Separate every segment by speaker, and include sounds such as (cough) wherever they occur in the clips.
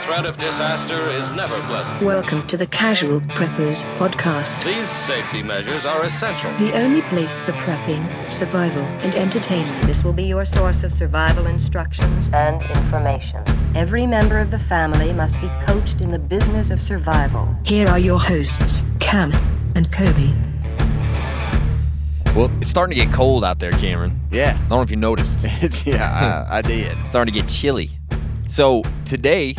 Speaker 1: threat of disaster is never pleasant.
Speaker 2: Welcome to the Casual Preppers Podcast,
Speaker 1: These safety measures are essential.
Speaker 2: the only place for prepping, survival, and entertainment.
Speaker 3: This will be your source of survival instructions and information. Every member of the family must be coached in the business of survival.
Speaker 2: Here are your hosts, Cam and Kobe.
Speaker 4: Well, it's starting to get cold out there, Cameron.
Speaker 5: Yeah. (laughs)
Speaker 4: I don't know if you noticed. It's
Speaker 5: yeah, I, I did.
Speaker 4: starting to get chilly. So today,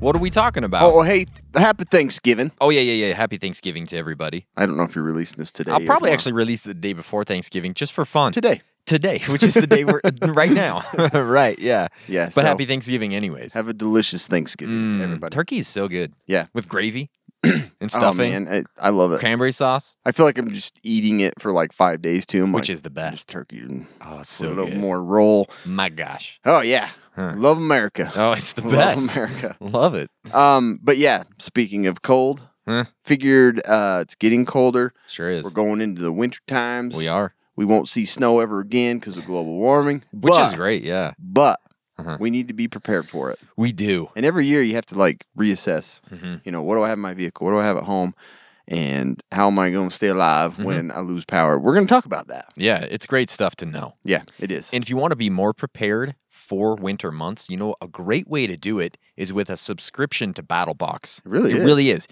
Speaker 4: what are we talking about?
Speaker 5: Oh, hey, th- happy Thanksgiving.
Speaker 4: Oh, yeah, yeah, yeah. Happy Thanksgiving to everybody.
Speaker 5: I don't know if you're releasing this today.
Speaker 4: I'll
Speaker 5: or
Speaker 4: probably
Speaker 5: tomorrow.
Speaker 4: actually release the day before Thanksgiving just for fun.
Speaker 5: Today.
Speaker 4: Today, which is the day
Speaker 5: (laughs)
Speaker 4: we're (laughs) right now. right, yeah.
Speaker 5: Yeah,
Speaker 4: But
Speaker 5: so-
Speaker 4: happy Thanksgiving, anyways.
Speaker 5: Have a delicious Thanksgiving, everybody.
Speaker 4: Mm, Turkey is so good.
Speaker 5: Yeah.
Speaker 4: With gravy
Speaker 5: (clears throat)
Speaker 4: and
Speaker 5: Oh,
Speaker 4: stuffing,
Speaker 5: man. I, I love it.
Speaker 4: cranberry sauce.
Speaker 5: I feel like I'm just eating it for like five days too. I'm
Speaker 4: Which
Speaker 5: like,
Speaker 4: is the best.
Speaker 5: "Just Oh, Turkey. and
Speaker 4: Oh, it's
Speaker 5: a
Speaker 4: so
Speaker 5: little
Speaker 4: good.
Speaker 5: more roll.
Speaker 4: My gosh.
Speaker 5: (laughs) Oh, yeah. Love America.
Speaker 4: Oh, it's the
Speaker 5: Love
Speaker 4: best.
Speaker 5: America.
Speaker 4: Love it.
Speaker 5: Um, but yeah, speaking of cold,
Speaker 4: Huh.
Speaker 5: figured uh, it's getting colder.
Speaker 4: Sure is.
Speaker 5: We're going into the winter times.
Speaker 4: We are.
Speaker 5: We won't see snow ever again because of global warming,
Speaker 4: Which
Speaker 5: but-
Speaker 4: is great, yeah.
Speaker 5: But
Speaker 4: Uh-huh.
Speaker 5: we need to be prepared for it.
Speaker 4: We do.
Speaker 5: And every year you have to like reassess.
Speaker 4: Mhm.
Speaker 5: You know, what do I have in my vehicle? What do I have at home? And how am I going to stay alive
Speaker 4: Mm-hmm.
Speaker 5: when I lose power? We're going to talk about that.
Speaker 4: Yeah, it's great stuff to know.
Speaker 5: Yeah, it is.
Speaker 4: And if you want to be more prepared for winter months, you know, a great way to do it is with a subscription to BattleBox. It
Speaker 5: really
Speaker 4: it
Speaker 5: is.
Speaker 4: really is.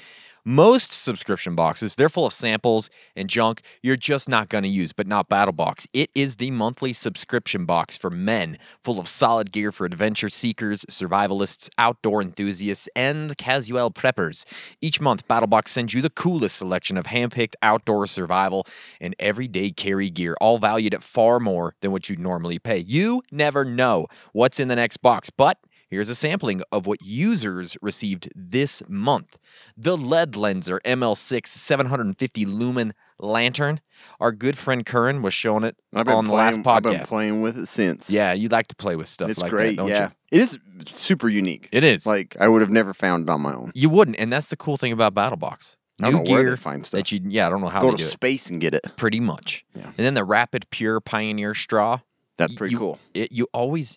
Speaker 4: Most subscription boxes, they're full of samples and junk you're just not going to use, but not BattleBox. It is the monthly subscription box for men, full of solid gear for adventure seekers, survivalists, outdoor enthusiasts, and casual preppers. Each month, BattleBox sends you the coolest selection of handpicked outdoor survival and everyday carry gear, all valued at far more than what you'd normally pay. You never know what's in the next box, but Here's a sampling of what users received this month. The LED Lenser ML6 750 lumen lantern. Our good friend Curran was showing it
Speaker 5: I've
Speaker 4: on
Speaker 5: been
Speaker 4: the
Speaker 5: playing,
Speaker 4: last
Speaker 5: I've been
Speaker 4: podcast.
Speaker 5: playing with it since.
Speaker 4: Yeah, you like to play with stuff
Speaker 5: it's
Speaker 4: like that,
Speaker 5: great.
Speaker 4: don't
Speaker 5: yeah,
Speaker 4: you?
Speaker 5: it is super unique.
Speaker 4: It is.
Speaker 5: Like I would have never found it on my own.
Speaker 4: You wouldn't, and that's the cool thing about BattleBox. New
Speaker 5: I don't know
Speaker 4: gear
Speaker 5: where they find stuff.
Speaker 4: that you yeah, I don't know how they
Speaker 5: Go to
Speaker 4: do it.
Speaker 5: space and get it.
Speaker 4: Pretty much.
Speaker 5: Yeah.
Speaker 4: And then the Rapid Pure Pioneer straw.
Speaker 5: That's
Speaker 4: Y-
Speaker 5: pretty
Speaker 4: you-
Speaker 5: cool.
Speaker 4: It, you always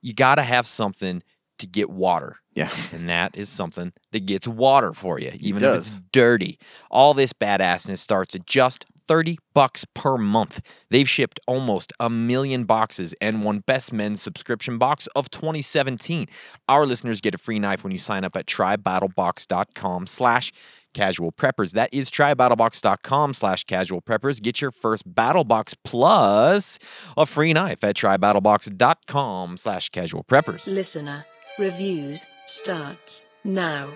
Speaker 4: you got to have something to get water.
Speaker 5: Yeah. (laughs)
Speaker 4: And that is something that gets water for you, even if it's
Speaker 5: does.
Speaker 4: dirty. All this badassness starts at just 30 bucks per month. They've shipped almost a million boxes and won Best Men's subscription box of 2017. Our listeners get a free knife when you sign up at trybattlebox.com slash casual preppers. That is trybattlebox.com slash casual preppers. Get your first BattleBox plus a free knife at trybattlebox.com slash casual preppers.
Speaker 2: Listener reviews starts now.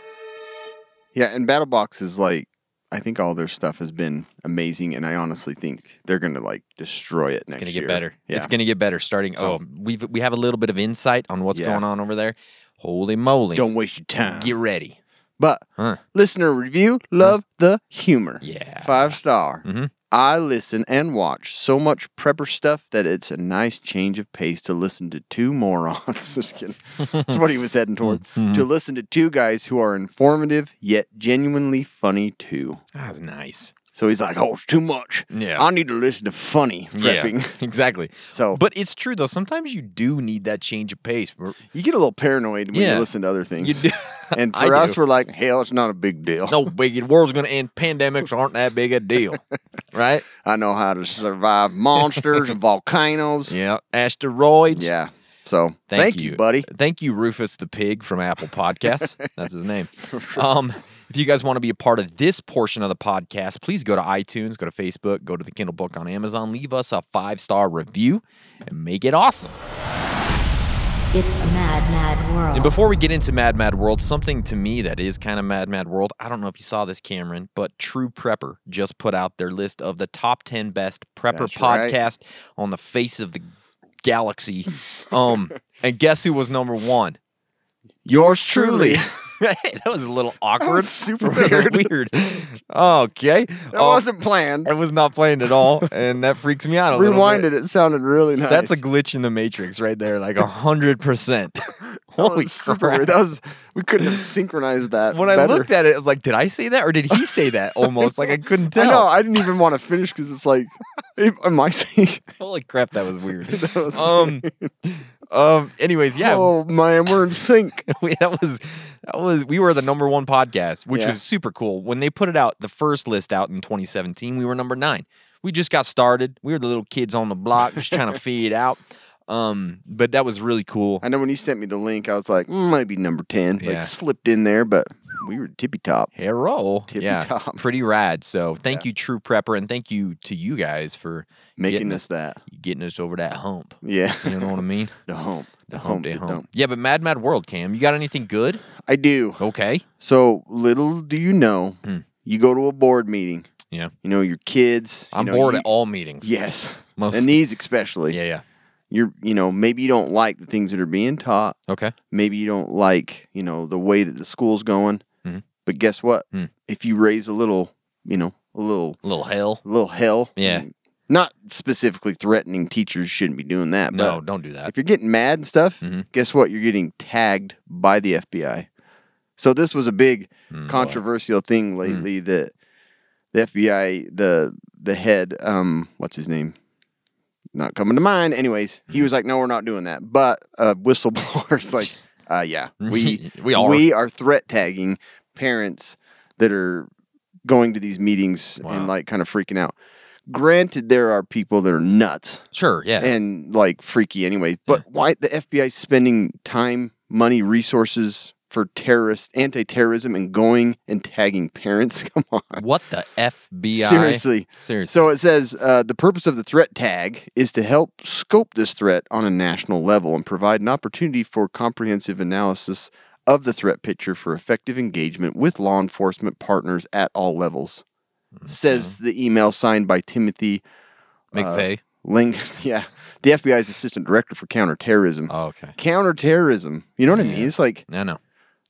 Speaker 5: Yeah, and BattleBox is like, I think all their stuff has been amazing, and I honestly think they're gonna like destroy it.
Speaker 4: It's
Speaker 5: next
Speaker 4: gonna get
Speaker 5: year.
Speaker 4: better.
Speaker 5: Yeah.
Speaker 4: It's gonna get better. Starting.
Speaker 5: So-
Speaker 4: oh, we we have a little bit of insight on what's
Speaker 5: Yeah.
Speaker 4: going on over there. Holy moly!
Speaker 5: Don't waste your time.
Speaker 4: get ready.
Speaker 5: But
Speaker 4: Huh.
Speaker 5: listener review, love the humor.
Speaker 4: Yeah.
Speaker 5: Five star.
Speaker 4: Mhm.
Speaker 5: I listen and watch so much prepper stuff that it's a nice change of pace to listen to two morons. (laughs) Just kidding. That's what he was
Speaker 4: (laughs)
Speaker 5: heading toward.
Speaker 4: Mm-hmm.
Speaker 5: to listen to two guys who are informative yet genuinely funny too.
Speaker 4: That was nice.
Speaker 5: So he's like, oh, it's too much.
Speaker 4: Yeah.
Speaker 5: I need to listen to funny prepping. (laughs)
Speaker 4: Yeah, (laughs) exactly.
Speaker 5: So-
Speaker 4: but it's true though. Sometimes you do need that change of pace. We're-
Speaker 5: You get a little paranoid when
Speaker 4: Yeah.
Speaker 5: you listen to other things.
Speaker 4: You do.
Speaker 5: (laughs)
Speaker 4: (laughs)
Speaker 5: And
Speaker 4: I
Speaker 5: for us,
Speaker 4: do.
Speaker 5: we're like, hell, it's not a big deal.
Speaker 4: No big. The world's gonna end. Pandemics aren't that big a
Speaker 5: (laughs)
Speaker 4: deal, right?
Speaker 5: I know how to survive monsters and
Speaker 4: (laughs)
Speaker 5: volcanoes.
Speaker 4: Yeah. Asteroids.
Speaker 5: Yeah. So
Speaker 4: Thank,
Speaker 5: you, buddy.
Speaker 4: Thank you, Rufus the Pig from Apple
Speaker 5: (laughs)
Speaker 4: Podcasts. That's his name. Um, if you guys want to be a part of this portion of the podcast, please go to iTunes, go to Facebook, go to the Kindle book on Amazon, leave us a five star review, and make it awesome.
Speaker 3: It's a mad, mad world.
Speaker 4: And before we get into Mad Mad World, something to me that is kind of Mad Mad World, I don't know if you saw this, Cameron, but True Prepper just put out their list of the top 10 best prepper
Speaker 5: That's right.
Speaker 4: podcast on the face of the galaxy. Um, and guess who was number one?
Speaker 5: Yours
Speaker 4: Truly. (laughs)
Speaker 5: truly.
Speaker 4: that was a little awkward. (laughs)
Speaker 5: was super
Speaker 4: It was
Speaker 5: weird.
Speaker 4: weird. Okay. Oh,
Speaker 5: That wasn't
Speaker 4: (laughs)
Speaker 5: planned.
Speaker 4: I was not planned at all, and that freaks me out a little bit.
Speaker 5: Rewinded. It sounded really nice.
Speaker 4: That's a glitch in the matrix right there, like a hundred percent.
Speaker 5: (laughs) That
Speaker 4: (laughs) Holy
Speaker 5: was super
Speaker 4: crap!
Speaker 5: weird. That was we couldn't have synchronized that.
Speaker 4: when I
Speaker 5: better.
Speaker 4: looked at it, I was like, "Did I say that, or did he say that?" Almost like I couldn't
Speaker 5: (laughs) I
Speaker 4: tell.
Speaker 5: know I didn't even want to finish because it's like, am I saying?
Speaker 4: (laughs) Holy crap, that was weird.
Speaker 5: (laughs) That was
Speaker 4: um, um. Anyways, (laughs) yeah,
Speaker 5: Oh man, we're in sync.
Speaker 4: (laughs) we- that was That was we were the number one podcast, which
Speaker 5: Yeah.
Speaker 4: was super cool. When they put it out, the first list out in 2017, we were number nine. We just got started. We were the little kids on the block, just
Speaker 5: (laughs)
Speaker 4: trying to figure it out. Um, but that was really cool.
Speaker 5: I know when you sent me the link, I was like, mm, might be number 10.
Speaker 4: Yeah.
Speaker 5: Like slipped in there, but we were tippy top.
Speaker 4: Hero,
Speaker 5: Tippy
Speaker 4: yeah,
Speaker 5: top.
Speaker 4: pretty rad. So thank you, True Prepper, and thank you to you guys for
Speaker 5: Making
Speaker 4: getting
Speaker 5: us that.
Speaker 4: getting us over that hump.
Speaker 5: Yeah.
Speaker 4: You know what I mean?
Speaker 5: (laughs) the hump.
Speaker 4: The hump, day
Speaker 5: the
Speaker 4: hump. Yeah, but Mad Mad World, Cam, you got anything good?
Speaker 5: I do.
Speaker 4: Okay.
Speaker 5: So little do you know, you go to a board meeting.
Speaker 4: Hmm. Yeah.
Speaker 5: You know, your kids. you
Speaker 4: I'm
Speaker 5: know,
Speaker 4: bored
Speaker 5: you-
Speaker 4: at all meetings. (laughs)
Speaker 5: Yes.
Speaker 4: Most-
Speaker 5: And these especially.
Speaker 4: Yeah, yeah.
Speaker 5: You're, you know, maybe you don't like the things that are being taught.
Speaker 4: Okay.
Speaker 5: Maybe you don't like, you know, the way that the school's going.
Speaker 4: Mhm.
Speaker 5: But guess what?
Speaker 4: Mm.
Speaker 5: If you raise a little, you know, a little
Speaker 4: little hell.
Speaker 5: a little hell.
Speaker 4: Yeah.
Speaker 5: And Not specifically threatening teachers shouldn't be doing that.
Speaker 4: No,
Speaker 5: But
Speaker 4: don't do that.
Speaker 5: if you're getting mad and stuff,
Speaker 4: Mhm.
Speaker 5: guess what? You're getting tagged by the FBI. So this was a big
Speaker 4: Mm, boy.
Speaker 5: controversial
Speaker 4: Hmm.
Speaker 5: thing lately that the FBI, the the head, um, what's his name? Not coming to mind. Anyways, he
Speaker 4: Hmm.
Speaker 5: was like, "No, we're not doing that." But uh, whistleblowers, like, uh,
Speaker 4: (laughs)
Speaker 5: yeah, we
Speaker 4: We are.
Speaker 5: we are threat tagging parents that are going to these meetings
Speaker 4: Wow.
Speaker 5: and like kind of freaking out. Granted, there are people that are nuts
Speaker 4: Sure, yeah.
Speaker 5: and like freaky anyway, but why the FBI is spending time, money, resources for terrorist anti-terrorism and going and tagging parents? (laughs) Come on.
Speaker 4: what the FBI?
Speaker 5: Seriously.
Speaker 4: Seriously.
Speaker 5: So it says uh, the purpose of the threat tag is to help scope this threat on a national level and provide an opportunity for comprehensive analysis of the threat picture for effective engagement with law enforcement partners at all levels. Says the email signed by Timothy uh,
Speaker 4: McVeigh.
Speaker 5: Ling, (laughs) yeah, the FBI's assistant director for counterterrorism.
Speaker 4: oh, okay.
Speaker 5: counterterrorism, you know what I mean? It's like
Speaker 4: No, no.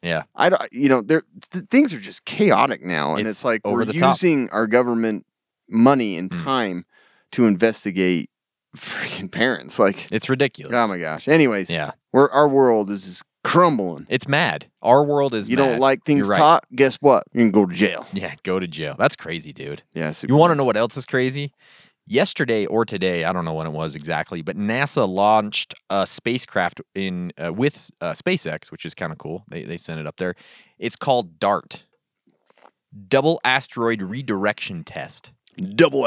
Speaker 4: Yeah.
Speaker 5: I don't, you know, there th- things are just chaotic now, and it's,
Speaker 4: It's
Speaker 5: like
Speaker 4: over
Speaker 5: we're
Speaker 4: the top. Hmm.
Speaker 5: using our government money and time to investigate freaking parents. Like,
Speaker 4: It's ridiculous.
Speaker 5: oh my gosh. Anyways,
Speaker 4: Yeah.
Speaker 5: we're, our world is just crumbling.
Speaker 4: It's mad. Our world is
Speaker 5: you
Speaker 4: mad.
Speaker 5: don't like things
Speaker 4: You're right.
Speaker 5: taught? Guess what? You can go to jail.
Speaker 4: Yeah, go to jail. That's crazy, dude.
Speaker 5: Yeah, super
Speaker 4: You want to
Speaker 5: nice.
Speaker 4: know what else is crazy? Yesterday or today, I don't know when it was exactly, but NASA launched a spacecraft in uh, with uh, SpaceX, which is kind of cool. They they sent it up there. It's called DART, Double Asteroid Redirection Test.
Speaker 5: (laughs) double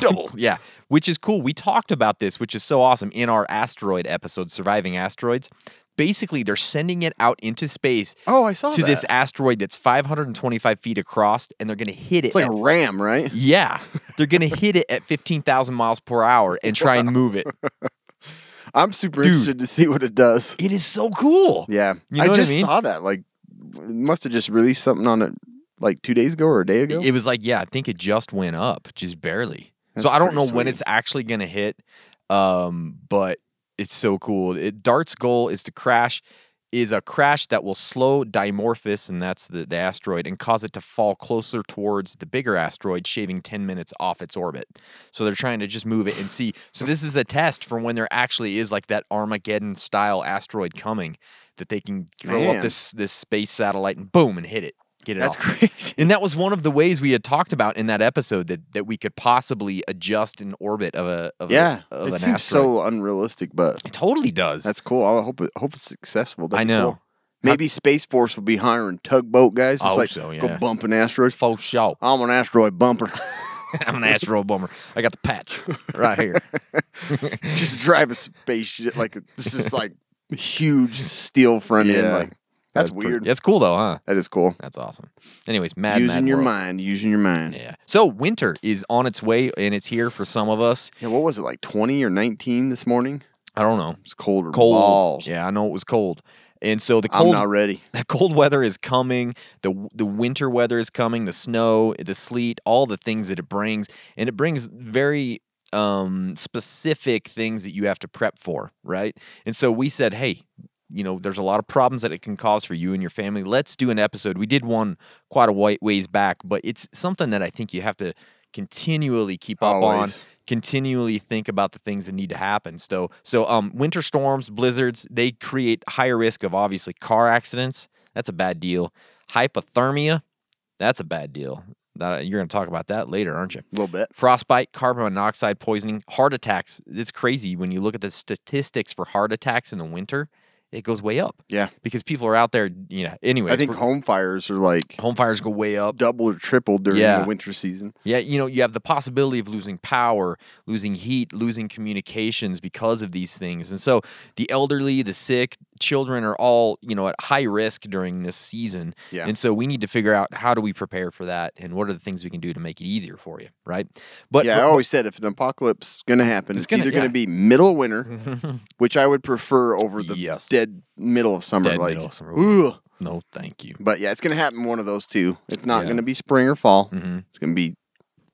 Speaker 4: (laughs) double. Yeah, which is cool. We talked about this, which is so awesome in our asteroid episode, surviving asteroids. Basically, they're sending it out into space
Speaker 5: (laughs) Oh, I saw
Speaker 4: to
Speaker 5: that.
Speaker 4: this asteroid that's 525 feet across, and they're going to hit it. (laughs)
Speaker 5: It's like
Speaker 4: at-
Speaker 5: a ram, right?
Speaker 4: yeah, they're going to hit it at 15,000 miles per hour and try and move it.
Speaker 5: I'm super
Speaker 4: Dude.
Speaker 5: interested to see what it does.
Speaker 4: (laughs) It is so cool.
Speaker 5: Yeah,
Speaker 4: You know
Speaker 5: I
Speaker 4: what I
Speaker 5: just
Speaker 4: mean?
Speaker 5: saw that. Like, must have just released something on it like two days ago or a day ago.
Speaker 4: It was like, yeah, I think it just went up, just barely. so
Speaker 5: That's
Speaker 4: I don't know
Speaker 5: pretty
Speaker 4: when
Speaker 5: sweet.
Speaker 4: it's actually going to hit, um, but it's so cool. It, Dart's goal is to crash, is a crash that will slow Dimorphos, and that's the, the asteroid, and cause it to fall closer towards the bigger asteroid, shaving 10 minutes off its orbit. So they're trying to just move it and see. So this is a test for when there actually is like that Armageddon style asteroid coming that they can throw up
Speaker 5: Man.
Speaker 4: this this space satellite and boom and hit it. Get it
Speaker 5: That's
Speaker 4: off.
Speaker 5: crazy.
Speaker 4: (laughs) And that was one of the ways we had talked about in that episode that, that we could possibly adjust an orbit of a of
Speaker 5: Yeah,
Speaker 4: a, of
Speaker 5: it
Speaker 4: an
Speaker 5: seems
Speaker 4: asteroid.
Speaker 5: so unrealistic, but
Speaker 4: it totally does.
Speaker 5: that's cool. I hope it, hope it's successful. That'd
Speaker 4: I
Speaker 5: be
Speaker 4: know.
Speaker 5: cool. Maybe Space Force will be hiring tugboat guys. It's
Speaker 4: I hope
Speaker 5: like
Speaker 4: so, yeah.
Speaker 5: go bump an asteroid.
Speaker 4: faux
Speaker 5: (laughs)
Speaker 4: show.
Speaker 5: I'm an asteroid bumper.
Speaker 4: I'm an asteroid bummer. I got the
Speaker 5: (laughs)
Speaker 4: patch (laughs) right here.
Speaker 5: Just drive a spaceship like this is like huge steel front end.
Speaker 4: Yeah.
Speaker 5: Like that's, weird.
Speaker 4: That's cool though, huh?
Speaker 5: That is cool.
Speaker 4: That's awesome. Anyways, mad
Speaker 5: using
Speaker 4: mad
Speaker 5: your
Speaker 4: world.
Speaker 5: mind, using your mind. Yeah.
Speaker 4: Yeah. So winter is on its way and it's here for some of us.
Speaker 5: what was it like 20 or 19 this morning?
Speaker 4: I don't know.
Speaker 5: It's colder.
Speaker 4: Cold.
Speaker 5: Balls.
Speaker 4: Yeah, I know it was cold. And so the
Speaker 5: I'm
Speaker 4: cold
Speaker 5: not ready.
Speaker 4: the cold weather is coming the the winter weather is coming the snow the sleet all the things that it brings and it brings very um specific things that you have to prep for right and so we said hey you know there's a lot of problems that it can cause for you and your family let's do an episode we did one quite a white ways back but it's something that i think you have to continually keep up on
Speaker 5: Always.
Speaker 4: continually think about the things that need to happen. So, so um, winter storms, blizzards, they create higher risk of obviously car accidents. That's a bad deal. Hypothermia, that's a bad deal. That, you're going to talk about that later, aren't you?
Speaker 5: A little bit.
Speaker 4: Frostbite, carbon monoxide poisoning, heart attacks. It's crazy when you look at the statistics for heart attacks in the winter. it goes way up
Speaker 5: Yeah.
Speaker 4: because people are out there. You know, anyways,
Speaker 5: I think
Speaker 4: we're-
Speaker 5: home fires are like
Speaker 4: home fires go way up.
Speaker 5: double or triple during
Speaker 4: Yeah.
Speaker 5: the winter season.
Speaker 4: Yeah, you know, you have the possibility of losing power, losing heat, losing communications because of these things. And so the elderly, the sick, children are all, you know, at high risk during this season.
Speaker 5: Yeah.
Speaker 4: And so we need to figure out how do we prepare for that and what are the things we can do to make it easier for you, right? But
Speaker 5: yeah, I always said if an apocalypse going to happen,
Speaker 4: It's
Speaker 5: it's,
Speaker 4: gonna-
Speaker 5: either
Speaker 4: yeah.
Speaker 5: going to be middle of winter,
Speaker 4: (laughs)
Speaker 5: which I would prefer over the
Speaker 4: Yes.
Speaker 5: dead middle of summer.
Speaker 4: Dead
Speaker 5: like,
Speaker 4: middle of summer.
Speaker 5: "Ugh."
Speaker 4: no, thank you.
Speaker 5: But yeah, it's going to happen one of those two. It's not
Speaker 4: Yeah.
Speaker 5: going to be spring or fall.
Speaker 4: Mhm.
Speaker 5: It's going to be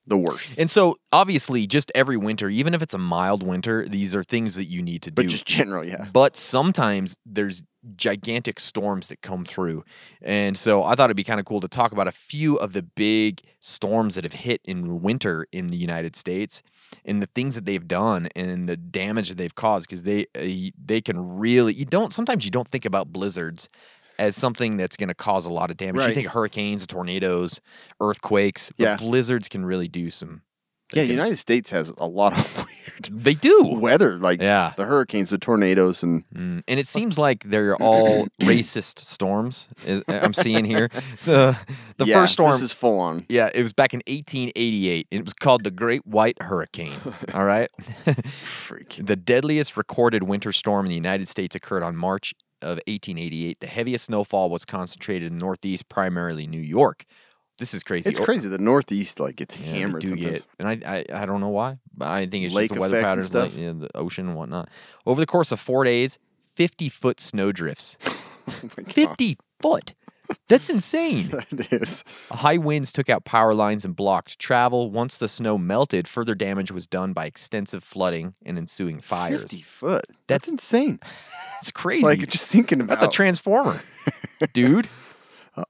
Speaker 5: the worst.
Speaker 4: And so obviously just every winter, even if it's a mild winter, these are things that you need to
Speaker 5: But
Speaker 4: do.
Speaker 5: just general, yeah.
Speaker 4: But sometimes there's gigantic storms that come through. And so I thought it'd be kind of cool to talk about a few of the big storms that have hit in winter in the United States and the things that they've done and the damage that they've caused because they uh, they can really you don't sometimes you don't think about blizzards as something that's going to cause a lot of damage. You
Speaker 5: Right.
Speaker 4: think hurricanes, tornadoes, earthquakes, but
Speaker 5: Yeah.
Speaker 4: blizzards can really do some they
Speaker 5: Yeah,
Speaker 4: can-
Speaker 5: United States has a lot of (laughs) weird
Speaker 4: they do.
Speaker 5: weather, like
Speaker 4: Yeah.
Speaker 5: the hurricanes, the tornadoes, and
Speaker 4: Mm, and it
Speaker 5: (clears throat)
Speaker 4: seems like they're all racist storms is- uh, I'm seeing here. (laughs) So the
Speaker 5: Yeah,
Speaker 4: first storm,
Speaker 5: This is full on.
Speaker 4: yeah, it was back in 1888. and It was called the Great White
Speaker 5: (laughs)
Speaker 4: Hurricane. All right,
Speaker 5: Freak.
Speaker 4: the deadliest recorded winter storm in the United States occurred on March of 1888. The heaviest snowfall was concentrated in Northeast, primarily New York. This is crazy.
Speaker 5: It's
Speaker 4: Or-
Speaker 5: crazy. The Northeast, like, gets
Speaker 4: yeah, they
Speaker 5: hammered.
Speaker 4: do
Speaker 5: sometimes. (laughs)
Speaker 4: get- and I, I I don't know why, but I think it's
Speaker 5: Lake
Speaker 4: just the weather
Speaker 5: effect
Speaker 4: patterns,
Speaker 5: and
Speaker 4: like,
Speaker 5: stuff.
Speaker 4: yeah, the ocean and whatnot. Over the course of four days, fifty foot
Speaker 5: (laughs)
Speaker 4: snowdrifts.
Speaker 5: Oh my God.
Speaker 4: fifty foot. That's insane. (laughs)
Speaker 5: (laughs) That is.
Speaker 4: High winds took out power lines and blocked travel. Once the snow melted, further damage was done by extensive flooding and ensuing fires.
Speaker 5: 50 foot.
Speaker 4: That's-
Speaker 5: That's, insane.
Speaker 4: (laughs) That's crazy.
Speaker 5: Like just thinking about
Speaker 4: That's a
Speaker 5: (laughs)
Speaker 4: transformer, dude.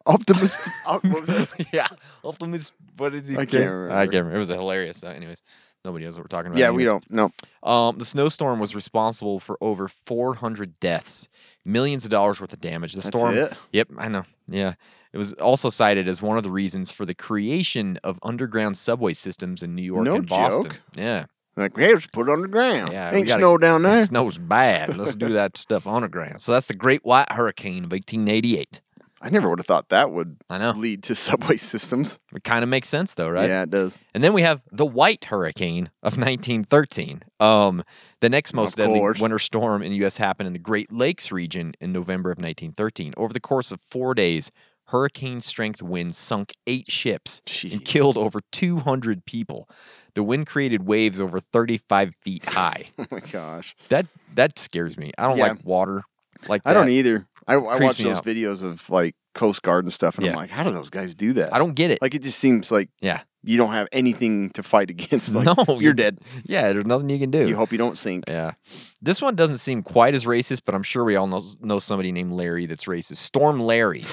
Speaker 5: Optimus.
Speaker 4: (laughs)
Speaker 5: (laughs) op- what was that?
Speaker 4: yeah, Optimus. What is he?
Speaker 5: I can't
Speaker 4: doing?
Speaker 5: remember.
Speaker 4: I can't remember. It was hilarious. Uh, anyways, nobody knows what we're talking about.
Speaker 5: yeah, we
Speaker 4: anyways.
Speaker 5: don't. No.
Speaker 4: Um, the snowstorm was responsible for over 400 deaths, millions of dollars worth of damage. The
Speaker 5: That's
Speaker 4: storm.
Speaker 5: it?
Speaker 4: Yep, I know. Yeah, it was also cited as one of the reasons for the creation of underground subway systems in New York
Speaker 5: No
Speaker 4: and Boston.
Speaker 5: joke.
Speaker 4: Yeah,
Speaker 5: Like, hey, let's put it on the ground.
Speaker 4: yeah. we
Speaker 5: Ain't
Speaker 4: gotta-
Speaker 5: snow down
Speaker 4: the
Speaker 5: there.
Speaker 4: Snow's bad. Let's
Speaker 5: (laughs)
Speaker 4: do that stuff underground. So that's the Great White Hurricane of 1888.
Speaker 5: I never would have thought that would
Speaker 4: I know.
Speaker 5: lead to (laughs) subway systems.
Speaker 4: It kind of makes sense though, right?
Speaker 5: Yeah, it does. (laughs)
Speaker 4: And then we have the White Hurricane of 1913. Um, the next most
Speaker 5: Of
Speaker 4: deadly
Speaker 5: course.
Speaker 4: winter storm in the U.S. happened in the Great Lakes region in November of 1913. Over the course of four days, hurricane strength winds sunk eight ships and
Speaker 5: Jeez.
Speaker 4: killed over 200 people. The wind created waves over 35 feet
Speaker 5: (laughs)
Speaker 4: high.
Speaker 5: Oh my gosh.
Speaker 4: that that scares me. I don't
Speaker 5: Yeah.
Speaker 4: like water. Like
Speaker 5: I don't e
Speaker 4: that.
Speaker 5: either. I, I
Speaker 4: creeps
Speaker 5: watch
Speaker 4: me
Speaker 5: those
Speaker 4: out.
Speaker 5: videos of like Coast Guard and stuff, and
Speaker 4: Yeah.
Speaker 5: I'm like, how do those guys do that?
Speaker 4: I don't get it.
Speaker 5: Like, it just seems like
Speaker 4: yeah.
Speaker 5: you don't have anything to fight (laughs) against. Like,
Speaker 4: (laughs) no,
Speaker 5: you're dead.
Speaker 4: Yeah, there's nothing you can do.
Speaker 5: You hope you don't sink.
Speaker 4: Yeah. This one doesn't seem quite as racist, but I'm sure we all know, know somebody named Larry that's racist. Storm
Speaker 5: (laughs)
Speaker 4: Larry.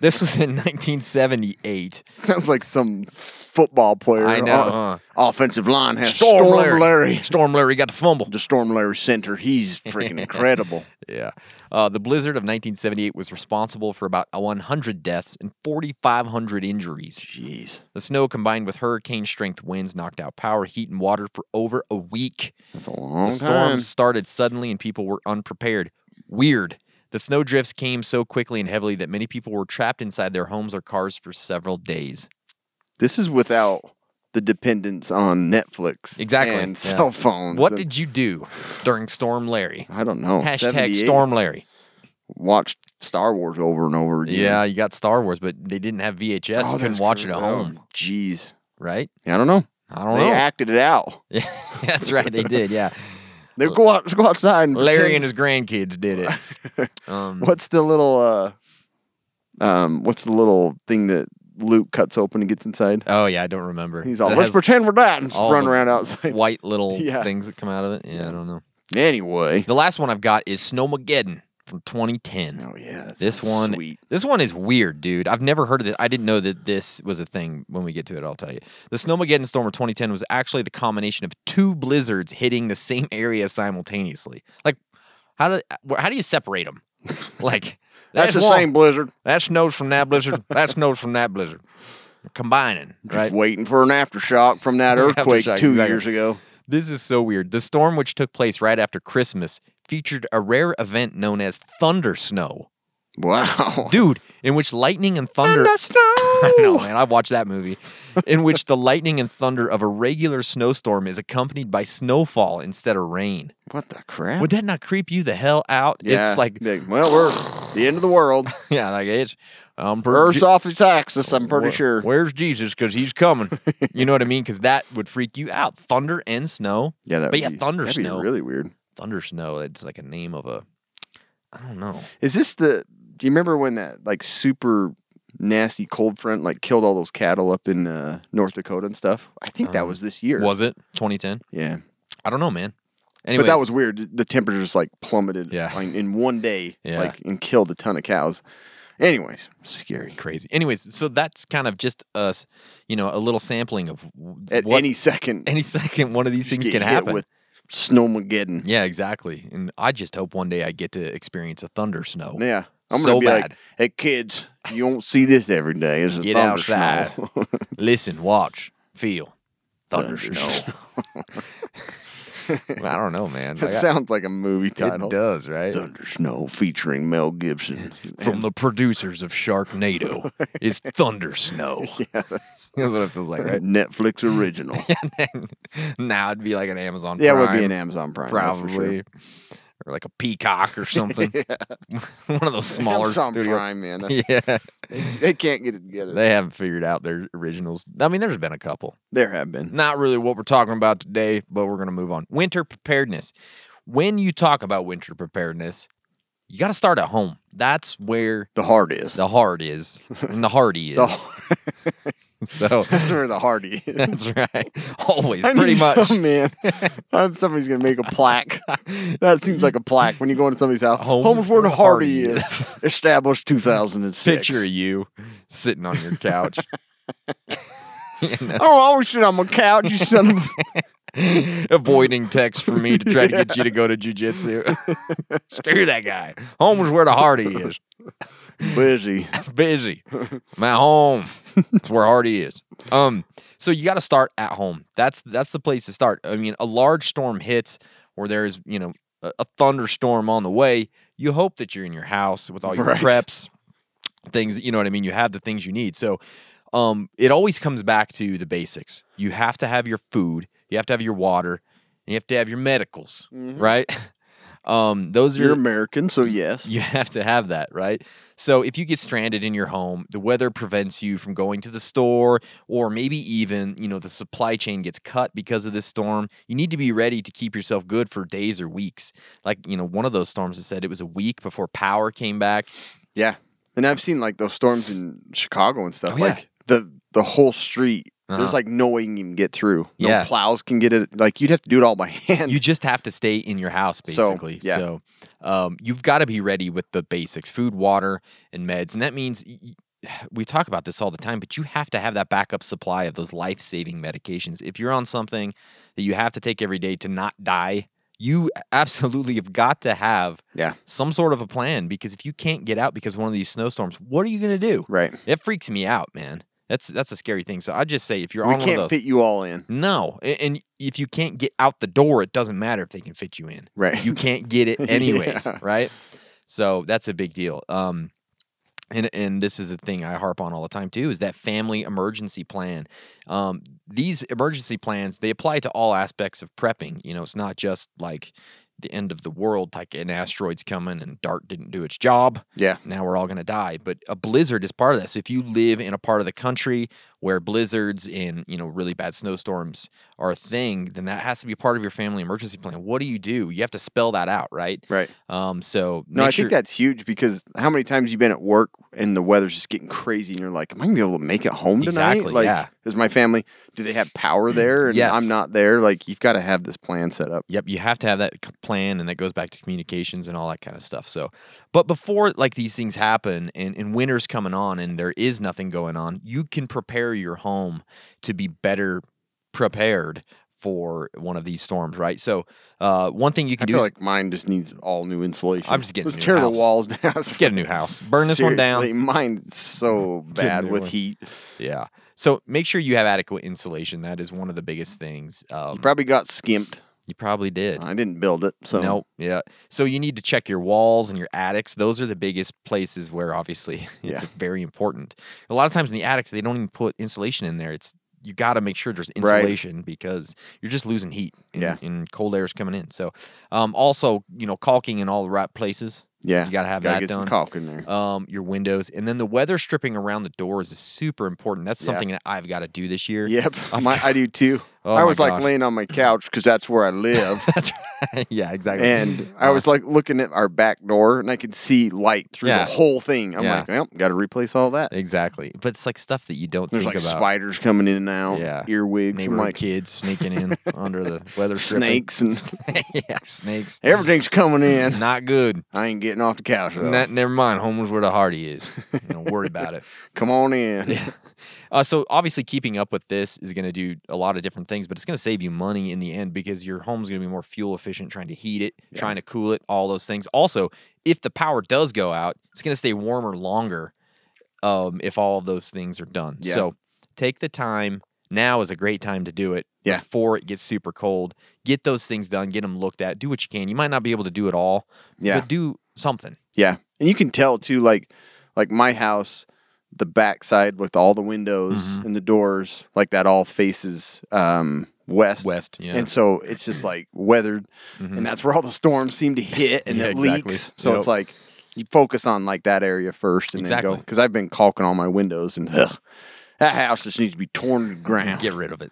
Speaker 4: this was in 1978.
Speaker 5: (laughs) Sounds like some football player.
Speaker 4: I know.
Speaker 5: Uh,
Speaker 4: huh?
Speaker 5: offensive line has Storm, Larry.
Speaker 4: Storm Larry got the fumble.
Speaker 5: The Storm Larry Center,
Speaker 4: (laughs)
Speaker 5: he's freaking incredible.
Speaker 4: Yeah. Uh, the blizzard of 1978 was responsible for about 100 deaths and 4,500 injuries.
Speaker 5: Jeez,
Speaker 4: The snow combined with hurricane strength winds knocked out power, heat, and water for over a week.
Speaker 5: that's a long
Speaker 4: The storm
Speaker 5: time.
Speaker 4: started suddenly and people were unprepared. Weird. The snow drifts came so quickly and heavily that many people were trapped inside their homes or cars for several days.
Speaker 5: This is without the dependence on Netflix,
Speaker 4: Exactly,
Speaker 5: and
Speaker 4: yeah.
Speaker 5: cell phones.
Speaker 4: What
Speaker 5: and-
Speaker 4: did you do during Storm Larry?
Speaker 5: I don't know?
Speaker 4: Hashtag
Speaker 5: 78,
Speaker 4: Storm Larry.
Speaker 5: Watched Star Wars over and over again.
Speaker 4: Yeah, you got Star Wars, but they didn't have VHS.
Speaker 5: Oh,
Speaker 4: you couldn't
Speaker 5: that's
Speaker 4: watch it
Speaker 5: crazy.
Speaker 4: at
Speaker 5: Oh,
Speaker 4: home,
Speaker 5: Jeez,
Speaker 4: right?
Speaker 5: yeah, I don't know.
Speaker 4: I don't
Speaker 5: they
Speaker 4: know.
Speaker 5: acted it out.
Speaker 4: (laughs) Yeah, that's right, they did. Yeah,
Speaker 5: They go out, go outside and
Speaker 4: Larry and
Speaker 5: (laughs) pretend-
Speaker 4: his grandkids did it.
Speaker 5: (laughs)
Speaker 4: Um,
Speaker 5: what's the little uh, um, what's the little thing that Luke cuts open and gets inside?
Speaker 4: Oh yeah, I don't remember.
Speaker 5: He's all,
Speaker 4: That
Speaker 5: let's
Speaker 4: has
Speaker 5: pretend we're not and just
Speaker 4: all
Speaker 5: run
Speaker 4: the
Speaker 5: around
Speaker 4: (laughs)
Speaker 5: outside.
Speaker 4: white little
Speaker 5: (laughs) Yeah.
Speaker 4: things that come out of it. yeah, I don't know.
Speaker 5: Anyway,
Speaker 4: The last one I've got is Snowmageddon from 2010.
Speaker 5: Oh yeah, that
Speaker 4: this
Speaker 5: sounds
Speaker 4: one,
Speaker 5: Sweet.
Speaker 4: this one is weird, dude. I've never heard of this. I didn't know that this was a thing. When we get to it, I'll tell you. The Snowmageddon storm of 2010 was actually the combination of two blizzards hitting the same area simultaneously. Like, how do wh- how do you separate
Speaker 5: (laughs)
Speaker 4: them? Like,
Speaker 5: That's the
Speaker 4: one-
Speaker 5: same blizzard.
Speaker 4: That snows from that blizzard. that snows from that blizzard. Combining, right?
Speaker 5: Just waiting for an aftershock from that
Speaker 4: (laughs)
Speaker 5: earthquake
Speaker 4: Aftershock,
Speaker 5: two
Speaker 4: exactly.
Speaker 5: years ago.
Speaker 4: This is so weird. The storm, which took place right after Christmas, featured a rare event known as Thunder Snow. (laughs)
Speaker 5: Wow.
Speaker 4: Dude, in which lightning and thunder. (laughs)
Speaker 5: (laughs)
Speaker 4: I know, man. I've watched that movie. In which the lightning and thunder of a regular snowstorm is accompanied by snowfall instead of rain.
Speaker 5: What the crap?
Speaker 4: Would that not creep you the hell out?
Speaker 5: Yeah,
Speaker 4: It's like, (laughs)
Speaker 5: big. well, we're the end of the world.
Speaker 4: yeah, like it's. Um,
Speaker 5: Earth's off its axis. I'm pretty sure.
Speaker 4: Where's Jesus? Because he's
Speaker 5: (laughs)
Speaker 4: coming. you know what I mean? Because that would freak you out. Thunder and snow.
Speaker 5: Yeah, that.
Speaker 4: but
Speaker 5: would
Speaker 4: yeah,
Speaker 5: be,
Speaker 4: thunder
Speaker 5: that'd be
Speaker 4: snow.
Speaker 5: really weird.
Speaker 4: Thunder snow. It's like a name of a. I don't know.
Speaker 5: Is this the? Do you remember when that like super nasty cold front like killed all those cattle up in uh, North Dakota and stuff? I think that was this year.
Speaker 4: Um, Was it 2010?
Speaker 5: yeah.
Speaker 4: I don't know, man.
Speaker 5: But
Speaker 4: Anyways,
Speaker 5: that was weird. The temperatures like plummeted
Speaker 4: Yeah.
Speaker 5: like, in one day,
Speaker 4: Yeah.
Speaker 5: like and killed a ton of cows. Anyways, scary.
Speaker 4: crazy. Anyways, so that's kind of just us, you know, a little sampling of w-
Speaker 5: At
Speaker 4: what-
Speaker 5: any second,
Speaker 4: any (laughs) second one of these
Speaker 5: just
Speaker 4: things
Speaker 5: get
Speaker 4: can
Speaker 5: hit
Speaker 4: happen.
Speaker 5: with snowmageddon.
Speaker 4: yeah, exactly. And I just hope one day I get to experience a thunder snow.
Speaker 5: Yeah. I'm
Speaker 4: So
Speaker 5: gonna be like,
Speaker 4: bad.
Speaker 5: hey kids, you won't see this every day. It's a
Speaker 4: Get
Speaker 5: thunder
Speaker 4: outside.
Speaker 5: (laughs) snow."
Speaker 4: Listen, watch, feel, thunder,
Speaker 5: Thunder
Speaker 4: (laughs)
Speaker 5: (laughs)
Speaker 4: snow. I don't know, man.
Speaker 5: That
Speaker 4: Like, I-
Speaker 5: sounds like a movie title.
Speaker 4: It does, right?
Speaker 5: Thunder Snow featuring Mel Gibson. (laughs)
Speaker 4: From the producers of Sharknado is Thunder Snow.
Speaker 5: (laughs) yeah, that's
Speaker 4: (laughs) That's what it feels like,
Speaker 5: a
Speaker 4: right?
Speaker 5: Netflix
Speaker 4: (laughs)
Speaker 5: original.
Speaker 4: now it'd be like an Amazon.
Speaker 5: (laughs) yeah, it would
Speaker 4: Prime,
Speaker 5: be an (laughs) Amazon Prime. that's for sure.
Speaker 4: probably, or like a Peacock or
Speaker 5: (laughs)
Speaker 4: something. (laughs) One of those smaller
Speaker 5: Amazon
Speaker 4: studios.
Speaker 5: Prime, man. That's-
Speaker 4: (laughs) Yeah,
Speaker 5: They can't get it together.
Speaker 4: they haven't figured out their originals. I mean, there's been a couple.
Speaker 5: there have been.
Speaker 4: Not really what we're talking about today, but we're gonna move on. Winter preparedness. When you talk about winter preparedness, you got to start at home. That's where
Speaker 5: The heart is.
Speaker 4: the heart is, and the hardy is.
Speaker 5: (laughs) The heart-
Speaker 4: (laughs)
Speaker 5: (laughs)
Speaker 4: So
Speaker 5: that's where the heart
Speaker 4: (laughs)
Speaker 5: is.
Speaker 4: That's right. Always,
Speaker 5: I
Speaker 4: pretty
Speaker 5: need- (laughs)
Speaker 4: much.
Speaker 5: Oh,
Speaker 4: (laughs)
Speaker 5: man. I'm, somebody's going to make a plaque. That seems like a plaque when you go into somebody's house.
Speaker 4: Home
Speaker 5: Home, is where the Hardy
Speaker 4: Hardy
Speaker 5: is.
Speaker 4: (laughs)
Speaker 5: Established 2006.
Speaker 4: Picture you sitting on your couch.
Speaker 5: I don't always sit on my couch, you son of
Speaker 4: (laughs)
Speaker 5: a.
Speaker 4: Avoiding texts from me to try to get you to go to jujitsu. (laughs) Screw that guy. Home is where the Hardy is.
Speaker 5: Busy.
Speaker 4: (laughs) Busy. My home. It's where Hardy is. Um, so you gotta start at home. That's that's the place to start. I mean, a large storm hits or there is, you know, a, a thunderstorm on the way. You hope that you're in your house with all your
Speaker 5: Right.
Speaker 4: preps, things you know what i mean you have the things you need so um it always comes back to the basics you have to have your food you have to have your water and you have to have your medicals right (laughs) um those are
Speaker 5: You're American, so yes.
Speaker 4: you (laughs) have to have that, right? So if you get stranded in your home, the weather prevents you from going to the store, or maybe even, you know, the supply chain gets cut because of this storm. You need to be ready to keep yourself good for days or weeks. Like, you know, one of those storms that said it was a week before power came back.
Speaker 5: Yeah. And I've seen like those storms in Chicago and stuff.
Speaker 4: Oh, yeah.
Speaker 5: Like the the whole street.
Speaker 4: Uh-huh.
Speaker 5: There's like no way you can get through. No
Speaker 4: Yeah.
Speaker 5: plows can get it. Like you'd have to do it all by (laughs) hand.
Speaker 4: you just have to stay in your house
Speaker 5: So,
Speaker 4: basically. So,
Speaker 5: yeah.
Speaker 4: um, you've got to be ready with the basics: food, water, and meds. And that means y- y- (sighs) we talk about this all the time, but you have to have that backup supply of those life-saving medications. If you're on something that you have to take every day to not die, you absolutely have got to have
Speaker 5: yeah.
Speaker 4: some sort of a plan because if you can't get out because of one of these snowstorms, what are you going to do?
Speaker 5: Right.
Speaker 4: It freaks me out, man. That's that's a scary thing. So I just say if you're
Speaker 5: we
Speaker 4: on one of
Speaker 5: can't
Speaker 4: those,
Speaker 5: fit you all in.
Speaker 4: no, A- and if you can't get out the door, it doesn't matter if they can fit you in.
Speaker 5: Right.
Speaker 4: You can't get it
Speaker 5: (laughs) Yeah.
Speaker 4: anyways, right? So that's a big deal. Um, and and this is a thing I harp on all the time too is that family emergency plan. Um, these emergency plans they apply to all aspects of prepping. You know, it's not just like the end of the world, like an asteroid's coming and DART didn't do its job
Speaker 5: Yeah.
Speaker 4: now we're all going to die but a blizzard is part of that so if you live in a part of the country where blizzards and you know really bad snowstorms are a thing then that has to be part of your family emergency plan what do you do you have to spell that out right
Speaker 5: Right.
Speaker 4: um so
Speaker 5: No, I
Speaker 4: make sure-
Speaker 5: think that's huge because how many times you've been at work and the weather's just getting crazy and you're like, Am I gonna be able to make it home tonight?
Speaker 4: Exactly,
Speaker 5: like
Speaker 4: yeah. Mm,
Speaker 5: is my family do they have power there and
Speaker 4: Yes.
Speaker 5: I'm not there? Like you've got to have this plan set up.
Speaker 4: Yep, you have to have that c- plan, and that goes back to communications and all that kind of stuff. So, but before like these things happen, and and winter's coming on, and there is nothing going on, you can prepare your home to be better prepared for one of these storms, right? So, uh, one thing you
Speaker 5: I
Speaker 4: can do
Speaker 5: feel
Speaker 4: is
Speaker 5: like mine just needs all new insulation.
Speaker 4: I'm just getting a
Speaker 5: Let's
Speaker 4: new
Speaker 5: tear
Speaker 4: house.
Speaker 5: the walls (laughs) down.
Speaker 4: let's get a new house, burn this one down.
Speaker 5: Seriously, (laughs) Mine's so bad
Speaker 4: new
Speaker 5: with
Speaker 4: one.
Speaker 5: heat.
Speaker 4: Yeah. So make sure you have adequate insulation. That is one of the biggest things. Um,
Speaker 5: Probably got skimped.
Speaker 4: You probably did.
Speaker 5: I didn't build it, so
Speaker 4: Nope. Yeah. So you need to check your walls and your attics. Those are the biggest places where obviously (laughs) it's
Speaker 5: Yeah.
Speaker 4: very important. A lot of times in the attics, they don't even put insulation in there. It's you got to make sure there's
Speaker 5: Right.
Speaker 4: insulation because you're just losing heat and,
Speaker 5: Yeah.
Speaker 4: and cold air is coming in. So, um, also, you know, caulking in all the right places.
Speaker 5: yeah,
Speaker 4: You got to have
Speaker 5: gotta
Speaker 4: that
Speaker 5: get
Speaker 4: done.
Speaker 5: some caulk in there.
Speaker 4: Um, your windows. And then the weather stripping around the doors is super important. That's
Speaker 5: Yeah.
Speaker 4: something that I've got to do this year.
Speaker 5: Yep,
Speaker 4: I've
Speaker 5: my,
Speaker 4: got-
Speaker 5: I do too.
Speaker 4: Oh
Speaker 5: I
Speaker 4: my
Speaker 5: was like
Speaker 4: gosh.
Speaker 5: laying on my couch because that's where
Speaker 4: (laughs)
Speaker 5: I live,
Speaker 4: (laughs) That's right. yeah, exactly. (laughs)
Speaker 5: and
Speaker 4: uh.
Speaker 5: I was like looking at our back door, and I could see light through
Speaker 4: Yeah.
Speaker 5: the whole thing. I'm
Speaker 4: Yeah.
Speaker 5: like, well, got to replace all that.
Speaker 4: exactly. But it's like stuff that you don't
Speaker 5: There's
Speaker 4: think
Speaker 5: like
Speaker 4: about.
Speaker 5: spiders coming in and out,
Speaker 4: Yeah.
Speaker 5: earwigs, and
Speaker 4: neighborhood
Speaker 5: like
Speaker 4: kids sneaking in under the weather stripping.
Speaker 5: snakes, and
Speaker 4: (laughs) yeah,
Speaker 5: (laughs)
Speaker 4: snakes.
Speaker 5: everything's
Speaker 4: (laughs)
Speaker 5: coming in.
Speaker 4: Not good.
Speaker 5: I ain't getting off the couch. Though.
Speaker 4: Not, never mind. Homer's where the Hardy is. Don't worry about it.
Speaker 5: Come
Speaker 4: (laughs)
Speaker 5: on in.
Speaker 4: Uh, so obviously, keeping up with this is going to do a lot of different things, but it's going to save you money in the end because your home's going to be more fuel efficient, trying to heat it, trying to cool it, all those things. Also, if the power does go out, it's going to stay warmer longer um, if all of those things are done.
Speaker 5: Yeah.
Speaker 4: So take the time. Now is a great time to do it.
Speaker 5: Yeah.
Speaker 4: Before it gets super cold, get those things done. Get them looked at. Do what you can. You might not be able to do it all.
Speaker 5: Yeah.
Speaker 4: But do something.
Speaker 5: Yeah, and you can tell too, like like my house, the backside with all the windows
Speaker 4: Mm-hmm.
Speaker 5: and the doors, like that all faces um, west.
Speaker 4: West, yeah. Mm-hmm.
Speaker 5: and so it's just like weathered, and that's where all the storms seem
Speaker 4: (laughs)
Speaker 5: to hit, and
Speaker 4: Yeah,
Speaker 5: it
Speaker 4: exactly.
Speaker 5: leaks. So
Speaker 4: Yep.
Speaker 5: it's like you focus on like that area first, and
Speaker 4: Exactly.
Speaker 5: then go because I've been caulking all my windows, and ugh, that house just needs to be torn to the ground.
Speaker 4: Get rid of it.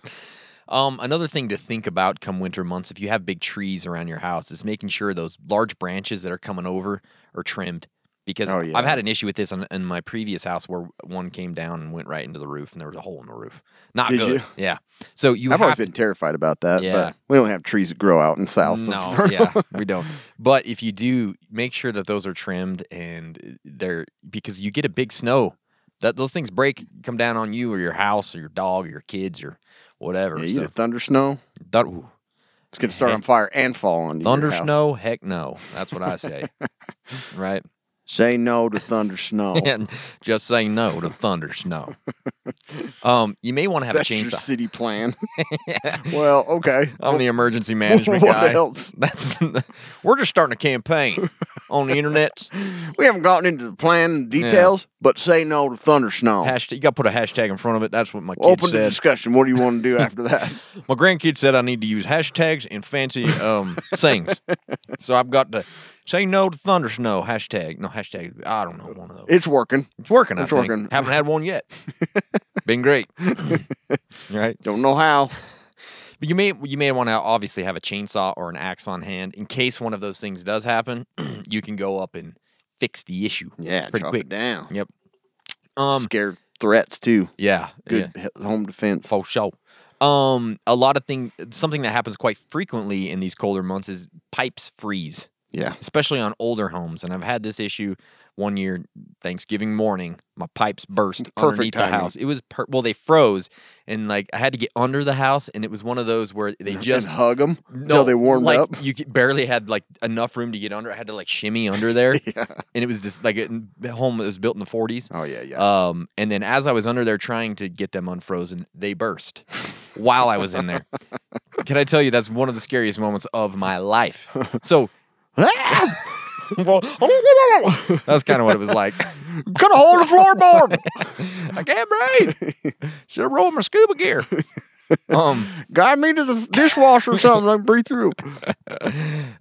Speaker 4: Um, another thing to think about come winter months, if you have big trees around your house, is making sure those large branches that are coming over are trimmed. Because
Speaker 5: Oh,
Speaker 4: I've
Speaker 5: yeah.
Speaker 4: had an issue with this on, in my previous house where one came down and went right into the roof, and there was a hole in the roof. Not
Speaker 5: Did
Speaker 4: good.
Speaker 5: you?
Speaker 4: Yeah. So you
Speaker 5: I've
Speaker 4: have
Speaker 5: always
Speaker 4: to-
Speaker 5: been terrified about that,
Speaker 4: Yeah.
Speaker 5: but we don't have trees that grow out in South. of (laughs)
Speaker 4: No,
Speaker 5: Vernal.
Speaker 4: yeah, we don't. But if you do, make sure that those are trimmed and they're because you get a big snow that those things break, come down on you or your house or your dog or your kids or whatever.
Speaker 5: Yeah, you
Speaker 4: so
Speaker 5: get a thunder snow,
Speaker 4: that- ooh.
Speaker 5: it's gonna start
Speaker 4: Heck.
Speaker 5: on fire and fall on
Speaker 4: Thunder
Speaker 5: your house.
Speaker 4: snow, heck no. That's what I
Speaker 5: (laughs)
Speaker 4: say. right?
Speaker 5: Say no to
Speaker 4: (laughs)
Speaker 5: thunder snow.
Speaker 4: And just say no to thunder snow. Um, you may want to have
Speaker 5: That's
Speaker 4: a
Speaker 5: your
Speaker 4: chainsaw.
Speaker 5: city plan.
Speaker 4: (laughs)
Speaker 5: well, okay.
Speaker 4: I'm the emergency management
Speaker 5: (laughs) What
Speaker 4: guy.
Speaker 5: else?
Speaker 4: That's (laughs) we're just starting a campaign on the
Speaker 5: (laughs)
Speaker 4: internet.
Speaker 5: We haven't gotten into the plan and details, but say no to thunder snow.
Speaker 4: Hashtag, you got to put a hashtag in front of it. That's what my kid
Speaker 5: Oh. Open the
Speaker 4: said.
Speaker 5: discussion. What do you want to
Speaker 4: (laughs)
Speaker 5: do after that?
Speaker 4: my grandkid said I need to use hashtags and fancy
Speaker 5: (laughs)
Speaker 4: um things. so I've got to say no to thunder snow hashtag. No hashtag. I don't know one of those.
Speaker 5: It's working.
Speaker 4: It's working.
Speaker 5: It's
Speaker 4: I think.
Speaker 5: working.
Speaker 4: Haven't had one yet.
Speaker 5: (laughs)
Speaker 4: Been great. right.
Speaker 5: Don't know
Speaker 4: (laughs)
Speaker 5: how.
Speaker 4: But you may you may want to obviously have a chainsaw or an axe on hand in case one of those things does happen. (clears throat) you can go up and fix the issue.
Speaker 5: Yeah,
Speaker 4: Pretty
Speaker 5: chop
Speaker 4: quick.
Speaker 5: it down.
Speaker 4: Yep. Um.
Speaker 5: Scared threats too.
Speaker 4: Yeah. yeah.
Speaker 5: Good he- home defense.
Speaker 4: For sure. Um, a lot of thing, something that happens quite frequently in these colder months is pipes freeze,
Speaker 5: Yeah.
Speaker 4: especially on older homes. And I've had this issue one year, Thanksgiving morning, my pipes burst
Speaker 5: (laughs) Perfect
Speaker 4: underneath
Speaker 5: timing.
Speaker 4: the house. It was per- well, they froze, and like I had to get under the house, and it was one of those where they just (laughs)
Speaker 5: and hug them
Speaker 4: no,
Speaker 5: until they warmed
Speaker 4: like,
Speaker 5: up.
Speaker 4: You c- barely had like enough room to get under. I had to like shimmy under
Speaker 5: (laughs)
Speaker 4: there, and it was just like a the home that was built in the forties.
Speaker 5: Oh yeah, yeah.
Speaker 4: Um, and then as I was under there trying to get them unfrozen, they burst while I was in
Speaker 5: (laughs)
Speaker 4: there. Can I tell you that's one of the scariest moments of my life? So
Speaker 5: Ah!
Speaker 4: (laughs)
Speaker 5: (laughs)
Speaker 4: well, that was kind of what it was like. (laughs)
Speaker 5: Cut a hole in the floorboard.
Speaker 4: I can't breathe.
Speaker 5: (laughs)
Speaker 4: Should have rolled my scuba gear. Um.
Speaker 5: Guide me to the dishwasher or something. I can breathe through.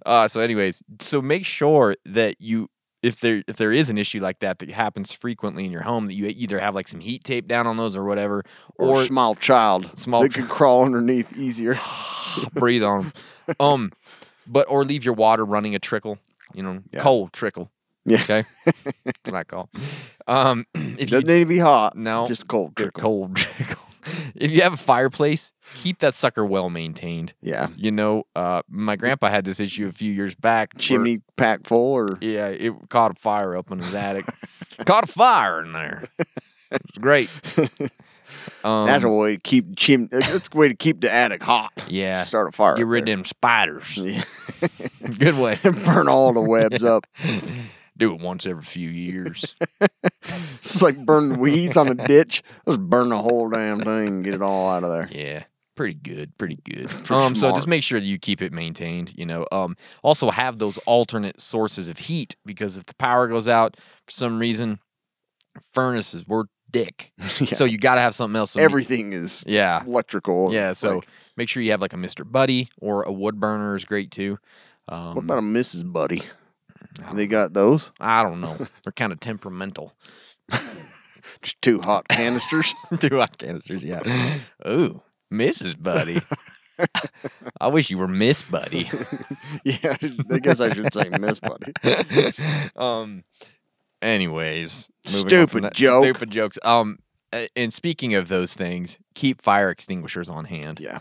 Speaker 4: Uh, so, anyways, so make sure that you, if there if there is an issue like that that happens frequently in your home, that you either have like some heat tape down on those or whatever,
Speaker 5: Or,
Speaker 4: or
Speaker 5: small child.
Speaker 4: Small
Speaker 5: that can crawl underneath
Speaker 4: (sighs)
Speaker 5: easier.
Speaker 4: (laughs) breathe on 'em.
Speaker 5: (laughs)
Speaker 4: Um, but or leave your water running a trickle, you know,
Speaker 5: Yeah.
Speaker 4: cold trickle.
Speaker 5: Yeah. (laughs)
Speaker 4: Okay, that's what I call. 'em. Um, (clears throat) if you
Speaker 5: Doesn't need to be hot.
Speaker 4: No.
Speaker 5: Just cold
Speaker 4: Good
Speaker 5: trickle.
Speaker 4: cold (laughs) trickle. If you have a fireplace, keep that sucker well maintained.
Speaker 5: Yeah.
Speaker 4: You know, uh, my grandpa had this issue a few years back. where-
Speaker 5: Chimney pack full or
Speaker 4: Yeah, it caught a fire up in his attic.
Speaker 5: (laughs)
Speaker 4: caught a fire in there. It's great. Um,
Speaker 5: that's a way to keep chim uh,
Speaker 4: (laughs)
Speaker 5: that's a way to keep the attic hot.
Speaker 4: yeah.
Speaker 5: Start a fire.
Speaker 4: Get
Speaker 5: up (laughs)
Speaker 4: rid of
Speaker 5: there.
Speaker 4: them spiders. Good
Speaker 5: (laughs)
Speaker 4: way.
Speaker 5: burn all the webs up.
Speaker 4: (laughs) Do it once every few years.
Speaker 5: It's like burning weeds on a ditch. Let's burn the whole damn thing and get it all out of there.
Speaker 4: Yeah. pretty good, pretty (laughs) good. um, so
Speaker 5: smart.
Speaker 4: just make sure that you keep it maintained. You know, um, also have those alternate sources of heat because if the power goes out for some reason, furnaces were (laughs) dick. So you got to have something else. to meet-
Speaker 5: Everything is
Speaker 4: Yeah.
Speaker 5: electrical.
Speaker 4: Yeah.
Speaker 5: It's
Speaker 4: So
Speaker 5: like,
Speaker 4: make sure you have like a Mr. Buddy or a wood burner is great too. Um,
Speaker 5: what about a Mrs. Buddy? They got those?
Speaker 4: I don't know. (laughs) They're kind of temperamental. (laughs)
Speaker 5: Just two hot canisters. (laughs)
Speaker 4: Two hot canisters, yeah. (laughs) Ooh, Mrs. (laughs) Buddy. I wish you were Miss (laughs) Buddy.
Speaker 5: yeah, I guess I should say
Speaker 4: (laughs)
Speaker 5: Miss Buddy.
Speaker 4: um. Anyways, moving on
Speaker 5: Stupid
Speaker 4: from that-
Speaker 5: joke.
Speaker 4: Stupid jokes. Um. a- And speaking of those things, keep fire extinguishers on hand.
Speaker 5: Yeah.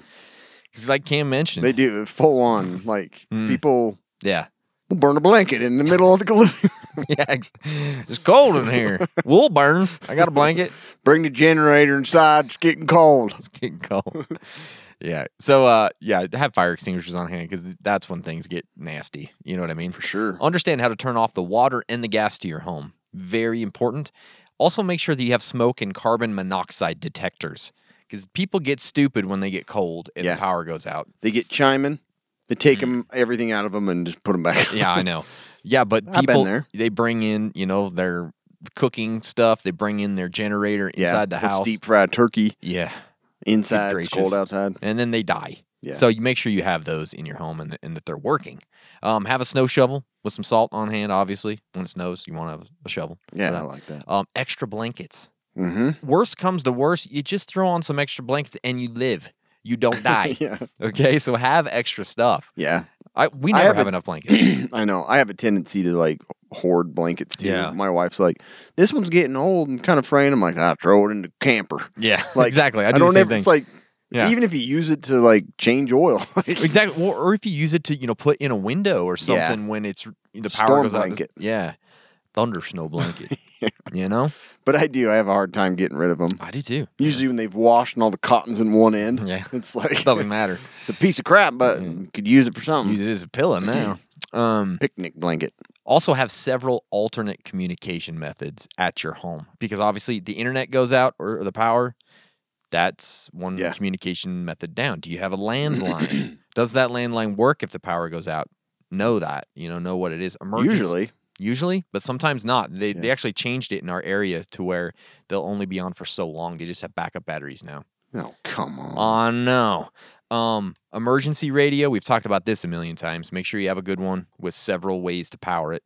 Speaker 4: Because, like Cam mentioned,
Speaker 5: They do uh, full on. Like people (laughs)
Speaker 4: yeah,
Speaker 5: will burn a blanket in the middle of the living
Speaker 4: yeah. ex- It's cold in here. Wool burns. I got a blanket.
Speaker 5: (laughs) Bring the generator inside. It's getting cold.
Speaker 4: (laughs) It's getting cold. yeah. So, uh, yeah, have fire extinguishers on hand because that's when things get nasty. You know what I mean? For
Speaker 5: sure.
Speaker 4: Understand how to turn off the water and the gas to your home. Very important. Also, make sure that you have smoke and carbon monoxide detectors because people get stupid when they get cold and
Speaker 5: Yeah.
Speaker 4: the power goes out.
Speaker 5: They get chiming. They take 'em- everything out of them and just put them back.
Speaker 4: Yeah,
Speaker 5: (laughs)
Speaker 4: I know. Yeah, but
Speaker 5: I've been
Speaker 4: people
Speaker 5: there.
Speaker 4: they bring in, you know, their cooking stuff. They bring in their generator inside the
Speaker 5: with
Speaker 4: house.
Speaker 5: Deep fried turkey
Speaker 4: Yeah,
Speaker 5: inside. It's cold
Speaker 4: gracious.
Speaker 5: outside.
Speaker 4: and then they die.
Speaker 5: Yeah.
Speaker 4: So you make sure you have those in your home and, and that they're working. Um, have a snow shovel with some salt on hand. Obviously, when it snows, you want to have a shovel. for
Speaker 5: Yeah, I
Speaker 4: that.
Speaker 5: like that.
Speaker 4: Um, extra blankets.
Speaker 5: Mm-hmm.
Speaker 4: Worst comes to worst, you just throw on some extra blankets and you live. You
Speaker 5: (laughs)
Speaker 4: don't die.
Speaker 5: Yeah.
Speaker 4: Okay, so have extra stuff.
Speaker 5: Yeah. (clears throat)
Speaker 4: I we
Speaker 5: I
Speaker 4: never
Speaker 5: have
Speaker 4: have
Speaker 5: a- (coughs)
Speaker 4: enough blankets.
Speaker 5: I know. I have a tendency to like hoard blankets too.
Speaker 4: Yeah.
Speaker 5: My wife's like, this one's getting old and kind of fraying. I'm like, I throw it in the camper.
Speaker 4: yeah, (laughs)
Speaker 5: Like
Speaker 4: exactly. I do
Speaker 5: not
Speaker 4: the same
Speaker 5: ever.
Speaker 4: thing.
Speaker 5: It's like (laughs)
Speaker 4: Yeah.
Speaker 5: even if you use it to like change oil, (laughs) like,
Speaker 4: exactly. Or, or if you use it to you know put in a window or
Speaker 5: Yeah.
Speaker 4: something when it's the power
Speaker 5: Storm
Speaker 4: goes out.
Speaker 5: blanket.
Speaker 4: Yeah, thunder snow
Speaker 5: (laughs)
Speaker 4: blanket. You know,
Speaker 5: But I do. I have a hard time getting rid of them.
Speaker 4: I do too.
Speaker 5: Usually when they've washed and all the cotton's in one end.
Speaker 4: Yeah.
Speaker 5: (laughs) It's like
Speaker 4: Doesn't matter.
Speaker 5: it's a piece of crap, but you could use it for something.
Speaker 4: (laughs) Use it as a pillow now. Um,
Speaker 5: Picnic blanket.
Speaker 4: (clears throat) also, have several alternate communication methods at your home because obviously the internet goes out or, or the power. That's one
Speaker 5: Yeah.
Speaker 4: communication method down. Do you (clears throat) have a landline? Does that landline work if the power goes out? Know that you know know what it is. Emergency,
Speaker 5: Usually.
Speaker 4: usually, but sometimes not. They they
Speaker 5: Yeah.
Speaker 4: actually changed it in our area to where they'll only be on for so long. They just have backup batteries now.
Speaker 5: Oh come on.
Speaker 4: Oh no. Um, emergency radio. We've talked about this a million times. Make sure you have a good one with several ways to power it.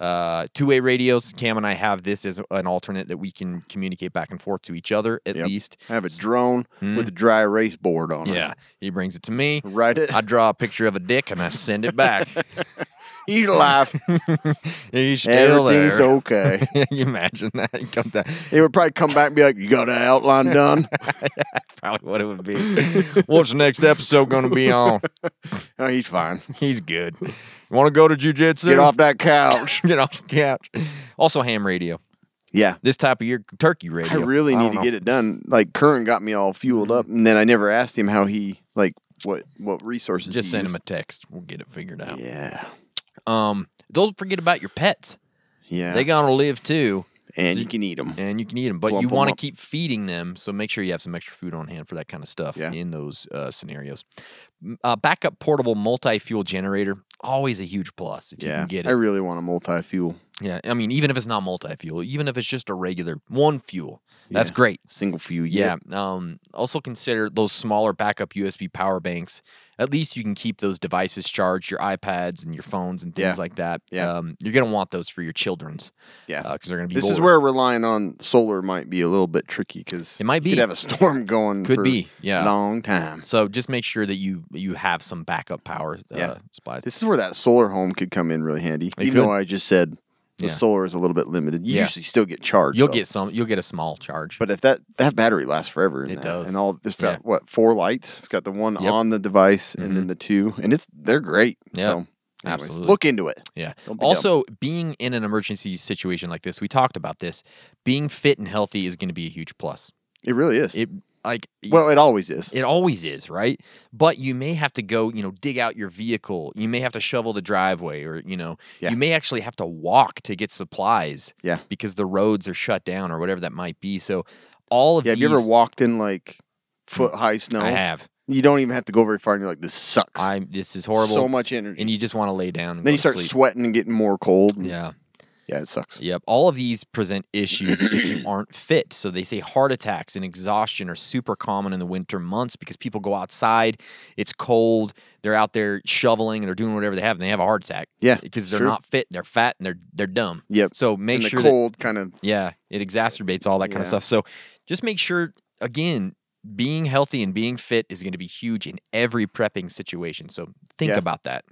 Speaker 4: Uh, two-way radios. Cam and I have this as an alternate that we can communicate back and forth to each other at
Speaker 5: Yep.
Speaker 4: least.
Speaker 5: I have a drone with a dry erase board on it.
Speaker 4: hmm.
Speaker 5: (laughs)
Speaker 4: Yeah, he brings it to me.
Speaker 5: Write it.
Speaker 4: I
Speaker 5: (laughs)
Speaker 4: draw a picture of a dick and I send it back. (laughs)
Speaker 5: He's alive.
Speaker 4: He's (laughs) still
Speaker 5: Everything's
Speaker 4: there.
Speaker 5: okay.
Speaker 4: (laughs) Can you imagine that? He comes down. (laughs)
Speaker 5: They would probably come back and be like, "You got an outline done." (laughs)
Speaker 4: Probably what it would be. What's the next episode going to be on?
Speaker 5: oh,
Speaker 4: (laughs)
Speaker 5: he's fine.
Speaker 4: He's
Speaker 5: (laughs)
Speaker 4: good. You want to go to jujitsu?
Speaker 5: Get off
Speaker 4: (laughs)
Speaker 5: that couch.
Speaker 4: Get off the couch. Also, ham radio.
Speaker 5: Yeah,
Speaker 4: This type of year, turkey
Speaker 5: I
Speaker 4: radio.
Speaker 5: really need
Speaker 4: don't
Speaker 5: to
Speaker 4: know. Mm-hmm.
Speaker 5: get it done. Like Curran got me all fueled up, and then I never asked him how he like what what resources.
Speaker 4: Just
Speaker 5: he
Speaker 4: send him a
Speaker 5: used.
Speaker 4: text. We'll get it figured out.
Speaker 5: Yeah,
Speaker 4: Um, don't forget about your pets.
Speaker 5: yeah.
Speaker 4: They gonna live too,
Speaker 5: and you can eat them.
Speaker 4: and you can eat them, but
Speaker 5: Plump
Speaker 4: you
Speaker 5: 'em
Speaker 4: want to
Speaker 5: up.
Speaker 4: keep feeding them. So make sure you have some extra food on hand for that kind of stuff
Speaker 5: Yeah.
Speaker 4: in those uh, scenarios. M- Uh, backup portable multi fuel generator. Always a huge plus if you
Speaker 5: Yeah,
Speaker 4: can get
Speaker 5: I
Speaker 4: it.
Speaker 5: really want a multi fuel
Speaker 4: Yeah, I mean, even if it's not multi fuel, even if it's just a regular one fuel, that's
Speaker 5: Yeah.
Speaker 4: great.
Speaker 5: single fuel.
Speaker 4: Yeah.
Speaker 5: Yeah,
Speaker 4: Um, also consider those smaller backup USB power banks. At least you can keep those devices charged, your iPads and your phones and things
Speaker 5: Yeah.
Speaker 4: like that.
Speaker 5: Yeah.
Speaker 4: Um, you're gonna want those for your children's.
Speaker 5: Yeah.
Speaker 4: Because they're gonna be.
Speaker 5: this is
Speaker 4: bored.
Speaker 5: where relying on solar might be a little bit tricky because
Speaker 4: It might be.
Speaker 5: you could have a storm (laughs) going.
Speaker 4: Could
Speaker 5: for
Speaker 4: be, yeah.
Speaker 5: a long time.
Speaker 4: So just make sure that you you have some backup power uh,
Speaker 5: Yeah.
Speaker 4: supplies.
Speaker 5: This is where that solar home could come in really handy.
Speaker 4: It
Speaker 5: Even though
Speaker 4: could.
Speaker 5: I just said the
Speaker 4: Yeah.
Speaker 5: solar is a little bit limited, you
Speaker 4: Yeah.
Speaker 5: usually still get charged.
Speaker 4: You'll
Speaker 5: though.
Speaker 4: get some. You'll get a small charge.
Speaker 5: But if that that battery lasts forever, in
Speaker 4: It
Speaker 5: that,
Speaker 4: does.
Speaker 5: And all it's
Speaker 4: Yeah.
Speaker 5: got what four lights? It's got the one
Speaker 4: Yep.
Speaker 5: on the device and then the two, and it's they're great.
Speaker 4: Yeah.
Speaker 5: So, anyways,
Speaker 4: Absolutely.
Speaker 5: Look into it.
Speaker 4: Yeah.
Speaker 5: Don't be dumb.
Speaker 4: Also, being in an emergency situation like this, we talked about this. Being fit and healthy is going to be a huge plus.
Speaker 5: It really is.
Speaker 4: It like
Speaker 5: well, it always is.
Speaker 4: It always is, right? But you may have to go, you know, dig out your vehicle. You may have to shovel the driveway or, you know,
Speaker 5: Yeah.
Speaker 4: you may actually have to walk to get supplies
Speaker 5: Yeah.
Speaker 4: because the roads are shut down or whatever that might be. So all of
Speaker 5: yeah. Have
Speaker 4: these Mm.
Speaker 5: you ever walked in like foot high snow?
Speaker 4: I have.
Speaker 5: You don't even have to go very far, and you're like, "This sucks."
Speaker 4: I this is horrible.
Speaker 5: So much energy,
Speaker 4: and you just want to lay down. And go
Speaker 5: then you
Speaker 4: to
Speaker 5: start
Speaker 4: sleep.
Speaker 5: sweating and getting more cold. and-
Speaker 4: Yeah.
Speaker 5: yeah, it sucks.
Speaker 4: Yep. All of these present issues if
Speaker 5: (clears throat)
Speaker 4: you aren't fit. So they say heart attacks and exhaustion are super common in the winter months because people go outside, it's cold, they're out there shoveling and they're doing whatever they have and they have a heart attack.
Speaker 5: Yeah,
Speaker 4: Because they're
Speaker 5: true.
Speaker 4: not fit, they're fat, and they're they're dumb.
Speaker 5: Yep.
Speaker 4: So make
Speaker 5: and
Speaker 4: sure
Speaker 5: the
Speaker 4: that-
Speaker 5: cold kind of
Speaker 4: yeah, it exacerbates all that kind of
Speaker 5: Yeah.
Speaker 4: stuff. So just make sure again, being healthy and being fit is going to be huge in every prepping situation. So think
Speaker 5: Yeah.
Speaker 4: about that.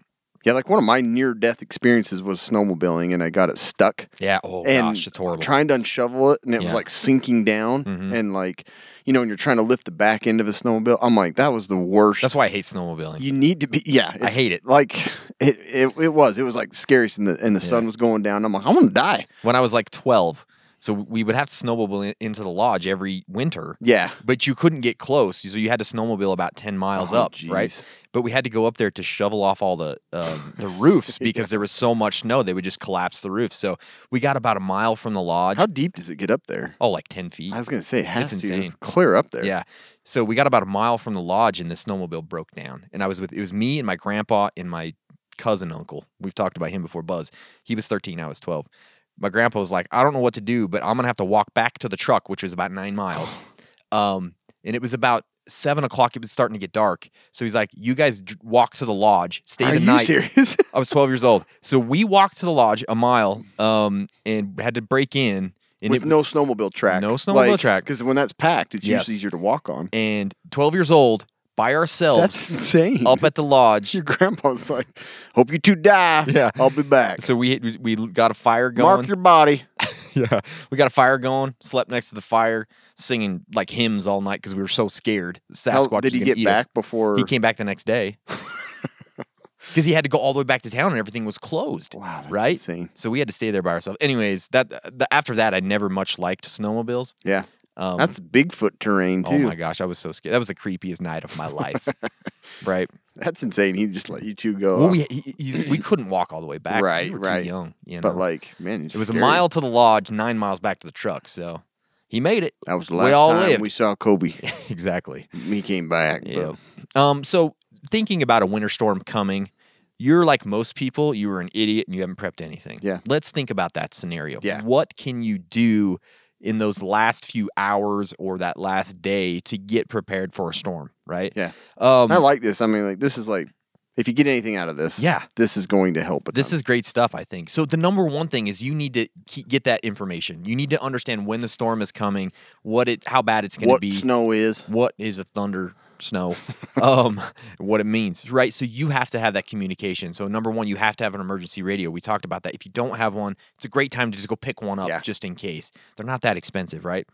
Speaker 5: yeah. Like one of my near death experiences was snowmobiling, and I got it stuck.
Speaker 4: Yeah. Oh
Speaker 5: and
Speaker 4: gosh, it's horrible.
Speaker 5: Trying to unshovel it, and it
Speaker 4: Yeah.
Speaker 5: was like sinking down,
Speaker 4: Mhm.
Speaker 5: and like you know, and you're trying to lift the back end of a snowmobile. I'm like, that was the worst.
Speaker 4: That's why I hate snowmobiling.
Speaker 5: you need to be. Yeah, it's
Speaker 4: hate it.
Speaker 5: Like it, it, it was. It was like scariest, and the and the sun was going down. I'm like, I'm gonna die.
Speaker 4: when I was like 12. So we would have to snowmobile in- into the lodge every winter.
Speaker 5: Yeah.
Speaker 4: But you couldn't get close, so you had to snowmobile about ten miles
Speaker 5: Oh,
Speaker 4: up, right?
Speaker 5: jeez.
Speaker 4: But we had to go up there to shovel off all the
Speaker 5: (laughs)
Speaker 4: um, the roofs because there was so much snow they would just collapse the roof. So we got about a mile from the lodge.
Speaker 5: How deep does it get up there?
Speaker 4: oh, like ten feet.
Speaker 5: I was gonna say it has
Speaker 4: It's
Speaker 5: to
Speaker 4: insane.
Speaker 5: clear up there.
Speaker 4: Yeah. So we got about a mile from the lodge and the snowmobile broke down. And I was with it was me and my grandpa and my cousin uncle. We've talked about him before, Buzz. He was 13, I was 12. My grandpa was like, I don't know what to do, but I'm gonna have to walk back to the truck, which was about nine
Speaker 5: (sighs)
Speaker 4: miles. um, and it was about seven o'clock. It was starting to get dark. So he's like, You guys d- walk to the lodge, stay
Speaker 5: Are
Speaker 4: the
Speaker 5: you
Speaker 4: night.
Speaker 5: serious?
Speaker 4: I was 12 years old. So we walked to the lodge a mile um, and had to break in. And
Speaker 5: With
Speaker 4: it,
Speaker 5: no snowmobile track.
Speaker 4: No snowmobile track.
Speaker 5: Because when that's packed, it's
Speaker 4: Yes.
Speaker 5: usually easier to walk on.
Speaker 4: and 12 years old by ourselves (laughs)
Speaker 5: That's insane.
Speaker 4: up at the lodge.
Speaker 5: (laughs) Your grandpa's like, "Hope you two die."
Speaker 4: Yeah.
Speaker 5: I'll be back.
Speaker 4: So we we got a fire going.
Speaker 5: Mark your body.
Speaker 4: yeah, (laughs) we got a fire going. Slept next to the fire, singing like hymns all night because we were so scared. that
Speaker 5: How-
Speaker 4: Sasquatch was
Speaker 5: did he
Speaker 4: gonna
Speaker 5: get
Speaker 4: eat us.
Speaker 5: back before?
Speaker 4: He came back the next
Speaker 5: (laughs)
Speaker 4: day because he had to go all the way back to town and everything was closed.
Speaker 5: Wow, that's
Speaker 4: right?
Speaker 5: insane.
Speaker 4: So we had to stay there by ourselves. Anyways, that the, after that, I never much liked snowmobiles.
Speaker 5: Yeah,
Speaker 4: Um,
Speaker 5: that's Bigfoot terrain too.
Speaker 4: oh my gosh, I was so scared. That was the creepiest night
Speaker 5: (laughs)
Speaker 4: of my life. right.
Speaker 5: That's insane. He just let you two go.
Speaker 4: Well,
Speaker 5: off.
Speaker 4: we he, he's, we couldn't walk all the way back.
Speaker 5: Right,
Speaker 4: we were
Speaker 5: right.
Speaker 4: Too young, you know?
Speaker 5: but like, man, it's
Speaker 4: It was
Speaker 5: scary.
Speaker 4: a mile to the lodge, nine miles back to the truck. So he made it. (laughs)
Speaker 5: That was the
Speaker 4: We
Speaker 5: last
Speaker 4: all
Speaker 5: time
Speaker 4: lived.
Speaker 5: we
Speaker 4: (laughs)
Speaker 5: saw Kobe.
Speaker 4: exactly.
Speaker 5: he came back.
Speaker 4: Yeah.
Speaker 5: but-
Speaker 4: Um, so thinking about a winter storm coming, you're like most people, you were an idiot and you haven't prepped anything.
Speaker 5: Yeah.
Speaker 4: Let's think about that scenario.
Speaker 5: Yeah.
Speaker 4: What can you do in those last few hours or that last day to get prepared for a storm, right?
Speaker 5: Yeah.
Speaker 4: Um,
Speaker 5: I like this. I mean, like, this is like, if you get anything out of this,
Speaker 4: Yeah.
Speaker 5: this is going to help. a
Speaker 4: This
Speaker 5: ton.
Speaker 4: is great stuff, I think. So the number one thing is you need to ke- get that information. You need to understand when the storm is coming, what it, how bad it's going to
Speaker 5: what
Speaker 4: be,
Speaker 5: snow is.
Speaker 4: what is a thunder snow um what it means right so you have to have that communication so number one you have to have an emergency radio we talked about that if you don't have one it's a great time to just go pick one up
Speaker 5: Yeah.
Speaker 4: just in case they're not that expensive right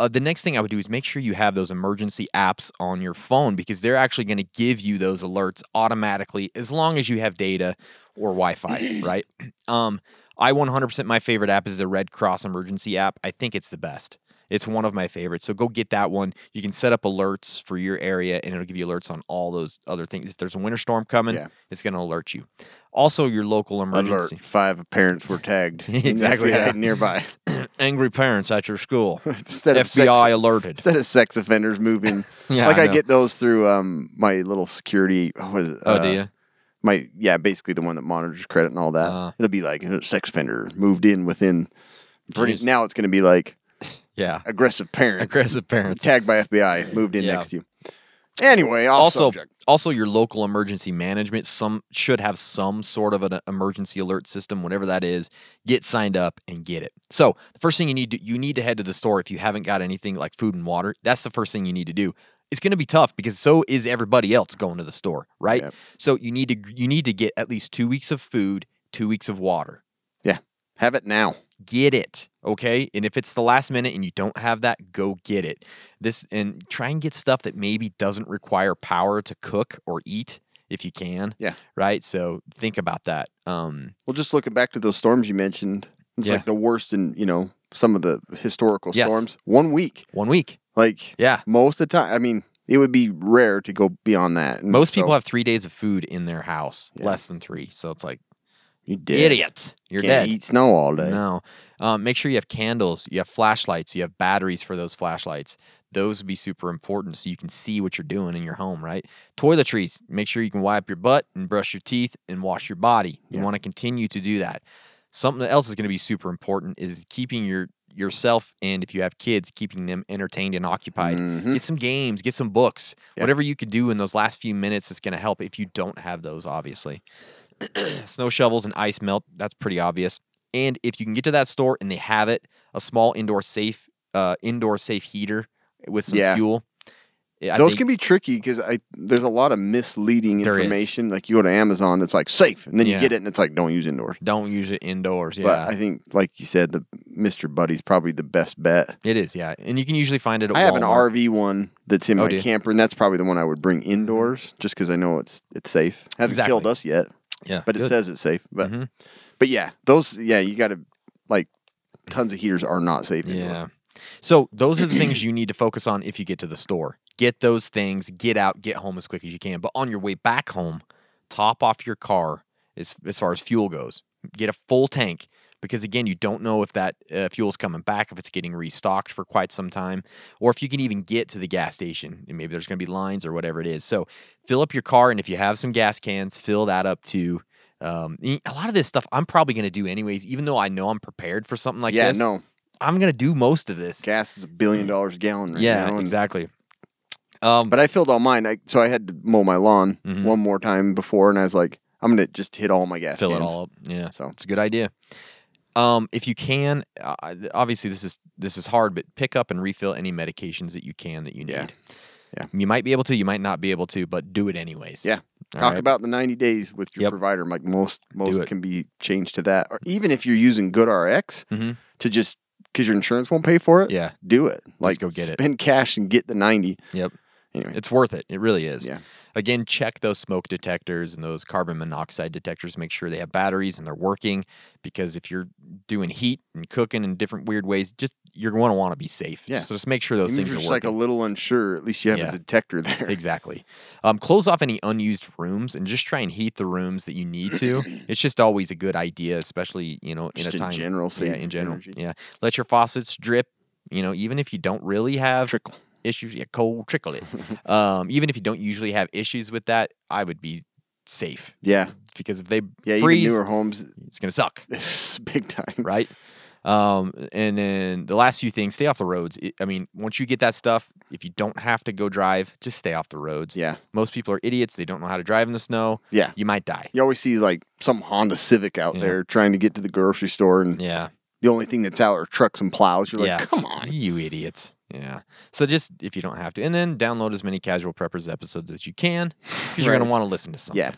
Speaker 4: uh, the next thing i would do is make sure you have those emergency apps on your phone because they're actually going to give you those alerts automatically as long as you have data or
Speaker 5: (clears throat)
Speaker 4: wi-fi right (clears throat) um i 100% my favorite app is the red cross emergency app i think it's the best it's one of my favorites. So go get that one. You can set up alerts for your area and it'll give you alerts on all those other things. If there's a winter storm coming,
Speaker 5: Yeah.
Speaker 4: it's going to alert you. Also, your local
Speaker 5: Alert.
Speaker 4: emergency. (clears throat)
Speaker 5: Five parents were
Speaker 4: (laughs)
Speaker 5: tagged.
Speaker 4: Exactly,
Speaker 5: Yeah,
Speaker 4: yeah. (laughs)
Speaker 5: Nearby. (laughs)
Speaker 4: Angry parents at your school.
Speaker 5: Instead of sex-
Speaker 4: FBI alerted.
Speaker 5: Instead of sex offenders moving,
Speaker 4: (laughs) Yeah,
Speaker 5: like
Speaker 4: I
Speaker 5: I,
Speaker 4: know.
Speaker 5: get those through um my little security. What is it?
Speaker 4: Oh,
Speaker 5: uh,
Speaker 4: do you?
Speaker 5: My yeah, basically the one that monitors credit and all that.
Speaker 4: Uh.
Speaker 5: It'll be like uh, sex offender moved in within. Pretty,
Speaker 4: Jeez.
Speaker 5: now it's going to be like
Speaker 4: Yeah.
Speaker 5: aggressive parent
Speaker 4: Aggressive parents.
Speaker 5: tagged by FBI moved in
Speaker 4: Yeah.
Speaker 5: next to you. Anyway, off
Speaker 4: also
Speaker 5: subject.
Speaker 4: also your local emergency management some should have some sort of an uh, emergency alert system whatever that is get signed up and get it so the first thing you need to you need to head to the store if you haven't got anything like food and water that's the first thing you need to do it's going to be tough because so is everybody else going to the store right
Speaker 5: Yep.
Speaker 4: so you need to you need to get at least 2 weeks of food 2 weeks of water
Speaker 5: Yeah, have it now.
Speaker 4: get it okay and if it's the last minute and you don't have that go get it this and try and get stuff that maybe doesn't require power to cook or eat if you can
Speaker 5: Yeah.
Speaker 4: right so think about that um
Speaker 5: Well, just looking back to those storms you mentioned, it's
Speaker 4: Yeah.
Speaker 5: like the worst in you know some of the historical
Speaker 4: Yes.
Speaker 5: storms. One week,
Speaker 4: one week
Speaker 5: like
Speaker 4: yeah
Speaker 5: most of the time. I mean, it would be rare to go beyond that. And
Speaker 4: most people
Speaker 5: Mm, so-
Speaker 4: have three days of food in their house
Speaker 5: Yeah.
Speaker 4: less than three so it's like
Speaker 5: you did.
Speaker 4: idiots you're
Speaker 5: Can't
Speaker 4: dead
Speaker 5: eat snow all day.
Speaker 4: Uh, no um, make sure you have candles you have flashlights you have batteries for those flashlights Those would be super important so you can see what you're doing in your home, right? Toiletries, make sure you can wipe your butt and brush your teeth and wash your body. You
Speaker 5: Yeah.
Speaker 4: want to continue to do that. Something else is going to be super important is keeping your yourself and if you have kids, keeping them entertained and occupied.
Speaker 5: Mhm.
Speaker 4: Get some games, get some books.
Speaker 5: Yeah.
Speaker 4: Whatever you can do in those last few minutes is going to help if you don't have those, obviously. (clears throat) Snow shovels and ice melt, that's pretty obvious. And if you can get to that store and they have it, a small indoor safe, uh, indoor safe heater with some
Speaker 5: Yeah.
Speaker 4: fuel. Yeah, I
Speaker 5: Those
Speaker 4: think-
Speaker 5: can be tricky because I there's a lot of misleading
Speaker 4: There is.
Speaker 5: information. Like you go to Amazon, it's like safe, and then
Speaker 4: Yeah.
Speaker 5: you get it, and it's like don't use indoors.
Speaker 4: don't use it indoors. Yeah,
Speaker 5: But I think, like you said, the Mister Buddy's probably the best bet.
Speaker 4: it is. Yeah, and you can usually find it. At
Speaker 5: I have an
Speaker 4: Walmart.
Speaker 5: RV one that's in
Speaker 4: Oh,
Speaker 5: my
Speaker 4: do you?
Speaker 5: camper, and that's probably the one I would bring indoors, just because I know it's it's safe. Hasn't
Speaker 4: Exactly.
Speaker 5: killed us yet,
Speaker 4: Yeah,
Speaker 5: but it
Speaker 4: good.
Speaker 5: says it's safe. But
Speaker 4: Mhm.
Speaker 5: but yeah, those yeah you got to like tons of heaters are not safe. indoor.
Speaker 4: Yeah. So those are the things you need to focus on if you get to the store. Get those things, get out, get home as quick as you can. But on your way back home, top off your car as as far as fuel goes. Get a full tank because again, you don't know if that uh, fuel's coming back, if it's getting restocked for quite some time, or if you can even get to the gas station. And maybe there's going to be lines or whatever it is. So fill up your car, and if you have some gas cans, fill that up too. Um, e- a lot of this stuff I'm probably going to do anyways, even though I know I'm prepared for something like
Speaker 5: yeah,
Speaker 4: this.
Speaker 5: no,
Speaker 4: I'm gonna do most of this.
Speaker 5: gas is a billion dollars a gallon right now.
Speaker 4: yeah,
Speaker 5: and-
Speaker 4: exactly. Um,
Speaker 5: But I filled all mine. I, so I had to mow my lawn
Speaker 4: Mhm.
Speaker 5: one more time before, and I was like, I'm gonna just hit all my gas.
Speaker 4: fill it
Speaker 5: cans.
Speaker 4: all up. Yeah,
Speaker 5: So
Speaker 4: it's a good idea. Um, if you can, uh, I- obviously this is this is hard, but pick up and refill any medications that you can that you need.
Speaker 5: Yeah. Yeah.
Speaker 4: You might be able to, you might not be able to, but do it anyways.
Speaker 5: yeah,
Speaker 4: All
Speaker 5: talk
Speaker 4: right.
Speaker 5: about the 90 days with your
Speaker 4: Yep.
Speaker 5: provider. I'm like most most
Speaker 4: it.
Speaker 5: can be changed to that, or even if you're using GoodRx
Speaker 4: Mhm.
Speaker 5: to just because your insurance won't pay for it.
Speaker 4: Yeah.
Speaker 5: do it. Like
Speaker 4: go get it.
Speaker 5: spend cash and get the 90.
Speaker 4: Yep.
Speaker 5: Anyway,
Speaker 4: It's worth it. It really is.
Speaker 5: Yeah.
Speaker 4: Again, check those smoke detectors and those carbon monoxide detectors. Make sure they have batteries and they're working because if you're doing heat and cooking in different weird ways, just you're going to want to be safe.
Speaker 5: Yeah.
Speaker 4: So just make sure those
Speaker 5: even if
Speaker 4: things
Speaker 5: you're
Speaker 4: are
Speaker 5: just
Speaker 4: working.
Speaker 5: like a little unsure, at least you have
Speaker 4: Yeah.
Speaker 5: a detector there.
Speaker 4: Exactly. Um, close off any unused rooms and just try and heat the rooms that you need
Speaker 5: (clears throat)
Speaker 4: to. it's just always a good idea, especially you know in
Speaker 5: Just
Speaker 4: a
Speaker 5: in
Speaker 4: time
Speaker 5: general,
Speaker 4: Yeah,
Speaker 5: save
Speaker 4: in general.
Speaker 5: energy.
Speaker 4: Yeah, let your faucets drip. You know, even if you don't really have
Speaker 5: (laughs) Trickle.
Speaker 4: issues, yeah, cold trickle it. um, even if you don't usually have issues with that, I would be safe
Speaker 5: Yeah,
Speaker 4: because if they
Speaker 5: yeah.
Speaker 4: freeze,
Speaker 5: Even newer homes, (laughs)
Speaker 4: it's gonna suck
Speaker 5: this is big time.
Speaker 4: right? Um, and then the last few things, stay off the roads. It- I mean, once you get that stuff, if you don't have to go drive, just stay off the roads.
Speaker 5: Yeah.
Speaker 4: Most people are idiots. They don't know how to drive in the snow.
Speaker 5: Yeah.
Speaker 4: You might die.
Speaker 5: You always see like some Honda Civic out
Speaker 4: Yeah.
Speaker 5: there trying to get to the grocery store, and
Speaker 4: Yeah.
Speaker 5: the only thing that's out are trucks and plows. You're
Speaker 4: yeah.
Speaker 5: like, come on.
Speaker 4: You idiots. Yeah. So just if you don't have to, and then download as many casual preppers episodes as you can because you're going
Speaker 5: Right.
Speaker 4: to want to listen to something.
Speaker 5: Yeah.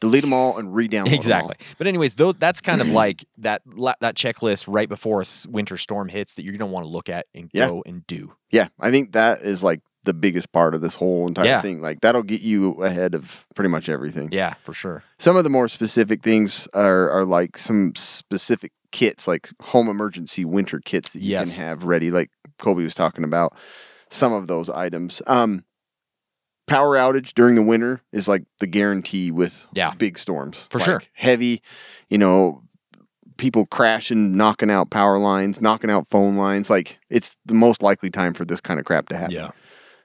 Speaker 5: Delete them all and re download
Speaker 4: Exactly. But anyways, though that's kind of like that la- that checklist right before a s- winter storm hits that you're going to want to look at and
Speaker 5: Yeah.
Speaker 4: go and do.
Speaker 5: Yeah. I think that is like the biggest part of this whole entire
Speaker 4: Yeah.
Speaker 5: thing. Like, that'll get you ahead of pretty much everything.
Speaker 4: Yeah, for sure.
Speaker 5: Some of the more specific things are, are like some specific kits, like home emergency winter kits that you
Speaker 4: Yes.
Speaker 5: can have ready, like Kobe was talking about. Some of those items. Um, power outage during the winter is like the guarantee with
Speaker 4: Yeah.
Speaker 5: big storms.
Speaker 4: For
Speaker 5: Like,
Speaker 4: sure.
Speaker 5: Heavy, you know, people crashing, knocking out power lines, knocking out phone lines. Like it's the most likely time for this kind of crap to happen.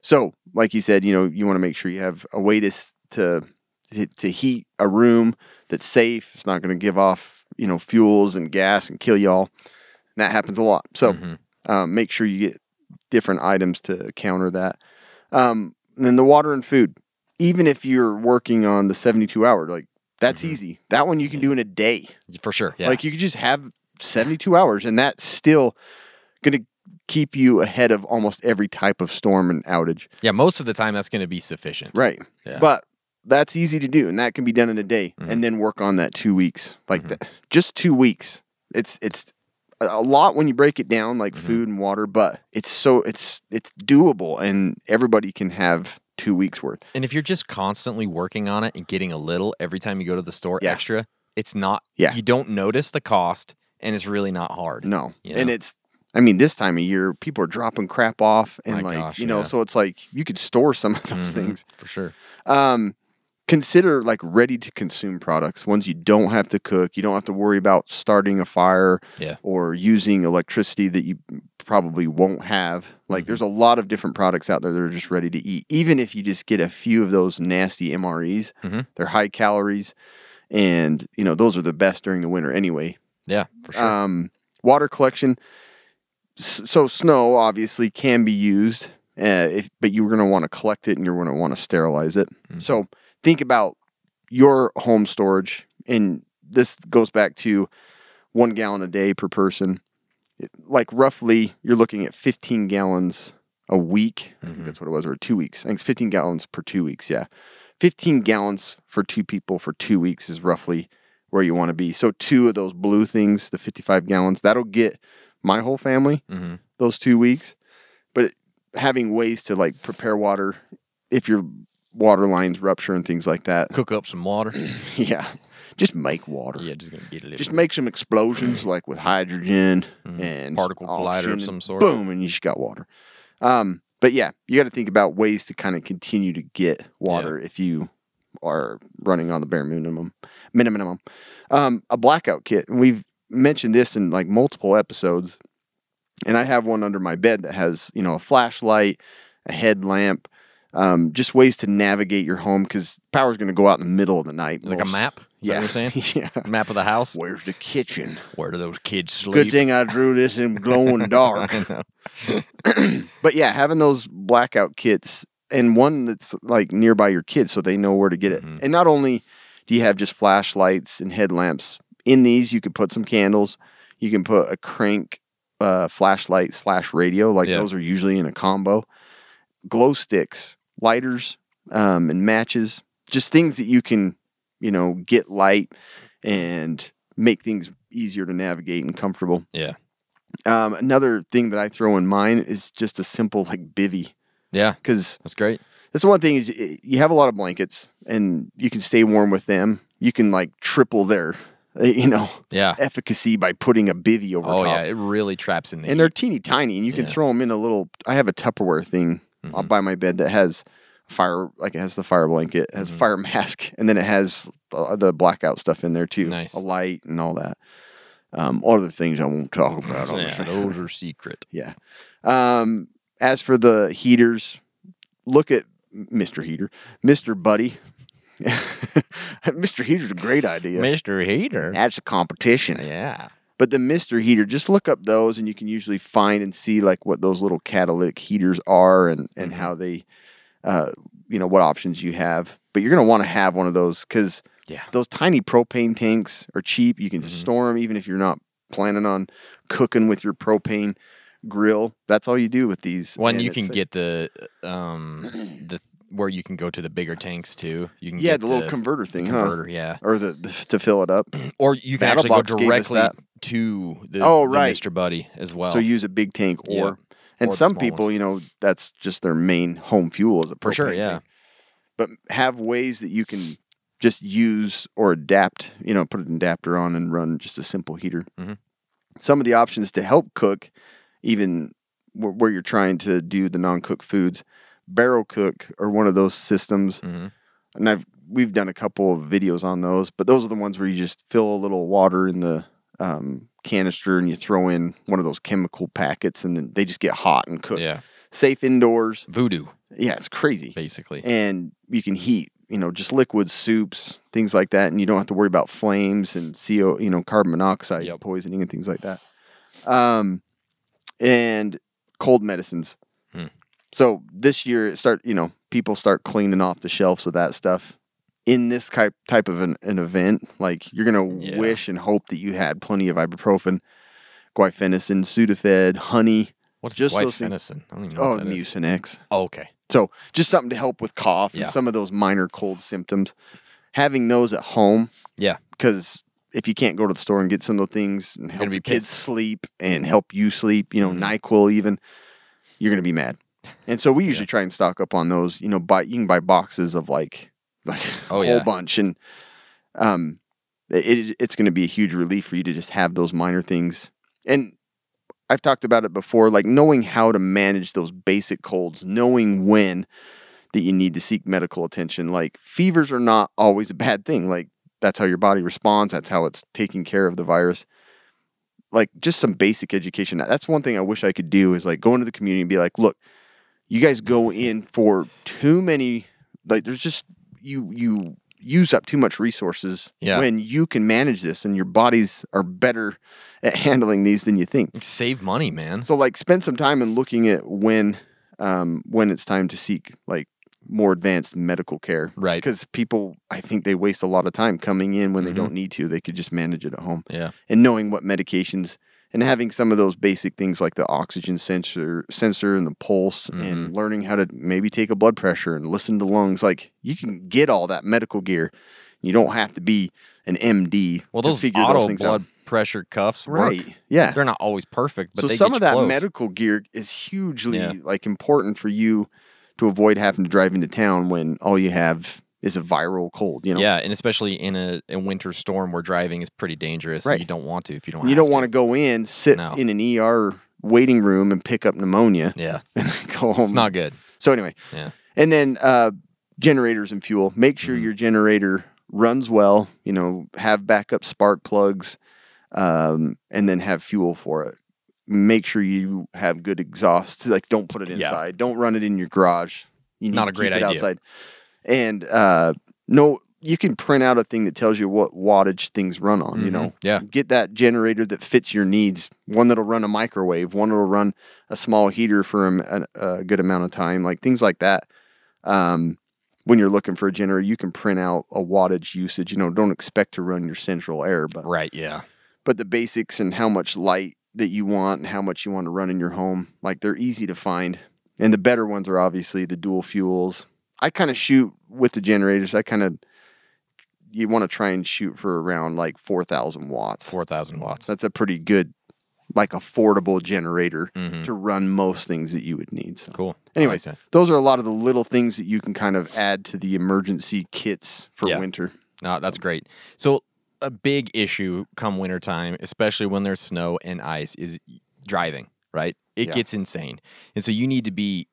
Speaker 5: So, like you said, you know, you want to make sure you have a way to s- to to, to heat a room that's safe. It's not going to give off you know fuels and gas and kill y'all. And that happens a lot. So,
Speaker 4: Mhm.
Speaker 5: um, make sure you get different items to counter that. Um, and then the water and food. Even if you're working on the 72 hour, like that's easy. That one you can do in a day.
Speaker 4: For sure. Yeah.
Speaker 5: Like you could just have 72 hours, and that's still going to keep you ahead of almost every type of storm and outage.
Speaker 4: Yeah, most of the time that's going to be sufficient.
Speaker 5: Right.
Speaker 4: Yeah. Mm.
Speaker 5: But that's easy to do, and that can be done in a day, and then work on that two weeks, like
Speaker 4: Mm-hmm.
Speaker 5: that. Just two weeks. It's it's a- a lot when you break it down, like
Speaker 4: Mm-hmm.
Speaker 5: food and water, but it's so it's it's doable, and everybody can have two weeks worth.
Speaker 4: And if you're just constantly working on it and getting a little every time you go to the store
Speaker 5: Yeah.
Speaker 4: extra, it's not,
Speaker 5: Yeah.
Speaker 4: you don't notice the cost and it's really not hard.
Speaker 5: No,
Speaker 4: You
Speaker 5: and
Speaker 4: know?
Speaker 5: it's. I mean, this time of year, people are dropping crap off, and
Speaker 4: My
Speaker 5: like
Speaker 4: gosh,
Speaker 5: you know,
Speaker 4: yeah.
Speaker 5: so it's like you could store some of (laughs) those
Speaker 4: Mhm,
Speaker 5: things.
Speaker 4: for sure.
Speaker 5: um, consider like ready to consume products, ones you don't have to cook. You don't have to worry about starting a fire
Speaker 4: Yeah.
Speaker 5: or using electricity that you probably won't have.
Speaker 4: Mm-hmm.
Speaker 5: Like, there's a lot of different products out there that are just ready to eat. Even if you just get a few of those nasty MREs,
Speaker 4: Mm-hmm.
Speaker 5: they're high calories, and you know those are the best during the winter anyway.
Speaker 4: Yeah, for sure.
Speaker 5: Um, water collection. S- So snow obviously can be used, uh, if, but you're going to want to collect it and you're going to want to sterilize it.
Speaker 4: Mm-hmm.
Speaker 5: So think about your home storage, and this goes back to one gallon a day per person. It- Like roughly, you're looking at 15 gallons a week. I think that's what it was, or two weeks. I think it's 15 gallons per two weeks. Yeah. 15 gallons for two people for two weeks is roughly where you want to be. So, two of those blue things, the 55 gallons, that'll get my whole family
Speaker 4: Mm-hmm.
Speaker 5: those two weeks. But having ways to like prepare water if your water lines rupture and things like that. (laughs)
Speaker 4: Cook up some
Speaker 5: (clears throat)
Speaker 4: water.
Speaker 5: Yeah. Just make water
Speaker 4: yeah, just gonna get a little.
Speaker 5: just make
Speaker 4: (clears throat)
Speaker 5: some explosions like with hydrogen
Speaker 4: Mm-hmm.
Speaker 5: and
Speaker 4: Particle
Speaker 5: all
Speaker 4: collider of
Speaker 5: shit,
Speaker 4: some
Speaker 5: and
Speaker 4: sort.
Speaker 5: Boom, and you just got water. Um, but yeah, you got to think about ways to kind of continue to get water if you are running on the bare minimum. Minimum. Um, a blackout kit, and we've mentioned this in like multiple episodes. And I have one under my bed that has you know a flashlight, a headlamp. Um, just ways to navigate your home because power's going to go out in the middle of the night.
Speaker 4: like a
Speaker 5: most-
Speaker 4: map. Is that
Speaker 5: yeah,
Speaker 4: what
Speaker 5: (laughs)
Speaker 4: you're saying?
Speaker 5: yeah.
Speaker 4: Map of the house. Where,
Speaker 5: Where's the kitchen?
Speaker 4: do those kids sleep?
Speaker 5: Good thing I drew this in
Speaker 4: (laughs)
Speaker 5: glowing dark. but yeah, having those blackout kits and one that's like nearby your kids so they know where to get it. And not only do you have just flashlights and headlamps, in these you could put some candles, you can put a crank uh, flashlight slash radio, like
Speaker 4: Yeah.
Speaker 5: those are usually in a combo. Glow sticks, lighters, um, and matches, just things that you can, you know, get light and make things easier to navigate and comfortable.
Speaker 4: Yeah,
Speaker 5: Um, another thing that I throw in mine is just a simple like bivy
Speaker 4: yeah,
Speaker 5: because
Speaker 4: that's great.
Speaker 5: that's the one thing is y- you have a lot of blankets and you can stay warm with them. You can like triple their uh, you know (laughs)
Speaker 4: Yeah.
Speaker 5: efficacy by putting a bivy over
Speaker 4: Oh
Speaker 5: top.
Speaker 4: yeah, it really traps in the
Speaker 5: and
Speaker 4: heat.
Speaker 5: they're teeny tiny and you can
Speaker 4: Yeah. Mm-hmm.
Speaker 5: throw them in a little. I have a Tupperware thing uh by my bed that has fire like it has the fire blanket, it has
Speaker 4: Mm-hmm.
Speaker 5: a fire (laughs) mask, and then it has uh, the blackout stuff in there too,
Speaker 4: Nice.
Speaker 5: a light and all that. Um, other things I won't talk about on
Speaker 4: (laughs)
Speaker 5: this
Speaker 4: yeah, those are secret.
Speaker 5: yeah. Um, as for the heaters, look at Mr. Heater, Mr. Buddy. (laughs) Mr. Heater's a great idea.
Speaker 4: Mr. Heater.
Speaker 5: That's a competition.
Speaker 4: Yeah.
Speaker 5: But the Mr. Heater, just look up those and you can usually find and see like what those little catalytic heaters are and, and how they, uh, you know, what options you have. But you're going to want to have one of those because
Speaker 4: Yeah.
Speaker 5: those tiny propane tanks are cheap. You can just
Speaker 4: Mm-hmm.
Speaker 5: store them even if you're not planning on cooking with your propane grill. That's all you do with these.
Speaker 4: One
Speaker 5: and
Speaker 4: you
Speaker 5: it's
Speaker 4: can
Speaker 5: like-
Speaker 4: get the um the where you can go to the bigger tanks too. You can
Speaker 5: Yeah,
Speaker 4: get
Speaker 5: the little converter thing, huh?
Speaker 4: converter, yeah.
Speaker 5: Or the, the to fill it up.
Speaker 4: Or you can actually
Speaker 5: Battlebox
Speaker 4: go
Speaker 5: gave us
Speaker 4: directly
Speaker 5: that.
Speaker 4: to the,
Speaker 5: Oh,
Speaker 4: the
Speaker 5: right.
Speaker 4: Mr. Buddy as well.
Speaker 5: So use a big tank or and
Speaker 4: Or the
Speaker 5: some
Speaker 4: small
Speaker 5: people,
Speaker 4: ones.
Speaker 5: you know, that's just their main home fuel is a
Speaker 4: for sure,
Speaker 5: propane
Speaker 4: yeah.
Speaker 5: tank. But have ways that you can just use or adapt, you know, put an adapter on and run just a simple heater.
Speaker 4: Mhm.
Speaker 5: Some of the options to help cook, even where, where you're trying to do the non-cook foods, barrel cook or one of those systems.
Speaker 4: Mhm.
Speaker 5: And I've we've done a couple of videos on those, but those are the ones where you just fill a little water in the um, canister and you throw in one of those chemical packets, and then they just get hot and cook.
Speaker 4: Yeah.
Speaker 5: Safe indoors.
Speaker 4: Voodoo,
Speaker 5: Yeah, it's crazy.
Speaker 4: basically.
Speaker 5: And you can heat, you know, just liquid soups, things like that, and you don't have to worry about flames and CO, you know, carbon monoxide
Speaker 4: Yep.
Speaker 5: poisoning and things like that. Um, and cold medicines.
Speaker 4: Hmm.
Speaker 5: So this year, it start you know people start cleaning off the shelves of that stuff. In this type type of an, an event, like you're gonna
Speaker 4: Yeah.
Speaker 5: wish and hope that you had plenty of ibuprofen, guaifenesin, Sudafed, honey.
Speaker 4: What's
Speaker 5: just those things-
Speaker 4: guaifenesin? I don't even know
Speaker 5: Oh,
Speaker 4: what that is.
Speaker 5: Mucinex.
Speaker 4: Oh, okay.
Speaker 5: So just something to help with cough
Speaker 4: Yeah.
Speaker 5: and some of those minor cold symptoms. Having those at home,
Speaker 4: Yeah.
Speaker 5: because if you can't go to the store and get some of those things and help
Speaker 4: gonna be
Speaker 5: your kids
Speaker 4: pissed. Mm-hmm.
Speaker 5: sleep and help you sleep, you know, NyQuil even, you're gonna be mad. And so we usually try and stock up on those. You know, buy you can buy boxes of like (laughs) like
Speaker 4: Oh,
Speaker 5: a whole
Speaker 4: yeah.
Speaker 5: bunch, and um, it, it- it's gonna be a huge relief for you to just have those minor things. And I've talked about it before, like knowing how to manage those basic colds, knowing when that you need to seek medical attention. Like fevers are not always a bad thing. Like that's how your body responds, that's how it's taking care of the virus. like just some basic education. That's one thing I wish I could do is like go into the community and be like, look, you guys go in for too many. Like there's just you you use up too much resources
Speaker 4: Yeah.
Speaker 5: when you can manage this, and your bodies are better at handling these than you think.
Speaker 4: Save money, man.
Speaker 5: So like spend some time in looking at when um when it's time to seek like more advanced medical care.
Speaker 4: Right. Mm-hmm.
Speaker 5: Because people I think they waste a lot of time coming in when they don't need to. They could just manage it at home.
Speaker 4: Yeah.
Speaker 5: And knowing what medications and having some of those basic things like the oxygen sensor sensor and the pulse
Speaker 4: Mm-hmm.
Speaker 5: and learning how to maybe take a blood pressure and listen to lungs. Like you can get all that medical gear. You don't have to be an MD
Speaker 4: Well,
Speaker 5: to
Speaker 4: those
Speaker 5: figure
Speaker 4: auto
Speaker 5: those things
Speaker 4: blood
Speaker 5: out.
Speaker 4: pressure cuffs, work.
Speaker 5: Right. Yeah
Speaker 4: They're not always perfect, but
Speaker 5: so
Speaker 4: they
Speaker 5: some
Speaker 4: get
Speaker 5: of
Speaker 4: you
Speaker 5: that
Speaker 4: close.
Speaker 5: medical gear is hugely
Speaker 4: Yeah.
Speaker 5: like important for you to avoid having to drive into town when all you have is a viral cold. You know,
Speaker 4: Yeah, and especially in a, a winter storm where driving is pretty dangerous, and
Speaker 5: Right.
Speaker 4: you don't want to if you don't.
Speaker 5: And you
Speaker 4: have
Speaker 5: don't want to go in, sit
Speaker 4: No.
Speaker 5: in an ER waiting room, and pick up pneumonia.
Speaker 4: to. Yeah,
Speaker 5: (laughs) and go home.
Speaker 4: it's not good.
Speaker 5: So anyway,
Speaker 4: Yeah. Mm-hmm.
Speaker 5: and then uh, generators and fuel. Make sure your generator runs well. You know, have backup spark plugs, um, and then have fuel for it. Make sure you have good exhaust. Like, don't put it
Speaker 4: Yeah.
Speaker 5: inside. Don't run it in your garage. You need
Speaker 4: Not
Speaker 5: to
Speaker 4: a great
Speaker 5: keep it
Speaker 4: idea.
Speaker 5: Outside. And uh, no, you can print out a thing that tells you what wattage things run on. Um, You
Speaker 4: Mhm.
Speaker 5: know,
Speaker 4: Yeah.
Speaker 5: get that generator that fits your needs. One that'll run a microwave. One that'll run a small heater for a, m- a- a good amount of time. Like things like that. Um, when you're looking for a generator, you can print out a wattage usage. You know, don't expect to run your central air, but
Speaker 4: Right? Yeah.
Speaker 5: but the basics and how much light that you want and how much you want to run in your home, like they're easy to find. And the better ones are obviously the dual fuels. I kind of shoot with the generators. I kind of you want to try and shoot for around like 4000 watts.
Speaker 4: Four thousand watts.
Speaker 5: That's a pretty good like affordable generator
Speaker 4: Mhm.
Speaker 5: to run most things that you would need. So
Speaker 4: Cool. I like
Speaker 5: anyways,
Speaker 4: that.
Speaker 5: those are a lot of the little things that you can kind of add to the emergency kits for
Speaker 4: Yeah.
Speaker 5: winter.
Speaker 4: No, Ah, that's great. So a big issue come wintertime, especially when there's snow and ice, is driving, right? It
Speaker 5: Yeah.
Speaker 4: gets insane. And so you need to be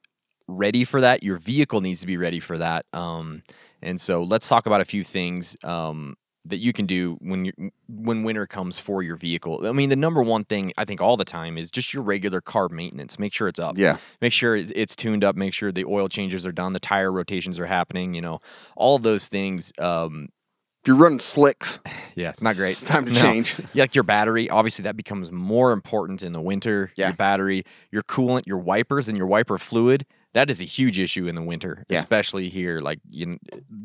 Speaker 4: ready for that. Your vehicle needs to be ready for that. Um, and so let's talk about a few things um, that you can do when you when winter comes for your vehicle. I mean, the number one thing I think all the time is just your regular car maintenance. Make sure it's up
Speaker 5: Yeah.
Speaker 4: make sure it's it's tuned up make sure the oil changes are done the tire rotations are happening you know all of those things um
Speaker 5: If you're running slicks, (laughs)
Speaker 4: yeah it's not great
Speaker 5: It's time to
Speaker 4: No.
Speaker 5: change.
Speaker 4: (laughs) Yeah, like your battery obviously that becomes more important in the winter
Speaker 5: Yeah.
Speaker 4: your battery your coolant your wipers and your wiper fluid that is a huge issue in the winter
Speaker 5: Yeah.
Speaker 4: especially here like you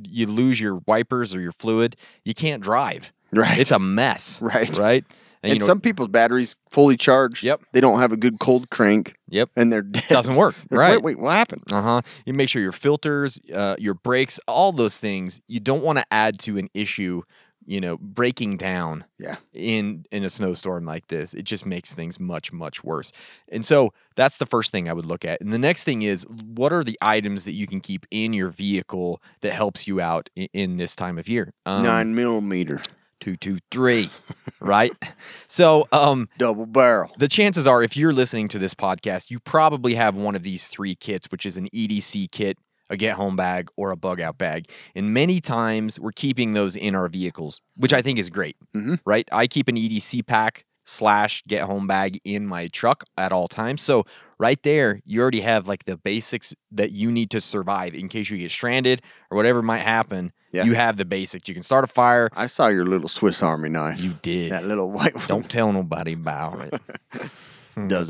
Speaker 4: you lose your wipers or your fluid you can't drive
Speaker 5: Right.
Speaker 4: it's a mess
Speaker 5: (laughs) Right.
Speaker 4: right
Speaker 5: And,
Speaker 4: you know,
Speaker 5: some people's batteries fully charged.
Speaker 4: Yep.
Speaker 5: They don't have a good cold crank (laughs)
Speaker 4: yep
Speaker 5: and they're dead.
Speaker 4: doesn't work
Speaker 5: Like,
Speaker 4: right
Speaker 5: Wait, wait, what happened?
Speaker 4: Uh huh. You make sure your filters, uh, your brakes, all those things. You don't want to add to an issue, you know, breaking down
Speaker 5: Yeah.
Speaker 4: in in a snowstorm like this. It just makes things much much worse. And so that's the first thing I would look at. And the next thing is, what are the items that you can keep in your vehicle that helps you out in, in this time of year? Um,
Speaker 5: Nine millimeter,
Speaker 4: two, two, three, right? So, um,
Speaker 5: double barrel.
Speaker 4: the chances are, if you're listening to this podcast, you probably have one of these three kits, which is an EDC kit, a get home bag, or a bug out bag. And many times we're keeping those in our vehicles, which I think is great,
Speaker 5: Mhm.
Speaker 4: right? I keep an EDC pack slash get home bag in my truck at all times. So, right there, you already have like the basics that you need to survive in case you get stranded or whatever might happen.
Speaker 5: Yeah.
Speaker 4: You have the basics. You can start a fire.
Speaker 5: I saw your little Swiss Army knife.
Speaker 4: You did.
Speaker 5: that little white (laughs) one
Speaker 4: Don't tell nobody about it.
Speaker 5: does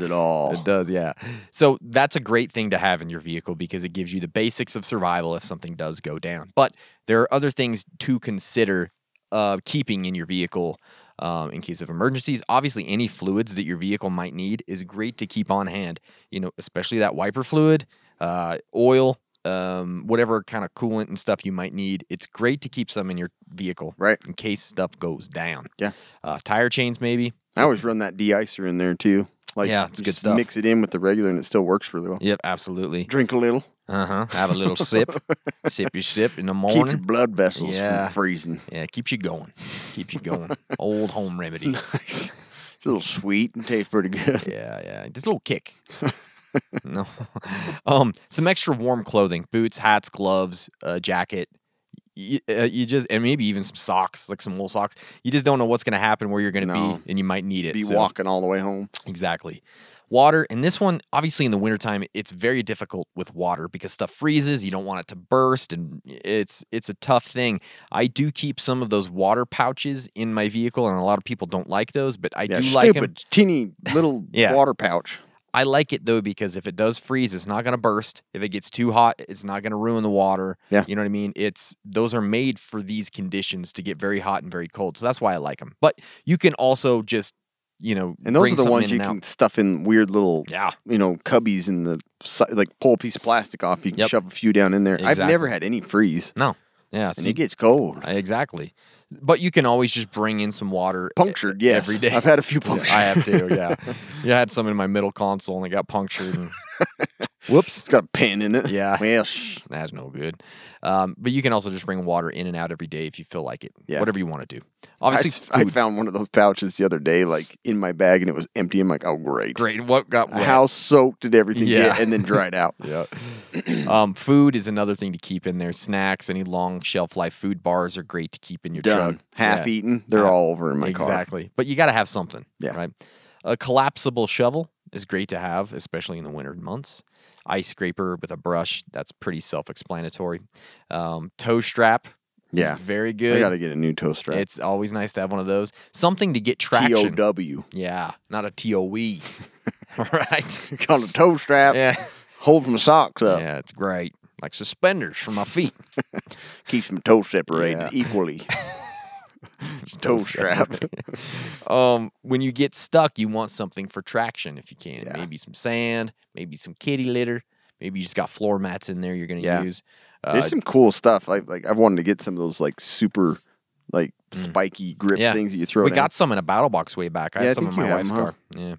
Speaker 4: (laughs)
Speaker 5: it all.
Speaker 4: It does, yeah. So that's a great thing to have in your vehicle because it gives you the basics of survival if something does go down. But there are other things to consider uh, keeping in your vehicle um, in case of emergencies. Obviously, any fluids that your vehicle might need is great to keep on hand. You know, especially that wiper fluid, uh, oil, um, whatever kind of coolant and stuff you might need. It's great to keep some in your vehicle,
Speaker 5: Right.
Speaker 4: in case stuff goes down.
Speaker 5: Yeah.
Speaker 4: uh, tire chains maybe.
Speaker 5: I always run that de-icer in there too. Like
Speaker 4: Yeah, it's good
Speaker 5: just
Speaker 4: stuff.
Speaker 5: Mix it in with the regular and it still works really well.
Speaker 4: Yep, absolutely.
Speaker 5: Drink a little.
Speaker 4: Uh huh. Have a little
Speaker 5: (laughs)
Speaker 4: sip, sip your sip in the
Speaker 5: Keep your
Speaker 4: morning.
Speaker 5: blood vessels
Speaker 4: Yeah.
Speaker 5: from freezing. (laughs)
Speaker 4: yeah, keeps you going. Keeps you going. Old home remedy.
Speaker 5: Nice. It's a little sweet and tastes pretty good.
Speaker 4: Yeah, yeah. Just a little
Speaker 5: (laughs)
Speaker 4: kick. (laughs) no. Um, some extra warm clothing: boots, hats, gloves, uh, jacket. you, uh, you just and maybe even some socks, like some wool socks. You just don't know what's going to happen, where you're going to
Speaker 5: No.
Speaker 4: be, and you might need it.
Speaker 5: Be
Speaker 4: so-
Speaker 5: walking all the way home.
Speaker 4: Exactly. Water, and this one, obviously, in the wintertime, it's very difficult with water because stuff freezes. You don't want it to burst, and it's it's a tough thing. I do keep some of those water pouches in my vehicle, and a lot of people don't like those, but I
Speaker 5: Yeah,
Speaker 4: do like
Speaker 5: stupid
Speaker 4: them. (laughs)
Speaker 5: teeny little
Speaker 4: Yeah.
Speaker 5: water pouch.
Speaker 4: I like it though because if it does freeze, it's not going to burst. If it gets too hot, it's not going to ruin the water.
Speaker 5: Yeah.
Speaker 4: You know what I mean? It's those are made for these conditions to get very hot and very cold. So that's why I like them. But you can also just, you know,
Speaker 5: And those
Speaker 4: bring
Speaker 5: are the
Speaker 4: something
Speaker 5: ones
Speaker 4: in
Speaker 5: you
Speaker 4: and
Speaker 5: can
Speaker 4: out.
Speaker 5: stuff in weird little,
Speaker 4: Yeah.
Speaker 5: you know, cubbies in the si- like pull a piece of plastic off. You can
Speaker 4: Yep.
Speaker 5: shove a few down in there. I've
Speaker 4: Exactly.
Speaker 5: never had any freeze,
Speaker 4: No. Yeah,
Speaker 5: and
Speaker 4: see,
Speaker 5: it gets cold,
Speaker 4: I- exactly. But you can always just bring in some water. e-
Speaker 5: punctured. Yes,
Speaker 4: every day.
Speaker 5: I've had a few
Speaker 4: (laughs) Yeah,
Speaker 5: punctured.
Speaker 4: I have to, yeah. yeah, I had some in my middle console and it got punctured.
Speaker 5: (laughs)
Speaker 4: And... Whoops.
Speaker 5: (laughs) It's got a pin in it.
Speaker 4: Yeah.
Speaker 5: Well, sh-
Speaker 4: That's no good. Um, but you can also just bring water in and out every day if you feel like it.
Speaker 5: Yeah.
Speaker 4: Whatever you want to do.
Speaker 5: I,
Speaker 4: Obviously,
Speaker 5: s- I
Speaker 4: food.
Speaker 5: found one of those pouches the other day, like in my bag, and it was empty. I'm like, oh great,
Speaker 4: great. What got wet?
Speaker 5: How soaked did everything
Speaker 4: Yeah.
Speaker 5: get, and then
Speaker 4: (laughs)
Speaker 5: dried out?
Speaker 4: Yeah. um, food is another thing to keep in there. Snacks, any long shelf life food bars are great to keep in your
Speaker 5: Done,
Speaker 4: truck.
Speaker 5: half
Speaker 4: Yeah.
Speaker 5: eaten. They're
Speaker 4: Yeah.
Speaker 5: all over in my car.
Speaker 4: exactly. But you got to have something.
Speaker 5: Yeah.
Speaker 4: Right. A collapsible shovel is great to have, especially in the winter months. Ice scraper with a brush. That's pretty self-explanatory. Um, toe strap. is
Speaker 5: Yeah.
Speaker 4: Very
Speaker 5: I
Speaker 4: good.
Speaker 5: got to get a new toe strap.
Speaker 4: It's always nice to have one of those. Something to get
Speaker 5: T
Speaker 4: traction.
Speaker 5: O (laughs) W.
Speaker 4: Yeah, not a TOE. (laughs) right.
Speaker 5: on a toe strap,
Speaker 4: Yeah.
Speaker 5: holds my socks up,
Speaker 4: Yeah, it's great. Like suspenders for my feet.
Speaker 5: keeps my toes separated
Speaker 4: Yeah.
Speaker 5: equally.
Speaker 4: (laughs)
Speaker 5: toe strap. (laughs)
Speaker 4: um, when you get stuck, you want something for traction if you can.
Speaker 5: Yeah.
Speaker 4: Maybe some sand, maybe some kitty litter, maybe you just got floor mats in there you're gonna
Speaker 5: Yeah.
Speaker 4: use.
Speaker 5: There's some cool stuff. Like like I've wanted to get some of those like super like spiky grip
Speaker 4: Mm. Yeah.
Speaker 5: things that you throw.
Speaker 4: we
Speaker 5: down.
Speaker 4: got some in a battle box way back. I
Speaker 5: Yeah, I
Speaker 4: had some
Speaker 5: think
Speaker 4: in
Speaker 5: you
Speaker 4: my
Speaker 5: had
Speaker 4: wife's
Speaker 5: 'em, huh?
Speaker 4: car. Yeah.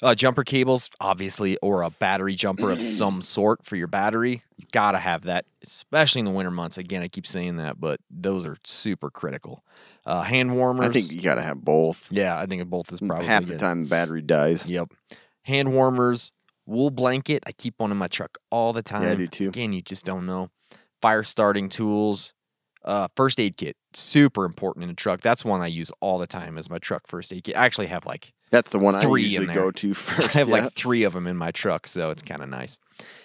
Speaker 4: Uh, jumper cables, obviously, or a battery jumper of
Speaker 5: (clears throat)
Speaker 4: some sort for your battery. You gotta have that, especially in the winter months. Again, I keep saying that, but those are super critical. Uh, hand warmers.
Speaker 5: I think you gotta have both.
Speaker 4: yeah, I think both is probably
Speaker 5: Mm, Half the
Speaker 4: good.
Speaker 5: time the battery dies.
Speaker 4: Yep. Hand warmers, wool blanket. I keep one in my truck all the time.
Speaker 5: I do too.
Speaker 4: Again, you just don't know. Fire starting tools, uh, first aid kit, super important in a truck. That's one I use all the time as my truck first aid kit. I actually have
Speaker 5: (laughs)
Speaker 4: like
Speaker 5: That's the one
Speaker 4: Three
Speaker 5: I
Speaker 4: in
Speaker 5: usually
Speaker 4: there.
Speaker 5: go to
Speaker 4: (laughs)
Speaker 5: first.
Speaker 4: I have
Speaker 5: yeah.
Speaker 4: like three of them in my truck, so it's kind of nice.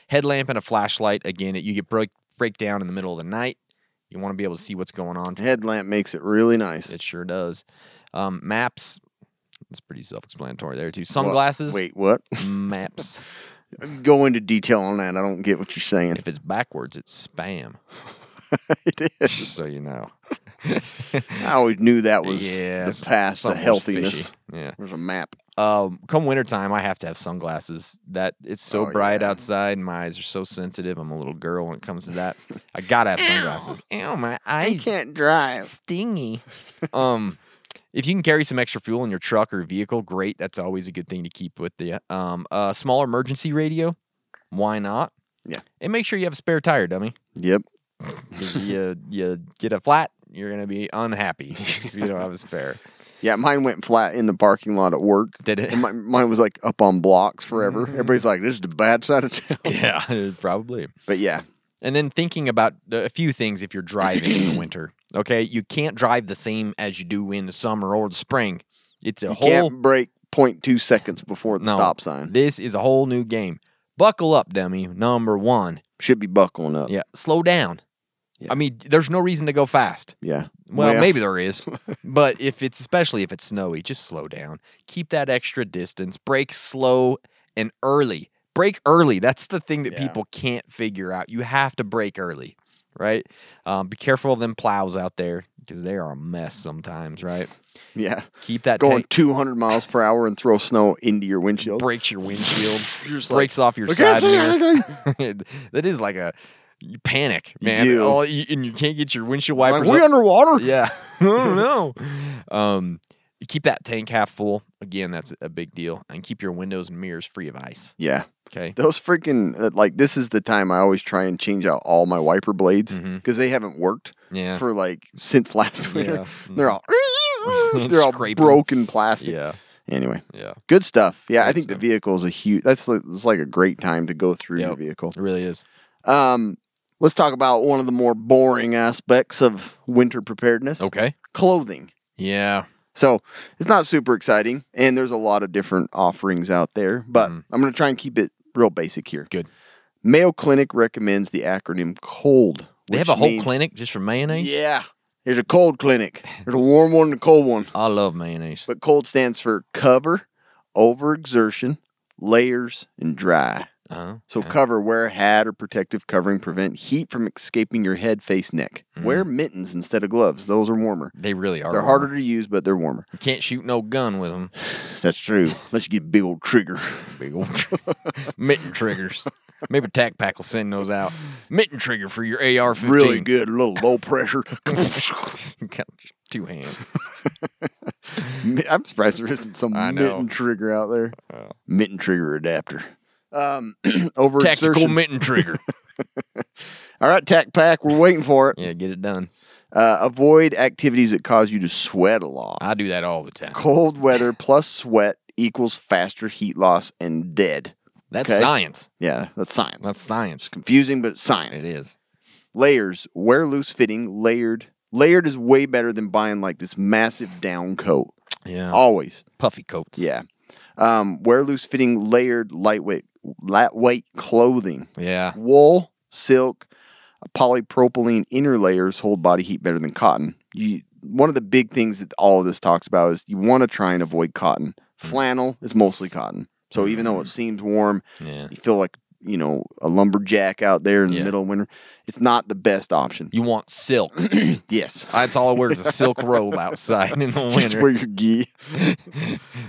Speaker 4: Headlamp and a flashlight. Again, you get break break down in the middle of the night. You want to be able to see what's going on.
Speaker 5: headlamp makes it really nice.
Speaker 4: It sure does. Um, maps. It's pretty self-explanatory there too.
Speaker 5: Well,
Speaker 4: Sunglasses.
Speaker 5: wait, what?
Speaker 4: Maps.
Speaker 5: go into detail on that. I don't get what you're
Speaker 4: (laughs)
Speaker 5: saying. (laughs)
Speaker 4: If it's backwards, it's spam.
Speaker 5: it is.
Speaker 4: Just so you
Speaker 5: (laughs)
Speaker 4: know.
Speaker 5: I always knew that was
Speaker 4: yeah,
Speaker 5: the past, the
Speaker 4: something was fishy.
Speaker 5: healthiness.
Speaker 4: Yeah.
Speaker 5: There's a map.
Speaker 4: Um, come wintertime, I have to have sunglasses. That it's so
Speaker 5: Oh,
Speaker 4: bright
Speaker 5: yeah.
Speaker 4: outside, and my eyes are so sensitive. I'm a little girl when it comes to that. I gotta have sunglasses. Ow, my
Speaker 5: I
Speaker 4: eye
Speaker 5: can't drive. (laughs)
Speaker 4: stingy. um, if you can carry some extra fuel in your truck or vehicle, great. That's always a good thing to keep with the um a small emergency radio. Why not?
Speaker 5: Yeah.
Speaker 4: and make sure you have a spare tire, dummy.
Speaker 5: Yep.
Speaker 4: 'Cause you uh, you get a flat, you're gonna be unhappy (laughs) if you don't have a spare.
Speaker 5: Yeah, mine went flat in the parking lot at work.
Speaker 4: Did it? Mm-hmm.
Speaker 5: And my, mine was like up on blocks forever. Everybody's like, "This is the bad side of town."
Speaker 4: (laughs) Yeah, uh, probably.
Speaker 5: But yeah,
Speaker 4: And then thinking about a few things if you're driving in the winter. Okay, you can't drive the same as you do in the summer or the spring. It's a
Speaker 5: you
Speaker 4: whole
Speaker 5: can't break 0.2 seconds before the
Speaker 4: no,
Speaker 5: stop sign.
Speaker 4: This is a whole new game. Buckle up, dummy. Number one.
Speaker 5: Should be buckling up.
Speaker 4: Yeah, slow down. I mean, there's no reason to go fast.
Speaker 5: Yeah.
Speaker 4: Well, maybe there is,
Speaker 5: (laughs)
Speaker 4: but if it's especially if it's snowy, just slow down. Keep that extra distance. Brake slow and early. Brake early. That's the thing that
Speaker 5: Yeah.
Speaker 4: people can't figure out. You have to brake early, right? Um, be careful of them plows out there because they are a mess sometimes, right?
Speaker 5: Yeah.
Speaker 4: Keep that
Speaker 5: Going
Speaker 4: tank-
Speaker 5: 200 miles per hour and throw snow into your windshield.
Speaker 4: breaks your windshield,
Speaker 5: (laughs) You're just
Speaker 4: breaks
Speaker 5: like,
Speaker 4: off your
Speaker 5: "I can't
Speaker 4: side
Speaker 5: see
Speaker 4: mirror. (laughs) that is like a you panic,
Speaker 5: You
Speaker 4: man.
Speaker 5: do.
Speaker 4: All- you- and you can't get your windshield
Speaker 5: Like,
Speaker 4: wipers.
Speaker 5: we
Speaker 4: up.
Speaker 5: underwater?
Speaker 4: Yeah. (laughs) I don't know. Um, you keep that tank half full. Again, that's a big deal. And keep your windows and mirrors free of ice.
Speaker 5: Yeah.
Speaker 4: Okay.
Speaker 5: Those freaking uh, like this is the time I always try and change out all my wiper blades because
Speaker 4: Mhm.
Speaker 5: they haven't worked
Speaker 4: Yeah.
Speaker 5: for like since last winter.
Speaker 4: Yeah. Mm-hmm. (laughs)
Speaker 5: They're all (laughs) they're all
Speaker 4: Scraping.
Speaker 5: broken plastic.
Speaker 4: Yeah.
Speaker 5: Anyway,
Speaker 4: Yeah.
Speaker 5: good stuff. Yeah, I
Speaker 4: Good
Speaker 5: think the
Speaker 4: stuff.
Speaker 5: vehicle is a huge. That's like, it's like a great time to go through your
Speaker 4: Yep.
Speaker 5: vehicle.
Speaker 4: It really is.
Speaker 5: Um, Let's talk about one of the more boring aspects of winter preparedness
Speaker 4: Okay.
Speaker 5: clothing.
Speaker 4: Yeah.
Speaker 5: So it's not super exciting, and there's a lot of different offerings out there, but I'm going to try and keep it real basic here.
Speaker 4: Mm-hmm. Good.
Speaker 5: Mayo Clinic recommends the acronym COLD.
Speaker 4: They have
Speaker 5: which
Speaker 4: a whole
Speaker 5: means-
Speaker 4: clinic just for mayonnaise?
Speaker 5: Yeah. There's a cold clinic, there's a warm one and a cold one.
Speaker 4: I love mayonnaise.
Speaker 5: But cold stands for cover, overexertion, layers, and dry.
Speaker 4: Uh-huh.
Speaker 5: So cover, wear a hat or protective covering, prevent heat from escaping your head, face, neck. Wear mittens instead of gloves. Those are warmer.
Speaker 4: They really Mm. are.
Speaker 5: They're
Speaker 4: warm.
Speaker 5: harder to use, but they're warmer.
Speaker 4: You can't shoot no gun with them.
Speaker 5: That's true. Unless you get a big old trigger.
Speaker 4: Big old tr- mitten
Speaker 5: (laughs)
Speaker 4: triggers. Maybe Tac Pack will send those out. Mitten trigger for your AR 15. (laughs)
Speaker 5: Really good, a little low pressure.
Speaker 4: two hands.
Speaker 5: I'm surprised there isn't some
Speaker 4: I know.
Speaker 5: mitten trigger out there. Mitten trigger adapter. Um, (clears throat) overexertion.
Speaker 4: Tactical mitten
Speaker 5: (laughs)
Speaker 4: trigger.
Speaker 5: All right, tac pack. We're waiting for it.
Speaker 4: yeah, get it done.
Speaker 5: Uh, avoid activities that cause you to sweat a lot.
Speaker 4: I do that all the time.
Speaker 5: Cold
Speaker 4: (laughs)
Speaker 5: weather plus sweat equals faster heat loss and dead.
Speaker 4: That's
Speaker 5: Okay.
Speaker 4: science.
Speaker 5: Yeah, that's science.
Speaker 4: That's science.
Speaker 5: confusing, but it's
Speaker 4: It
Speaker 5: science.
Speaker 4: is.
Speaker 5: Layers. Wear loose fitting, layered. Layered is way better than buying like this massive down coat.
Speaker 4: Yeah.
Speaker 5: Always.
Speaker 4: puffy coats.
Speaker 5: Yeah. Um, wear loose fitting, layered, lightweight, lightweight clothing.
Speaker 4: Yeah.
Speaker 5: Wool, silk, polypropylene inner layers hold body heat better than cotton. You, one of the big things that all of this talks about is you want to try and avoid cotton. Flannel is mostly cotton. So even though it seems warm,
Speaker 4: Yeah.
Speaker 5: you feel like, you know, a lumberjack out there in
Speaker 4: Yeah.
Speaker 5: the middle of winter, it's not the best
Speaker 4: (clears throat)
Speaker 5: option. (clears throat)
Speaker 4: You want silk.
Speaker 5: yes.
Speaker 4: That's all I wear is a silk robe outside in the
Speaker 5: (laughs) Just Um, wear
Speaker 4: winter.
Speaker 5: your gi.
Speaker 4: (laughs)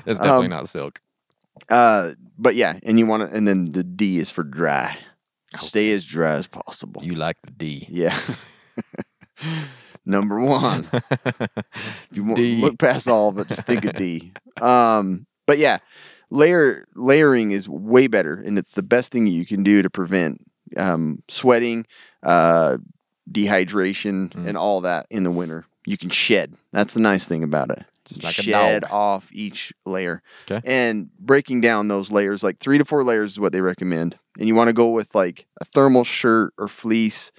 Speaker 4: That's definitely not silk.
Speaker 5: Uh, but yeah, and you want to, and then the D is for dry. Stay as dry as possible.
Speaker 4: You like the D.
Speaker 5: Yeah. (laughs) Number
Speaker 4: (laughs)
Speaker 5: one. if you want,
Speaker 4: D.
Speaker 5: look past all of it, just think of D. Um, but yeah, layer layering is way better, and it's the best thing you can do to prevent um, sweating, uh, dehydration,
Speaker 4: Mm.
Speaker 5: and all that in the winter. You can shed. That's the nice thing about it.
Speaker 4: Just like a
Speaker 5: shed
Speaker 4: dog.
Speaker 5: off each layer.
Speaker 4: 'Kay.
Speaker 5: And breaking down those layers, like three to four layers is what they recommend. And you want to go with like a thermal shirt or fleece,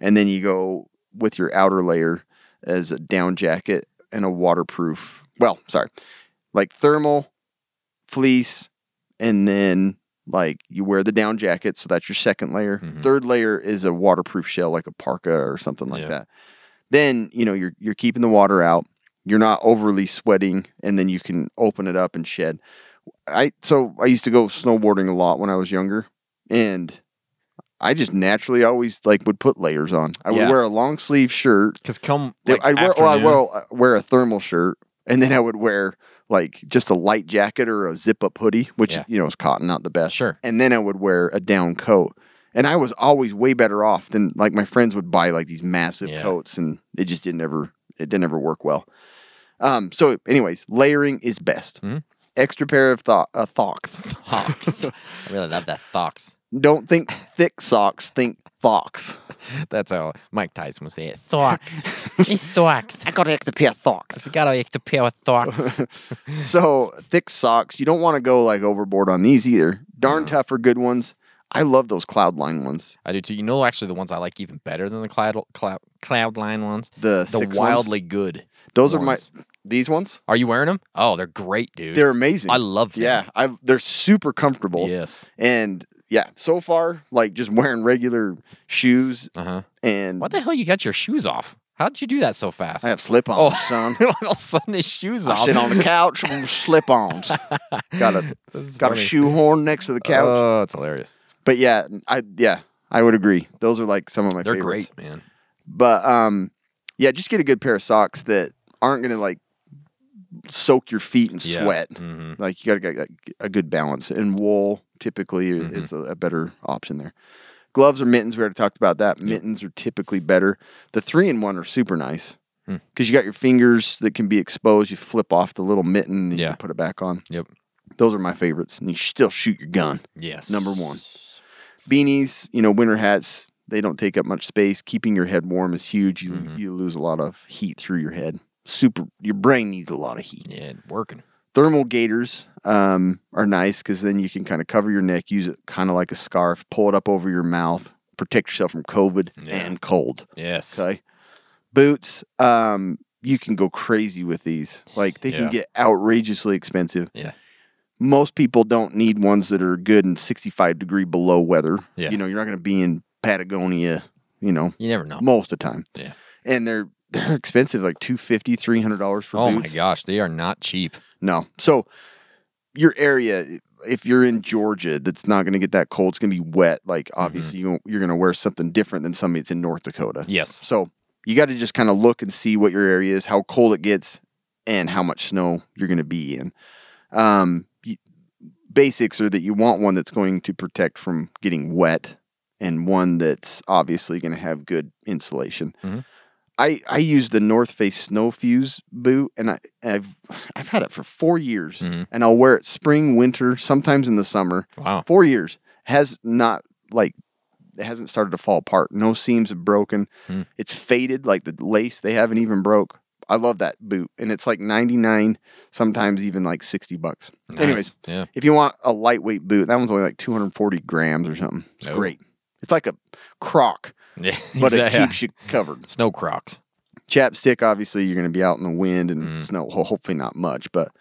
Speaker 5: and then you go with your outer layer as a down jacket and a waterproof. Well, sorry, like thermal, fleece, and then like you wear the down jacket, so that's your second layer.
Speaker 4: Mm-hmm.
Speaker 5: Third layer is a waterproof shell, like a parka or something like
Speaker 4: Yeah.
Speaker 5: that. Then you know you're you're keeping the water out. You're not overly sweating, and then you can open it up and shed. I so I used to go snowboarding a lot when I was younger, and I just naturally always like would put layers on. I would
Speaker 4: Yeah.
Speaker 5: wear a long sleeve shirt.
Speaker 4: Because come.
Speaker 5: that-
Speaker 4: Like,
Speaker 5: I'd wear well, I'd
Speaker 4: afternoon-
Speaker 5: wear, wear a thermal shirt, and then I would wear like just a light jacket or a zip up hoodie, which
Speaker 4: Yeah.
Speaker 5: you know is cotton, not the best.
Speaker 4: Sure.
Speaker 5: And then I would wear a down coat, and I was always way better off than like my friends would buy like these massive
Speaker 4: Yeah.
Speaker 5: coats, and it just didn't ever it didn't ever work well. Um. So, anyways, layering is best. Extra pair of thought a Mm-hmm. thocks.
Speaker 4: Thox. I really love that Thox.
Speaker 5: (laughs) Don't think thick socks, think thocks.
Speaker 4: That's how Mike Tyson would say it. Thox.
Speaker 5: (laughs)
Speaker 4: it's Thox.
Speaker 5: I got an extra pair of socks.
Speaker 4: You gotta like to pair with
Speaker 5: (laughs)
Speaker 4: Thox.
Speaker 5: So thick socks. You don't want to go like overboard on these either. Darn tough are good ones. I love those cloud line ones.
Speaker 4: I do too. You know, actually, the ones I like even better than the cloud cloud, cloud line ones.
Speaker 5: The
Speaker 4: the
Speaker 5: six
Speaker 4: wildly
Speaker 5: ones.
Speaker 4: good.
Speaker 5: Those
Speaker 4: ones.
Speaker 5: are my these ones.
Speaker 4: Are you wearing them? Oh, they're great, dude.
Speaker 5: They're amazing.
Speaker 4: I love them.
Speaker 5: Yeah, I they're super comfortable.
Speaker 4: Yes.
Speaker 5: And yeah, so far like just wearing regular shoes
Speaker 4: Uh huh.
Speaker 5: and
Speaker 4: What the hell? You got your shoes off? How'd you do that so fast?
Speaker 5: I
Speaker 4: (laughs)
Speaker 5: have slip
Speaker 4: Oh,
Speaker 5: ons, son.
Speaker 4: all of a sudden his shoes
Speaker 5: I
Speaker 4: off. (laughs)
Speaker 5: sit on the couch with slip ons. got a
Speaker 4: This is
Speaker 5: got a
Speaker 4: funny.
Speaker 5: shoehorn next to the couch.
Speaker 4: Oh, it's hilarious.
Speaker 5: but yeah, I yeah, I would agree. Those are like some of my
Speaker 4: They're
Speaker 5: favorites.
Speaker 4: great, man.
Speaker 5: But um, yeah, just get a good pair of socks that aren't gonna like soak your feet in
Speaker 4: Yeah.
Speaker 5: sweat.
Speaker 4: Mhm.
Speaker 5: Like you gotta get like, a good balance, and wool typically
Speaker 4: Mm-hmm.
Speaker 5: is a, a better option there. Gloves or mittens, we already talked about that. Mittens are typically better. The three in one are super nice
Speaker 4: Hmm.
Speaker 5: because you got your fingers that can be exposed. You flip off the little mitten, and you
Speaker 4: Yeah.
Speaker 5: can put it back on.
Speaker 4: Yep.
Speaker 5: Those are my favorites, and you should still shoot your gun.
Speaker 4: Yes.
Speaker 5: Number one. Beanies, you know, winter hats, they don't take up much space. Keeping your head warm is huge. You
Speaker 4: Mm-hmm.
Speaker 5: you lose a lot of heat through your head. Super your brain needs a lot of heat.
Speaker 4: Yeah, working.
Speaker 5: Thermal gaiters um, are nice because then you can kind of cover your neck, use it kind of like a scarf, pull it up over your mouth, protect yourself from COVID
Speaker 4: Yeah.
Speaker 5: and cold.
Speaker 4: Yes.
Speaker 5: Okay. Boots, um, you can go crazy with these. Like they
Speaker 4: Yeah.
Speaker 5: can get outrageously expensive.
Speaker 4: Yeah.
Speaker 5: Most people don't need ones that are good in 65 degree below weather.
Speaker 4: Yeah.
Speaker 5: You know, you're not going to be in Patagonia, you know,
Speaker 4: You never know.
Speaker 5: most of the time.
Speaker 4: Yeah.
Speaker 5: And they're they're expensive like 250 $300 for
Speaker 4: Oh my
Speaker 5: boots.
Speaker 4: gosh, they are not cheap.
Speaker 5: No. So your area, if you're in Georgia, that's not going to get that cold. It's going to be wet. Like
Speaker 4: Mm-hmm.
Speaker 5: obviously, you, you're going to wear something different than somebody that's in North Dakota.
Speaker 4: Yes.
Speaker 5: So you got to just kind of look and see what your area is, how cold it gets, and how much snow you're going to be in. Um, y- basics are that you want one that's going to protect from getting wet, and one that's obviously going to have good insulation.
Speaker 4: Mhm.
Speaker 5: I, I use the North Face Snow Fuse boot, and I, I've I've had it for four years,
Speaker 4: Mhm.
Speaker 5: and I'll wear it spring, winter, sometimes in the summer.
Speaker 4: Wow.
Speaker 5: Four years has not like it hasn't started to fall apart. No seams have broken.
Speaker 4: Hmm.
Speaker 5: It's faded like the lace they haven't even broke. I love that boot, and it's like ninety nine, sometimes even like sixty bucks. Anyways,
Speaker 4: Nice. yeah. (laughs)
Speaker 5: if you want a lightweight boot, that one's only like two hundred forty grams or something. It's
Speaker 4: Oh.
Speaker 5: great. It's like a croc,
Speaker 4: Yeah.
Speaker 5: but it
Speaker 4: exactly.
Speaker 5: keeps you covered
Speaker 4: snow crocs.
Speaker 5: chapstick obviously you're going to be out in the wind and
Speaker 4: Mm.
Speaker 5: snow well, hopefully not much but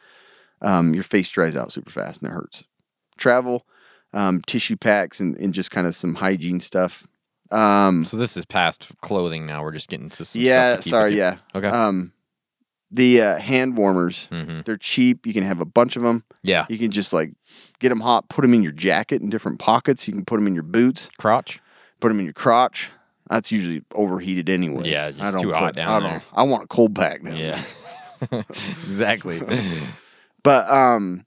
Speaker 5: um, your face dries out super fast and it hurts travel um, tissue packs and, and just kind of some hygiene stuff um,
Speaker 4: So this is past clothing now. We're just getting to some
Speaker 5: yeah
Speaker 4: stuff to keep
Speaker 5: sorry
Speaker 4: with you.
Speaker 5: yeah
Speaker 4: Okay.
Speaker 5: um, the uh, hand warmers
Speaker 4: Mhm.
Speaker 5: they're cheap you can have a bunch of them
Speaker 4: Yeah.
Speaker 5: you can just like get them hot put them in your jacket in different pockets you can put them in your boots
Speaker 4: Crotch.
Speaker 5: put them in your crotch that's usually overheated anyway
Speaker 4: Yeah, it's too hot down
Speaker 5: I
Speaker 4: there.
Speaker 5: I want a cold pack now
Speaker 4: Yeah. (laughs)
Speaker 5: (laughs)
Speaker 4: exactly.
Speaker 5: But um,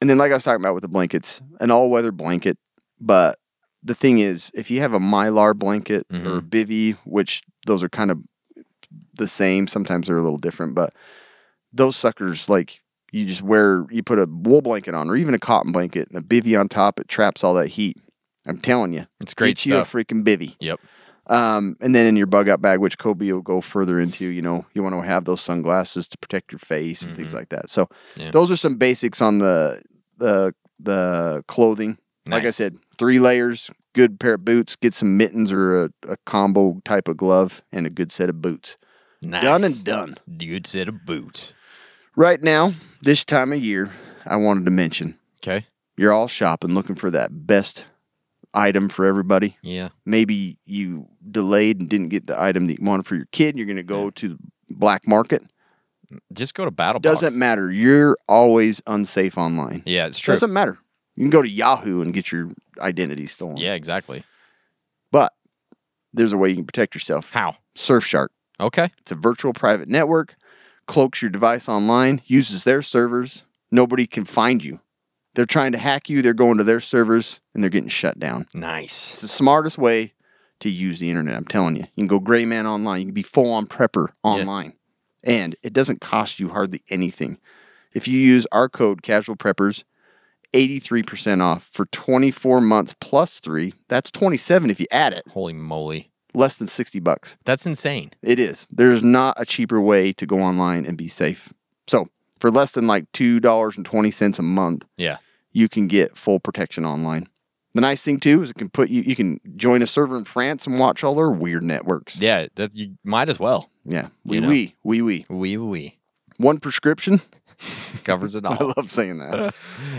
Speaker 5: and then like I was talking about with the blankets, an all weather blanket. But the thing is, if you have a mylar blanket or a bivy, which those are kind of the same, sometimes they're a little different, but those suckers like you just wear you put a wool blanket on or even a cotton blanket and a bivy on top, it traps all that heat. I'm telling you,
Speaker 4: It's great
Speaker 5: Get you a
Speaker 4: stuff.
Speaker 5: freaking bivy.
Speaker 4: yep.
Speaker 5: Um, and then in your bug out bag, which Kobe will go further into, you know, you want to have those sunglasses to protect your face and things like that. So
Speaker 4: Mm-hmm. Yeah.
Speaker 5: those are some basics on the the the clothing. Like I
Speaker 4: Nice.
Speaker 5: said, three layers, good pair of boots, get some mittens or a, a combo type of glove and a good set of boots.
Speaker 4: Nice.
Speaker 5: Done and done.
Speaker 4: Dude said a boot.
Speaker 5: Right now, this time of year, I wanted to mention
Speaker 4: Okay.
Speaker 5: you're all shopping looking for that best item for everybody.
Speaker 4: Yeah.
Speaker 5: maybe you delayed and didn't get the item that you wanted for your kid and you're going to go to the black market
Speaker 4: Just go to Battle Box.
Speaker 5: doesn't matter you're always unsafe online
Speaker 4: Yeah, it's true.
Speaker 5: doesn't matter you can go to yahoo and get your identity stolen
Speaker 4: Yeah, exactly.
Speaker 5: but there's a way you can protect yourself
Speaker 4: How?
Speaker 5: surfshark
Speaker 4: Okay.
Speaker 5: it's a virtual private network cloaks your device online uses their servers nobody can find you they're trying to hack you they're going to their servers and they're getting shut down It's
Speaker 4: Nice.
Speaker 5: the smartest way to use the internet. I'm telling you. You can go gray man online. You can be full on prepper online. And it doesn't cost you hardly anything. If you use our code casual preppers, 83% off for 24 months plus three. That's 27 if you add it.
Speaker 4: Holy moly.
Speaker 5: Less than 60 bucks.
Speaker 4: That's insane.
Speaker 5: It is. There's not a cheaper way to go online and be safe. So for less than like $2.20 a month,
Speaker 4: Yeah.
Speaker 5: you can get full protection online. The nice thing too is it can put you you can join a server in France and watch all their weird networks. Yeah,
Speaker 4: Yeah, that you might as well.
Speaker 5: we
Speaker 4: You know.
Speaker 5: we we we
Speaker 4: Wee wee.
Speaker 5: one prescription. (laughs)
Speaker 4: Covers it
Speaker 5: I
Speaker 4: all.
Speaker 5: love
Speaker 4: (laughs)
Speaker 5: saying that.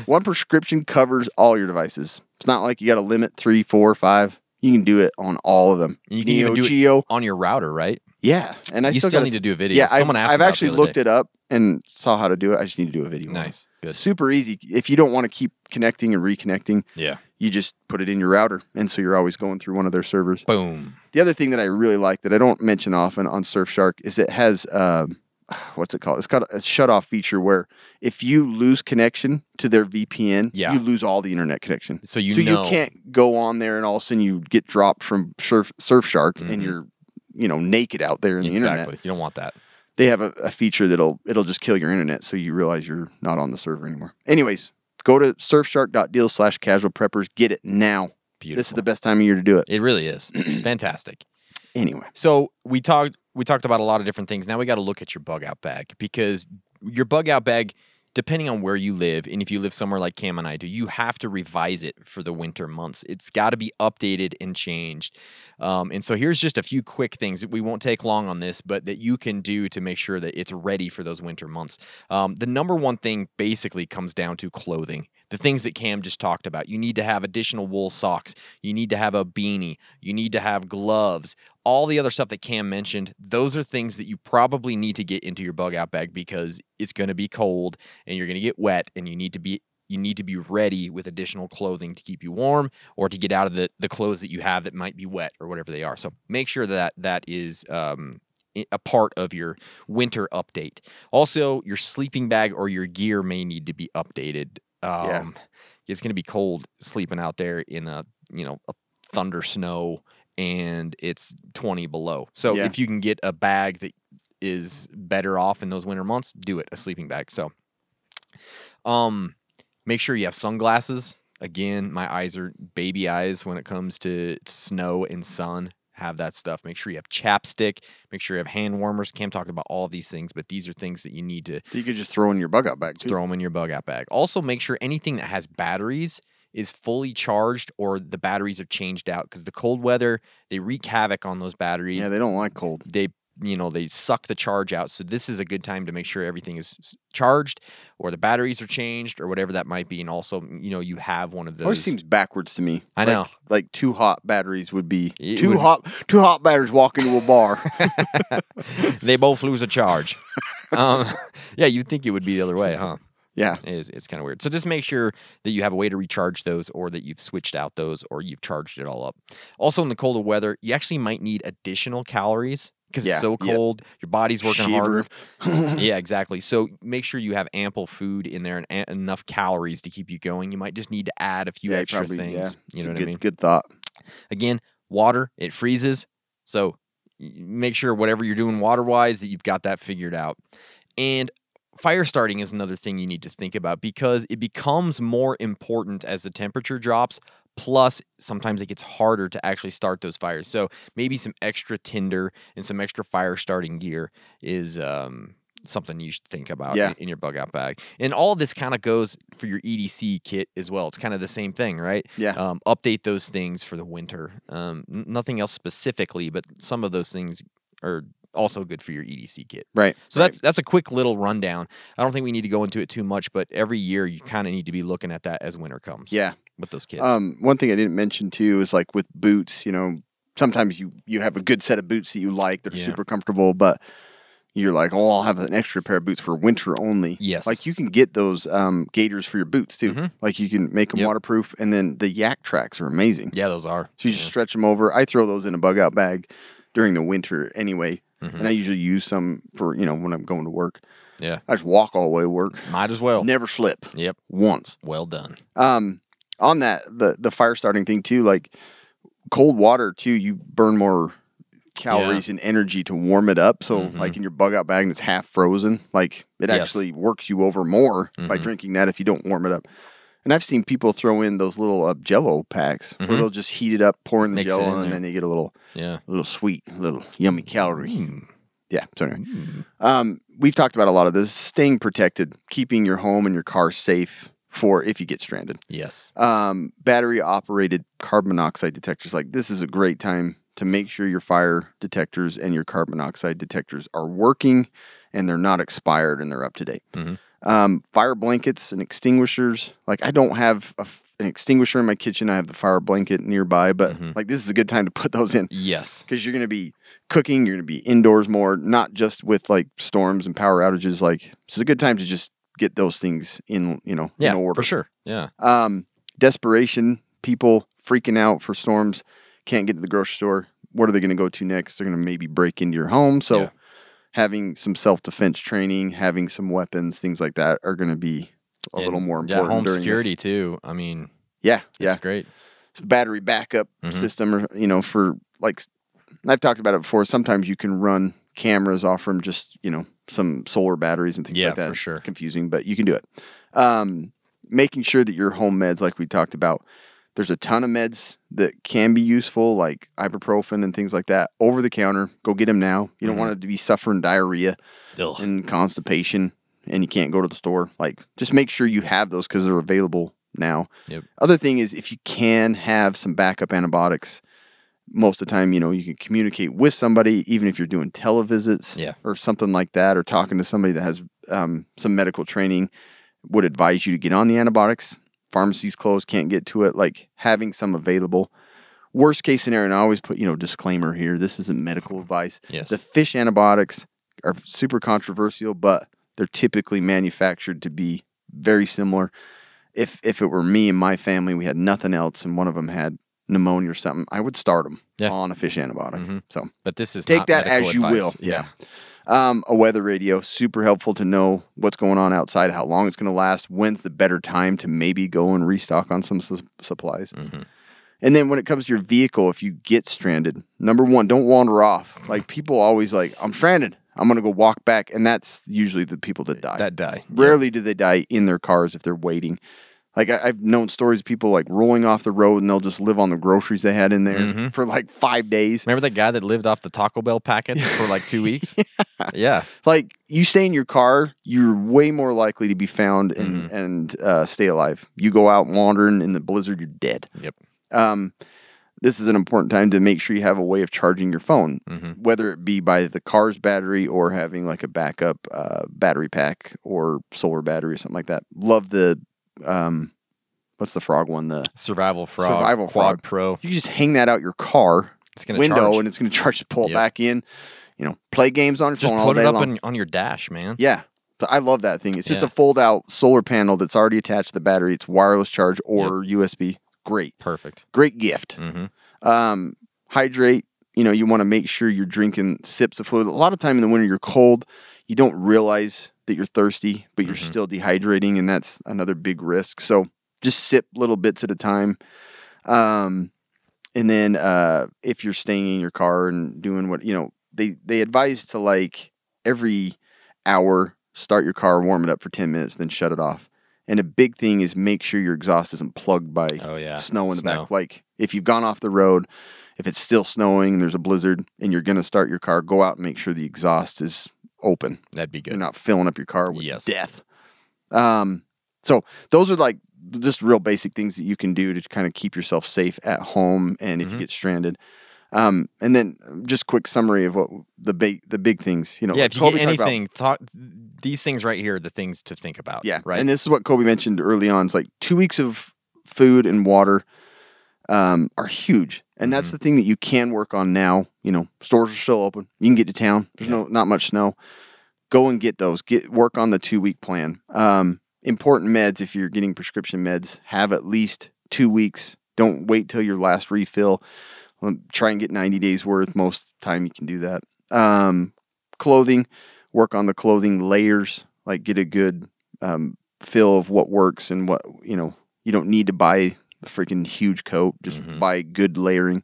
Speaker 5: one prescription covers all your devices. It's not like you got to limit three, four, five. You can do it on all of them.
Speaker 4: You can
Speaker 5: Neo
Speaker 4: even do
Speaker 5: Geo.
Speaker 4: it on your router, right?
Speaker 5: Yeah, and I
Speaker 4: you
Speaker 5: still,
Speaker 4: still
Speaker 5: gotta-
Speaker 4: need to do a video.
Speaker 5: Yeah, I've-
Speaker 4: Someone asked
Speaker 5: I've,
Speaker 4: about it the
Speaker 5: actually
Speaker 4: other
Speaker 5: looked
Speaker 4: day.
Speaker 5: it up and saw how to do it. I just need to do a video. on it.
Speaker 4: Nice. Good.
Speaker 5: super easy. If you don't want to keep connecting and reconnecting,
Speaker 4: Yeah.
Speaker 5: you just put it in your router, and so you're always going through one of their servers.
Speaker 4: Boom.
Speaker 5: The other thing that I really like that I don't mention often on Surfshark is it has um, (sighs) what's it called? It's got a shut off feature where if you lose connection to their VPN,
Speaker 4: Yeah.
Speaker 5: you lose all the internet connection.
Speaker 4: So you
Speaker 5: so
Speaker 4: know.
Speaker 5: you can't go on there and all of a sudden you get dropped from Surf Surfshark and you're you know naked out there in the
Speaker 4: Mm-hmm. exactly.
Speaker 5: internet.
Speaker 4: You don't want that.
Speaker 5: They have a, a feature that'll it'll just kill your internet so you realize you're not on the server anymore. Anyways, go to surfshark.deal slash casual preppers. Get it now. This is
Speaker 4: Beautiful.
Speaker 5: the best time of year to do it.
Speaker 4: It really
Speaker 5: (clears throat)
Speaker 4: is. Fantastic.
Speaker 5: Anyway.
Speaker 4: So we talked we talked about a lot of different things. Now we got to look at your bug out bag because your bug out bag depending on where you live, and if you live somewhere like Cam and I do, you have to revise it for the winter months. It's got to be updated and changed. Um, and so here's just a few quick things that we won't take long on this, but that you can do to make sure that it's ready for those winter months. Um, the number one thing basically comes down to clothing the things that Cam just talked about. You need to have additional wool socks. You need to have a beanie. You need to have gloves. All the other stuff that Cam mentioned, those are things that you probably need to get into your bug out bag because it's going to be cold and you're going to get wet and you need to be you need to be ready with additional clothing to keep you warm or to get out of the, the clothes that you have that might be wet or whatever they are. So make sure that that is um, i- a part of your winter update. Also, your sleeping bag or your gear may need to be updated. Um,
Speaker 5: Yeah.
Speaker 4: It's going to be cold sleeping out there in a you know a thunder snow and it's 20 below. So
Speaker 5: Yeah.
Speaker 4: if you can get a bag that is better off in those winter months, do it. A sleeping bag. So, um, make sure you have sunglasses. Again, my eyes are baby eyes when it comes to snow and sun. Have that stuff. Make sure you have chapstick. Make sure you have hand warmers. Cam talked about all of these things, but these are things that you need to
Speaker 5: You could just throw in your bug out bag too.
Speaker 4: throw them in your bug out bag. Also, make sure anything that has batteries is fully charged or the batteries are changed out because the cold weather they wreak havoc on those batteries
Speaker 5: Yeah, they don't like cold.
Speaker 4: they you know they suck the charge out so this is a good time to make sure everything is s- charged or the batteries are changed or whatever that might be and also you know you have one of those
Speaker 5: Always seems backwards to me.
Speaker 4: I
Speaker 5: Like-
Speaker 4: know.
Speaker 5: Like two hot batteries would be
Speaker 4: It
Speaker 5: two
Speaker 4: would-
Speaker 5: hot two hot batteries walk into a (laughs) bar.
Speaker 4: (laughs) they both lose a charge um, (laughs) yeah you'd think it would be the other way huh
Speaker 5: yeah.
Speaker 4: It is it's kind of weird so just make sure that you have a way to recharge those or that you've switched out those or you've charged it all up also in the colder weather you actually might need additional calories because
Speaker 5: Yeah,
Speaker 4: it's so
Speaker 5: yep.
Speaker 4: cold your body's working harder
Speaker 5: (laughs) Shiver.
Speaker 4: yeah, exactly. So make sure you have ample food in there and a- enough calories to keep you going. You might just need to add a few
Speaker 5: Yeah,
Speaker 4: extra
Speaker 5: probably,
Speaker 4: things.
Speaker 5: yeah.
Speaker 4: You know what
Speaker 5: good,
Speaker 4: I mean?
Speaker 5: Good thought.
Speaker 4: Again, water, it freezes. So y- make sure whatever you're doing water wise that you've got that figured out. And fire starting is another thing you need to think about because it becomes more important as the temperature drops. Plus, sometimes it gets harder to actually start those fires. So maybe some extra tinder and some extra fire starting gear is um, something you should think about
Speaker 5: Yeah.
Speaker 4: in- in your bug out bag. And all this kind of goes for your EDC kit as well. It's kind of the same thing, right?
Speaker 5: Yeah.
Speaker 4: Um, update those things for the winter. Um, n- nothing else specifically, but some of those things are also good for your EDC kit.
Speaker 5: Right.
Speaker 4: So that's that's a quick little rundown. I don't think we need to go into it too much, but every year you kind of need to be looking at that as winter comes.
Speaker 5: yeah.
Speaker 4: With those kids.
Speaker 5: Um, one thing I didn't mention too is like with boots, you know, sometimes you you have a good set of boots that you like that are
Speaker 4: Yeah.
Speaker 5: super comfortable, but you're like, oh, I'll have an extra pair of boots for winter only.
Speaker 4: Yes.
Speaker 5: like you can get those um, gaiters for your boots too.
Speaker 4: Mhm.
Speaker 5: Like you can make them
Speaker 4: Yep.
Speaker 5: waterproof, and then the yak tracks are amazing.
Speaker 4: yeah, those are.
Speaker 5: So you just stretch them over. I throw those in a bug out bag during the winter anyway,
Speaker 4: Mm-hmm.
Speaker 5: and I usually use some for you know when I'm going to work.
Speaker 4: Yeah.
Speaker 5: I just walk all the way to work,
Speaker 4: Might as well.
Speaker 5: never slip
Speaker 4: Yep.
Speaker 5: once.
Speaker 4: Well done.
Speaker 5: Um, on that the the fire starting thing too, like cold water too, you burn more calories and energy to warm it up. So like in your bug out bag that's half frozen, like
Speaker 4: Mm-hmm.
Speaker 5: it
Speaker 4: Yes. Mm-hmm.
Speaker 5: actually works you over more by drinking that if you don't warm it up. And I've seen people throw in those little uh, Jello packs where they'll just heat it up, pour in the
Speaker 4: Mm-hmm. Mix it in
Speaker 5: Jello,
Speaker 4: there.
Speaker 5: and then they get a little
Speaker 4: Yeah.
Speaker 5: little sweet, little yummy calorie. Yeah. So anyway,
Speaker 4: Mm.
Speaker 5: um, we've talked about a lot of this staying protected, keeping your home and your car safe for if you get stranded
Speaker 4: Yes.
Speaker 5: um, battery operated carbon monoxide detectors. Like, this is a great time to make sure your fire detectors and your carbon monoxide detectors are working and they're not expired and they're up to date.
Speaker 4: Mm-hmm.
Speaker 5: Um, fire blankets and extinguishers. Like, I don't have a f an extinguisher in my kitchen, I have the fire blanket nearby, but
Speaker 4: Mm-hmm.
Speaker 5: like, this is a good time to put those in
Speaker 4: Yes.
Speaker 5: because you're going to be cooking, you're going to be indoors more, not just with like storms and power outages. Like, it's a good time to just get those things in, you know,
Speaker 4: Yeah.
Speaker 5: in order
Speaker 4: For sure. Yeah.
Speaker 5: um, desperation, people freaking out for storms, can't get to the grocery store. What are they going to go to next? They're going to maybe break into your home. So,
Speaker 4: Yeah.
Speaker 5: having some self defense training, having some weapons, things like that are going to be a
Speaker 4: And,
Speaker 5: little more
Speaker 4: yeah,
Speaker 5: important.
Speaker 4: home
Speaker 5: during this.
Speaker 4: security too. I mean,
Speaker 5: Yeah, yeah.
Speaker 4: it's great.
Speaker 5: Battery backup
Speaker 4: Mhm.
Speaker 5: system, or you know, for like I've talked about it before. Sometimes you can run cameras off from just you know some solar batteries and things
Speaker 4: Yeah,
Speaker 5: like that.
Speaker 4: for sure.
Speaker 5: confusing, but you can do it. Um, making sure that your home meds, like we talked about, there's a ton of meds that can be useful, like ibuprofen and things like that,
Speaker 4: Mm-hmm.
Speaker 5: over the counter. Go get them now. You don't want it to be suffering diarrhea
Speaker 4: Ugh.
Speaker 5: and constipation and you can't go to the store, like just make sure you have those because they're available now.
Speaker 4: Yep.
Speaker 5: Other thing is if you can have some backup antibiotics, most of the time, you know, you can communicate with somebody, even if you're doing televisits
Speaker 4: Yeah.
Speaker 5: or something like that, or talking to somebody that has um, some medical training, would advise you to get on the antibiotics. Pharmacies closed, can't get to it. Like having some available. Worst case scenario, and I always put, you know, disclaimer here this isn't medical advice.
Speaker 4: Yes.
Speaker 5: The fish antibiotics are super controversial, but they're typically manufactured to be very similar. If if it were me and my family, we had nothing else, and one of them had pneumonia or something, I would start them
Speaker 4: Yeah. Mm-hmm.
Speaker 5: on a fish antibiotic. So
Speaker 4: But this is
Speaker 5: take
Speaker 4: not
Speaker 5: that as
Speaker 4: medical
Speaker 5: you
Speaker 4: advice.
Speaker 5: will. Yeah. Um, a weather radio, super helpful to know what's going on outside, how long it's going to last, when's the better time to maybe go and restock on some su- supplies. And then when it comes to your vehicle, if you get stranded, number one, don't wander off. Like people always like, I'm stranded. I'm going to go walk back. And that's usually the people that die.
Speaker 4: That die.
Speaker 5: Rarely do they die in their cars if they're waiting. Like I, I've known stories of people like rolling off the road and they'll just live on the groceries they had in there for like five days.
Speaker 4: Remember that guy that lived off the Taco Bell packets for like
Speaker 5: (laughs)
Speaker 4: two weeks? yeah.
Speaker 5: like you stay in your car, you're way more likely to be found and
Speaker 4: Mm-hmm.
Speaker 5: and uh, stay alive. You go out wandering in the blizzard, you're dead.
Speaker 4: Yep.
Speaker 5: Um, this is an important time to make sure you have a way of charging your phone,
Speaker 4: Mm-hmm. Mm.
Speaker 5: whether it be by the car's battery or having like a backup uh, battery pack or solar battery or something like that. Love the um, what's the frog one? The
Speaker 4: Survival Frog.
Speaker 5: survival
Speaker 4: Quad
Speaker 5: frog
Speaker 4: Pro.
Speaker 5: You just hang that out your car
Speaker 4: It's gonna
Speaker 5: window
Speaker 4: charge.
Speaker 5: and it's going to (laughs) charge to pull it
Speaker 4: Yep.
Speaker 5: back in. You know, play games on your
Speaker 4: Just
Speaker 5: phone all
Speaker 4: put
Speaker 5: day
Speaker 4: it up
Speaker 5: long.
Speaker 4: on, on your dash, man.
Speaker 5: Yeah. So I love that thing. It's just
Speaker 4: Yeah.
Speaker 5: a fold out solar panel that's already attached to the battery. It's wireless charge or USB. Great.
Speaker 4: Perfect.
Speaker 5: Great gift.
Speaker 4: Mm-hmm.
Speaker 5: Um, hydrate. You know, you want to make sure you're drinking sips of fluid. A lot of time in the winter, you're cold. You don't realize that you're thirsty, but you're still dehydrating, and that's another big risk. So just sip little bits at a time. Um, and then uh, if you're staying in your car and doing what you know, they they advise to like every hour start your car, warm it up for ten minutes, then shut it off. And a big thing is make sure your exhaust isn't plugged by
Speaker 4: Oh, yeah.
Speaker 5: snow in the
Speaker 4: Snow.
Speaker 5: back. Like if you've gone off the road, if it's still snowing, there's a blizzard, and you're gonna start your car, go out and make sure the exhaust is open.
Speaker 4: That'd be good.
Speaker 5: You're not filling up your car with
Speaker 4: Yes.
Speaker 5: death. Um, so those are like just real basic things that you can do to kind of keep yourself safe at home and if
Speaker 4: Mm-hmm.
Speaker 5: you get stranded. Um, and then just quick summary of what the big the big things, you know.
Speaker 4: yeah, if you
Speaker 5: Kobe
Speaker 4: get
Speaker 5: talked about-
Speaker 4: anything, thought these things right here are the things to think about.
Speaker 5: yeah.
Speaker 4: Right.
Speaker 5: And this is what Kobe mentioned early on. It's like two weeks of food and water um, are huge. And
Speaker 4: Mm-hmm.
Speaker 5: that's the thing that you can work on now. You know, stores are still open. You can get to town. There's no not much snow. Go and get those. Get work on the two week plan. Um, important meds if you're getting prescription meds, have at least two weeks. Don't wait till your last refill. Um, try and get 90 days worth. Most of the time you can do that. Um, clothing, work on the clothing layers, like get a good um, feel of what works and what, you know, you don't need to buy a freaking huge coat, just buy good layering.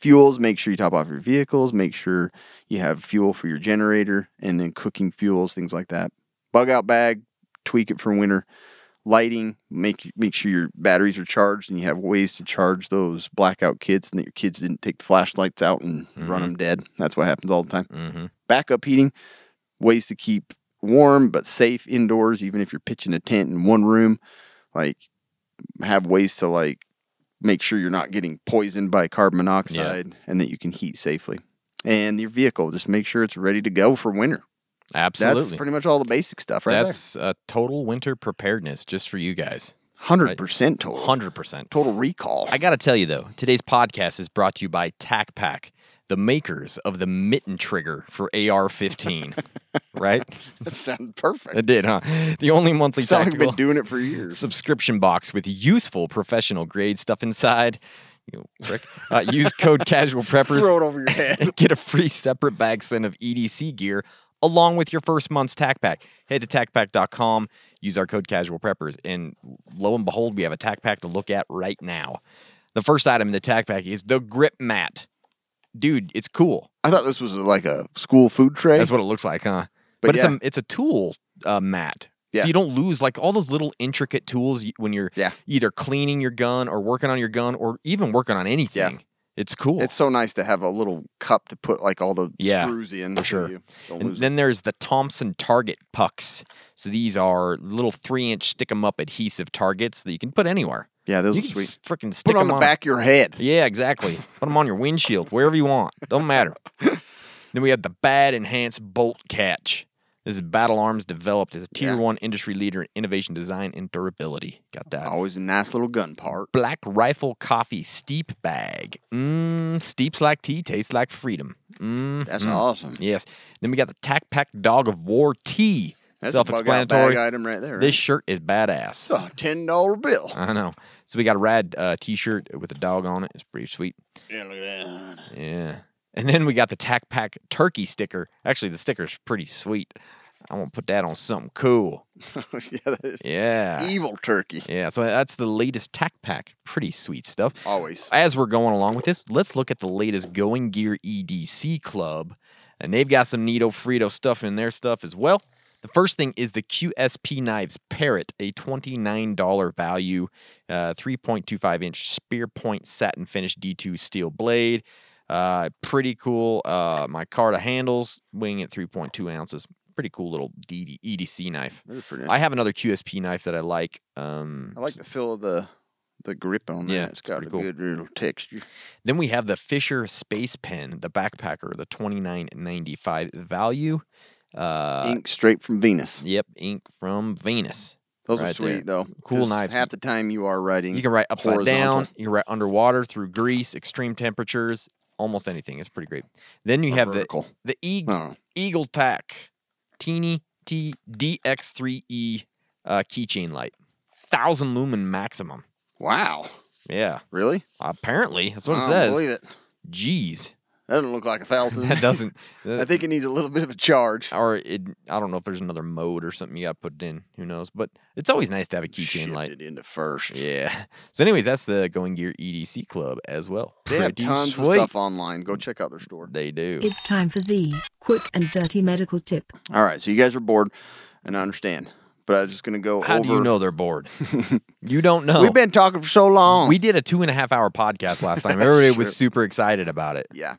Speaker 5: Fuels, make sure you top off your vehicles, make sure you have fuel for your generator, and then cooking fuels, things like that. Bug out bag, tweak it for winter. Lighting, make make sure your batteries are charged and you have ways to charge those blackout kits and that your kids didn't take the flashlights out and run them dead. That's what happens all the time
Speaker 4: Mm-hmm.
Speaker 5: backup heating, ways to keep warm but safe indoors, even if you're pitching a tent in one room. Like, have ways to like make sure you're not getting poisoned by carbon monoxide and that you can heat safely. And your vehicle, just make sure it's ready to go for winter.
Speaker 4: Absolutely.
Speaker 5: That's pretty much all the basic stuff, right?
Speaker 4: That's a total winter preparedness just for you guys.
Speaker 5: hundred percent total.
Speaker 4: 100%.
Speaker 5: Total recall.
Speaker 4: I got to tell you, though, today's podcast is brought to you by Tac Pack, the makers of the mitten trigger for AR 15.
Speaker 5: (laughs)
Speaker 4: right?
Speaker 5: (laughs) that sounded perfect.
Speaker 4: It did, huh? The only monthly
Speaker 5: Sounds like I've
Speaker 4: tactical
Speaker 5: been doing it for years.
Speaker 4: subscription box with useful professional grade stuff inside. You prick. Uh, use code
Speaker 5: (laughs)
Speaker 4: casual preppers.
Speaker 5: Throw it
Speaker 4: (laughs)
Speaker 5: over your head.
Speaker 4: and get a free separate bag sent of EDC gear along with your first month's tack pack. Head to tackpack.com, use our code casual preppers, and lo and behold, we have a tack pack to look at right now. The first item in the tack pack is the grip mat. Dude, it's cool.
Speaker 5: I thought this was like a school food tray.
Speaker 4: That's what it looks like, huh? But,
Speaker 5: But
Speaker 4: it's
Speaker 5: yeah.
Speaker 4: a it's a tool uh, mat.
Speaker 5: Yeah.
Speaker 4: So you don't lose like all those little intricate tools y- when you're
Speaker 5: Yeah.
Speaker 4: either cleaning your gun or working on your gun or even working on anything. It's cool.
Speaker 5: It's so nice to have a little cup to put like all the
Speaker 4: Yeah,
Speaker 5: screws in.
Speaker 4: for
Speaker 5: so
Speaker 4: sure.
Speaker 5: you don't
Speaker 4: and
Speaker 5: lose
Speaker 4: then there's the Thompson Target Pucks. So these are little three inch stick 'em up adhesive targets that you can put anywhere.
Speaker 5: Yeah, those
Speaker 4: you
Speaker 5: are
Speaker 4: can
Speaker 5: sweet.
Speaker 4: freaking stick
Speaker 5: Put it on
Speaker 4: 'em
Speaker 5: the back of your head.
Speaker 4: Yeah, exactly. Put them on your windshield, wherever you want. Don't
Speaker 5: (laughs)
Speaker 4: matter. then we have the Bad Enhanced Bolt Catch. This is Battle Arms developed as a tier
Speaker 5: Yeah.
Speaker 4: one industry leader in innovation, design, and durability. Got that.
Speaker 5: Always a nice little gun part.
Speaker 4: Black Rifle Coffee Steep Bag. Mmm, steeps like tea, tastes like freedom. Mmm.
Speaker 5: That's awesome.
Speaker 4: Yes. Then we got the Tac Pack Dog of War Tea.
Speaker 5: That's a bug-out
Speaker 4: Self-explanatory.
Speaker 5: bag item right there.
Speaker 4: This Uh, shirt is badass.
Speaker 5: right? Oh, (laughs) ten dollar bill.
Speaker 4: I know. So we got a rad uh, T-shirt with a dog on it. It's pretty sweet.
Speaker 5: Yeah, look at that. (laughs)
Speaker 4: Yeah. And then we got the Tac Pack Turkey sticker. Actually, the sticker's pretty sweet. I want to put that on something cool.
Speaker 5: yeah, that is
Speaker 4: Yeah.
Speaker 5: evil turkey.
Speaker 4: Yeah. So that's the latest Tac Pack. Pretty sweet stuff.
Speaker 5: Always.
Speaker 4: As we're going along with this, let's look at the latest Going Gear EDC Club. And they've got some Neato Frito stuff in their stuff as well. The first thing is the QSP Knives Parrot, a $29 value, uh, 3.25 inch spear point satin finish D2 steel blade. Uh, pretty cool. Uh, my Carta handles, weighing at 3.2 ounces. Pretty cool little DD, EDC knife.
Speaker 5: That is pretty nice.
Speaker 4: I have another QSP knife that I like. Um,
Speaker 5: I like the feel of the the grip on that.
Speaker 4: Yeah,
Speaker 5: it's
Speaker 4: it's
Speaker 5: got
Speaker 4: pretty
Speaker 5: a
Speaker 4: cool.
Speaker 5: good little texture.
Speaker 4: Then we have the Fisher Space Pen, the backpacker, the twenty nine ninety five value. Uh,
Speaker 5: Ink straight from Venus.
Speaker 4: Yep, ink from Venus.
Speaker 5: Those are
Speaker 4: right there.
Speaker 5: sweet though.
Speaker 4: Cool
Speaker 5: 'cause
Speaker 4: knives.
Speaker 5: Half the time you are writing.
Speaker 4: You can write upside
Speaker 5: horizontal.
Speaker 4: down. You can write underwater through grease, extreme temperatures, almost anything. It's pretty great. Then you
Speaker 5: Or
Speaker 4: have
Speaker 5: vertical.
Speaker 4: the the eagle
Speaker 5: Oh,
Speaker 4: Eagle Tac Teeny T DX3E uh, keychain light, thousand lumen maximum.
Speaker 5: wow.
Speaker 4: Yeah,
Speaker 5: Really?
Speaker 4: apparently that's what
Speaker 5: I
Speaker 4: it
Speaker 5: don't
Speaker 4: says.
Speaker 5: believe it. (laughs)
Speaker 4: Jeez,
Speaker 5: That doesn't look like a
Speaker 4: (laughs)
Speaker 5: thousand.
Speaker 4: that doesn't.
Speaker 5: (laughs)
Speaker 4: Uh,
Speaker 5: I think it needs a little bit of a charge.
Speaker 4: or it, I don't know if there's another mode or something you got to put it in. Who knows? But it's always nice to have a
Speaker 5: Shift
Speaker 4: keychain light.
Speaker 5: it into first.
Speaker 4: Yeah. (laughs) So, anyways, that's the Going Gear EDC Club as well.
Speaker 5: They have
Speaker 4: Pretty
Speaker 5: tons of
Speaker 4: sweet.
Speaker 5: stuff online. Go check out their store.
Speaker 4: They do.
Speaker 2: It's time for the quick and dirty medical tip.
Speaker 5: All right, so you guys are bored, and I understand, but I'm just gonna go
Speaker 4: How
Speaker 5: over.
Speaker 4: do you know they're
Speaker 5: (laughs)
Speaker 4: bored? you don't know.
Speaker 5: We've been talking for so long.
Speaker 4: We did a two and a half hour podcast
Speaker 5: (laughs)
Speaker 4: last time.
Speaker 5: That's
Speaker 4: Everybody
Speaker 5: true.
Speaker 4: was super excited about it.
Speaker 5: yeah,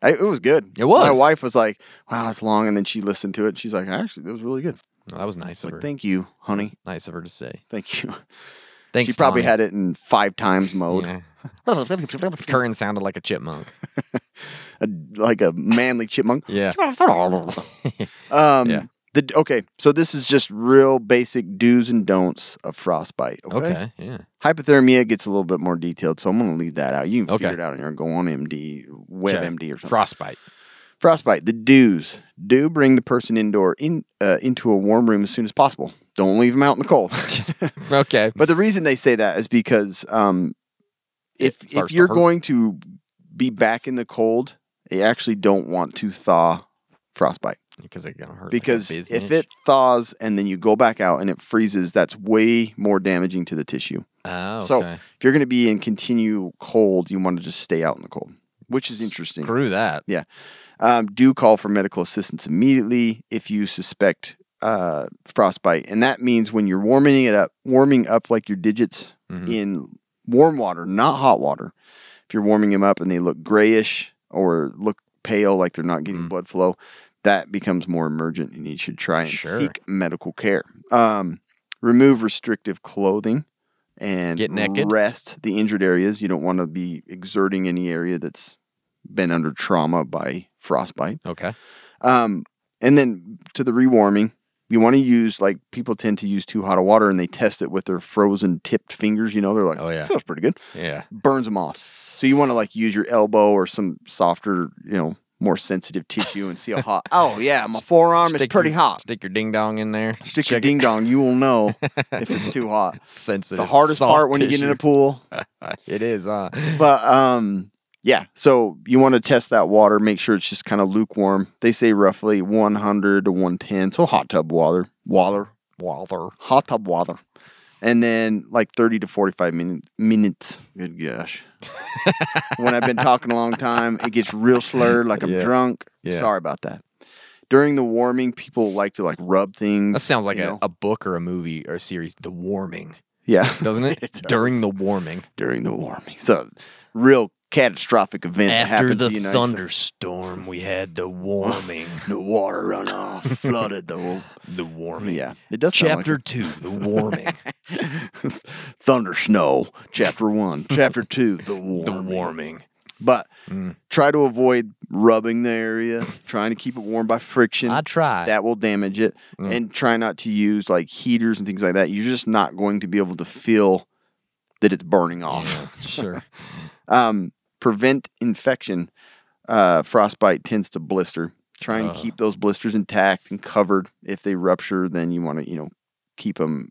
Speaker 5: I, it was good.
Speaker 4: It was.
Speaker 5: My wife was like, "Wow, it's long," and then she listened to it. And she's like, "Actually, that was really good."
Speaker 4: Well, that was nice
Speaker 5: It's
Speaker 4: of her.
Speaker 5: like, "Thank you, honey.
Speaker 4: nice of her to say.
Speaker 5: Thank you." (laughs)
Speaker 4: Thanks.
Speaker 5: she probably
Speaker 4: Tommy.
Speaker 5: had it in five times mode,
Speaker 4: Yeah. Curran sounded like a
Speaker 5: (laughs)
Speaker 4: chipmunk.
Speaker 5: A- (laughs) like a manly chipmunk. (laughs)
Speaker 4: Yeah.
Speaker 5: Um,
Speaker 4: Yeah.
Speaker 5: The, okay, so this is just real basic do's and don'ts of frostbite.
Speaker 4: Okay. Yeah.
Speaker 5: Hypothermia gets a little bit more detailed, so I'm going to leave that out. You can
Speaker 4: Okay.
Speaker 5: figure it out on your own. Go on MD, WebMD, or something.
Speaker 4: Frostbite.
Speaker 5: Frostbite. The do's do bring the person indoor in uh, into a warm room as soon as possible. Don't leave them out in
Speaker 4: (laughs)
Speaker 5: the cold. (laughs)
Speaker 4: Okay.
Speaker 5: but the reason they say that is because um,
Speaker 4: It
Speaker 5: if
Speaker 4: starts
Speaker 5: if
Speaker 4: to
Speaker 5: you're
Speaker 4: hurt.
Speaker 5: going to be back in the cold, they actually don't want to thaw frostbite
Speaker 4: Because they're gonna hurt. like a
Speaker 5: because
Speaker 4: biz
Speaker 5: if
Speaker 4: niche.
Speaker 5: it thaws and then you go back out and it freezes, that's way more damaging to the tissue.
Speaker 4: Oh, okay.
Speaker 5: So if you're going to be in continue cold, you want to just stay out in the cold, which is interesting.
Speaker 4: Screw that.
Speaker 5: Yeah. Um, do call for medical assistance immediately if you suspect uh, frostbite, and that means when you're warming it up, warming up like your digits
Speaker 4: Mm-hmm.
Speaker 5: in warm water, not hot water. If you're warming them up and they look grayish or look pale, like they're not
Speaker 4: Mm-hmm.
Speaker 5: getting blood flow, that becomes more emergent, and you should try and
Speaker 4: Sure.
Speaker 5: seek medical care. Um, remove restrictive clothing and
Speaker 4: Get naked.
Speaker 5: rest the injured areas. You don't want to be exerting any area that's been under trauma by frostbite.
Speaker 4: Okay.
Speaker 5: Um, and then to the rewarming, you want to use like people tend to use too hot of water and they test it with their frozen tipped fingers. You know, they're like,
Speaker 4: Oh, yeah.
Speaker 5: feels pretty good,
Speaker 4: Yeah.
Speaker 5: burns them off. So you want to like use your elbow or some softer, you know, more sensitive tissue and see
Speaker 4: (laughs)
Speaker 5: how hot. oh yeah, my forearm is
Speaker 4: Stick
Speaker 5: pretty
Speaker 4: your-
Speaker 5: hot.
Speaker 4: Stick your ding dong in there.
Speaker 5: Stick your
Speaker 4: check it.
Speaker 5: ding dong, you will know if it's too
Speaker 4: (laughs)
Speaker 5: hot. It's
Speaker 4: Sensitive.
Speaker 5: the hardest
Speaker 4: soft
Speaker 5: part when you get in a
Speaker 4: tissue.
Speaker 5: pool.
Speaker 4: it is. Uh,
Speaker 5: but um yeah so you want to test that water make sure it's just kind of lukewarm they say roughly 100 to 110 so hot tub water water water hot tub water and then like 30 to 45 minute, minutes good gosh when i've been talking a long time it gets real slurred like i'm
Speaker 4: Yeah.
Speaker 5: drunk
Speaker 4: Yeah.
Speaker 5: sorry about that during the warming people like to like rub things
Speaker 4: that sounds like
Speaker 5: you
Speaker 4: a,
Speaker 5: know?
Speaker 4: a book or a movie or a series. The Warming,
Speaker 5: yeah
Speaker 4: doesn't it?
Speaker 5: (laughs) It does.
Speaker 4: (laughs) During the warming.
Speaker 5: during the warming so real catastrophic event that
Speaker 4: After
Speaker 5: happened
Speaker 4: the
Speaker 5: to you. know, it's like,
Speaker 4: thunderstorm, we had the warming.
Speaker 5: (laughs) the
Speaker 4: (laughs)
Speaker 5: water runoff flooded the whole.
Speaker 4: the warming.
Speaker 5: Yeah, it does. sound like
Speaker 4: Chapter two, the warming.
Speaker 5: (laughs) Thunder Snow, Chapter One,
Speaker 4: (laughs)
Speaker 5: Chapter Two, the warming.
Speaker 4: the Mm. warming.
Speaker 5: But try to avoid rubbing
Speaker 4: (laughs)
Speaker 5: the area, trying to keep it warm by friction.
Speaker 4: I Mm. tried.
Speaker 5: That will damage it. And try not to use like heaters and things like that. You're just not going to be able to feel that it's burning off.
Speaker 4: Yeah, (laughs) sure.
Speaker 5: Um, prevent infection. Uh, frostbite tends to blister. Try and keep those blisters intact and covered. If they rupture, then you want to, you know, keep them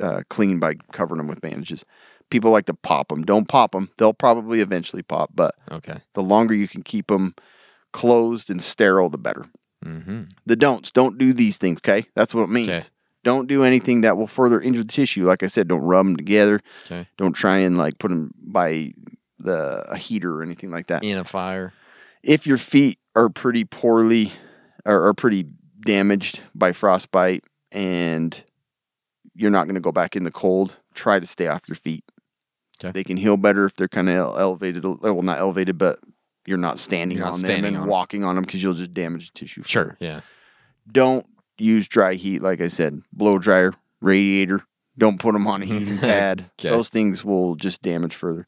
Speaker 5: uh, clean by covering them with bandages. People like to pop them. Don't pop them. They'll probably eventually pop, but
Speaker 4: Okay.
Speaker 5: the longer you can keep them closed and sterile, the better.
Speaker 4: Mm-hmm.
Speaker 5: The don'ts don't do these things, okay? That's what it means.
Speaker 4: 'Kay.
Speaker 5: Don't do anything that will further injure the tissue. Like I said, don't rub them together.
Speaker 4: Okay.
Speaker 5: Don't try and like put them by the a heater or anything like that.
Speaker 4: In a fire.
Speaker 5: If your feet are pretty poorly or are pretty damaged by frostbite and you're not going to go back in the cold, try to stay off your feet.
Speaker 4: 'Kay.
Speaker 5: They can heal better if they're kind of elevated. a- Well, not elevated, but you're not standing
Speaker 4: You're not
Speaker 5: on
Speaker 4: standing
Speaker 5: them and
Speaker 4: on 'em.
Speaker 5: walking on them because you'll just damage the tissue. further
Speaker 4: Sure. Yeah.
Speaker 5: don't use dry heat. Like I said, blow dryer, radiator. Don't put them on a heating pad.
Speaker 4: Okay.
Speaker 5: Those things will just damage further.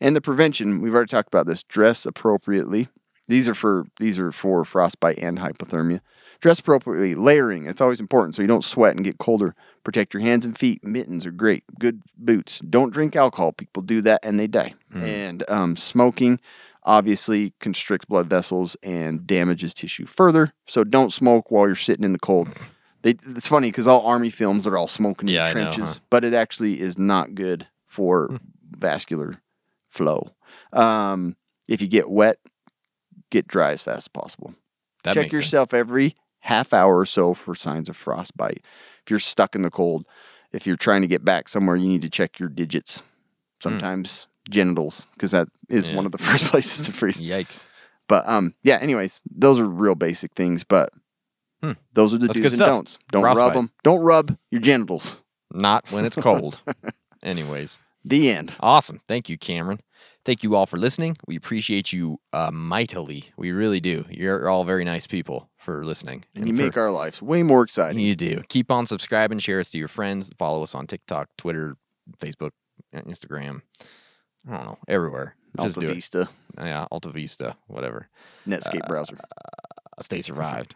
Speaker 5: And the prevention, we've already talked about this. Dress appropriately. These are for these are for frostbite and hypothermia. Dress appropriately. Layering. It's always important so you don't sweat and get colder. Protect your hands and feet. Mittens are great. Good boots. Don't drink alcohol. People do that and they die.
Speaker 4: Hmm.
Speaker 5: And um, smoking obviously constricts blood vessels and damages tissue further. So don't smoke while you're sitting in the cold.
Speaker 4: (laughs)
Speaker 5: They, it's funny because all army films are all smoking
Speaker 4: Yeah,
Speaker 5: in
Speaker 4: I know,
Speaker 5: trenches,
Speaker 4: huh? Hmm.
Speaker 5: but it actually is not good for vascular flow. Um, if you get wet, get dry as fast as possible.
Speaker 4: That
Speaker 5: Check
Speaker 4: makes sense.
Speaker 5: yourself every half hour or so for signs of frostbite. If you're stuck in the cold, if you're trying to get back somewhere, you need to check your digits. Sometimes genitals, because that is
Speaker 4: Hmm. Yeah.
Speaker 5: one of the (laughs) first places to freeze.
Speaker 4: Yikes.
Speaker 5: But um, yeah. Anyways, those are real basic things, but
Speaker 4: Hmm.
Speaker 5: those are the
Speaker 4: That's good
Speaker 5: do's and
Speaker 4: stuff.
Speaker 5: don'ts. Don't rub
Speaker 4: Frostbite.
Speaker 5: them. Don't rub your genitals.
Speaker 4: Not when it's
Speaker 5: (laughs)
Speaker 4: cold. Anyways.
Speaker 5: The end.
Speaker 4: Awesome. Thank you, Cameron. Thank you all for listening. We appreciate you uh, mightily. We really do. You're all very nice people for listening.
Speaker 5: And you
Speaker 4: for-
Speaker 5: make our lives way more exciting.
Speaker 4: You do. Keep on subscribing, share us to your friends, follow us on TikTok, Twitter, Facebook, uh, Instagram. I don't know, everywhere. Just
Speaker 5: Alta
Speaker 4: do Uh,
Speaker 5: Vista
Speaker 4: it. Yeah, Alta Vista, whatever. Uh,
Speaker 5: Netscape browser.
Speaker 4: Stay survived.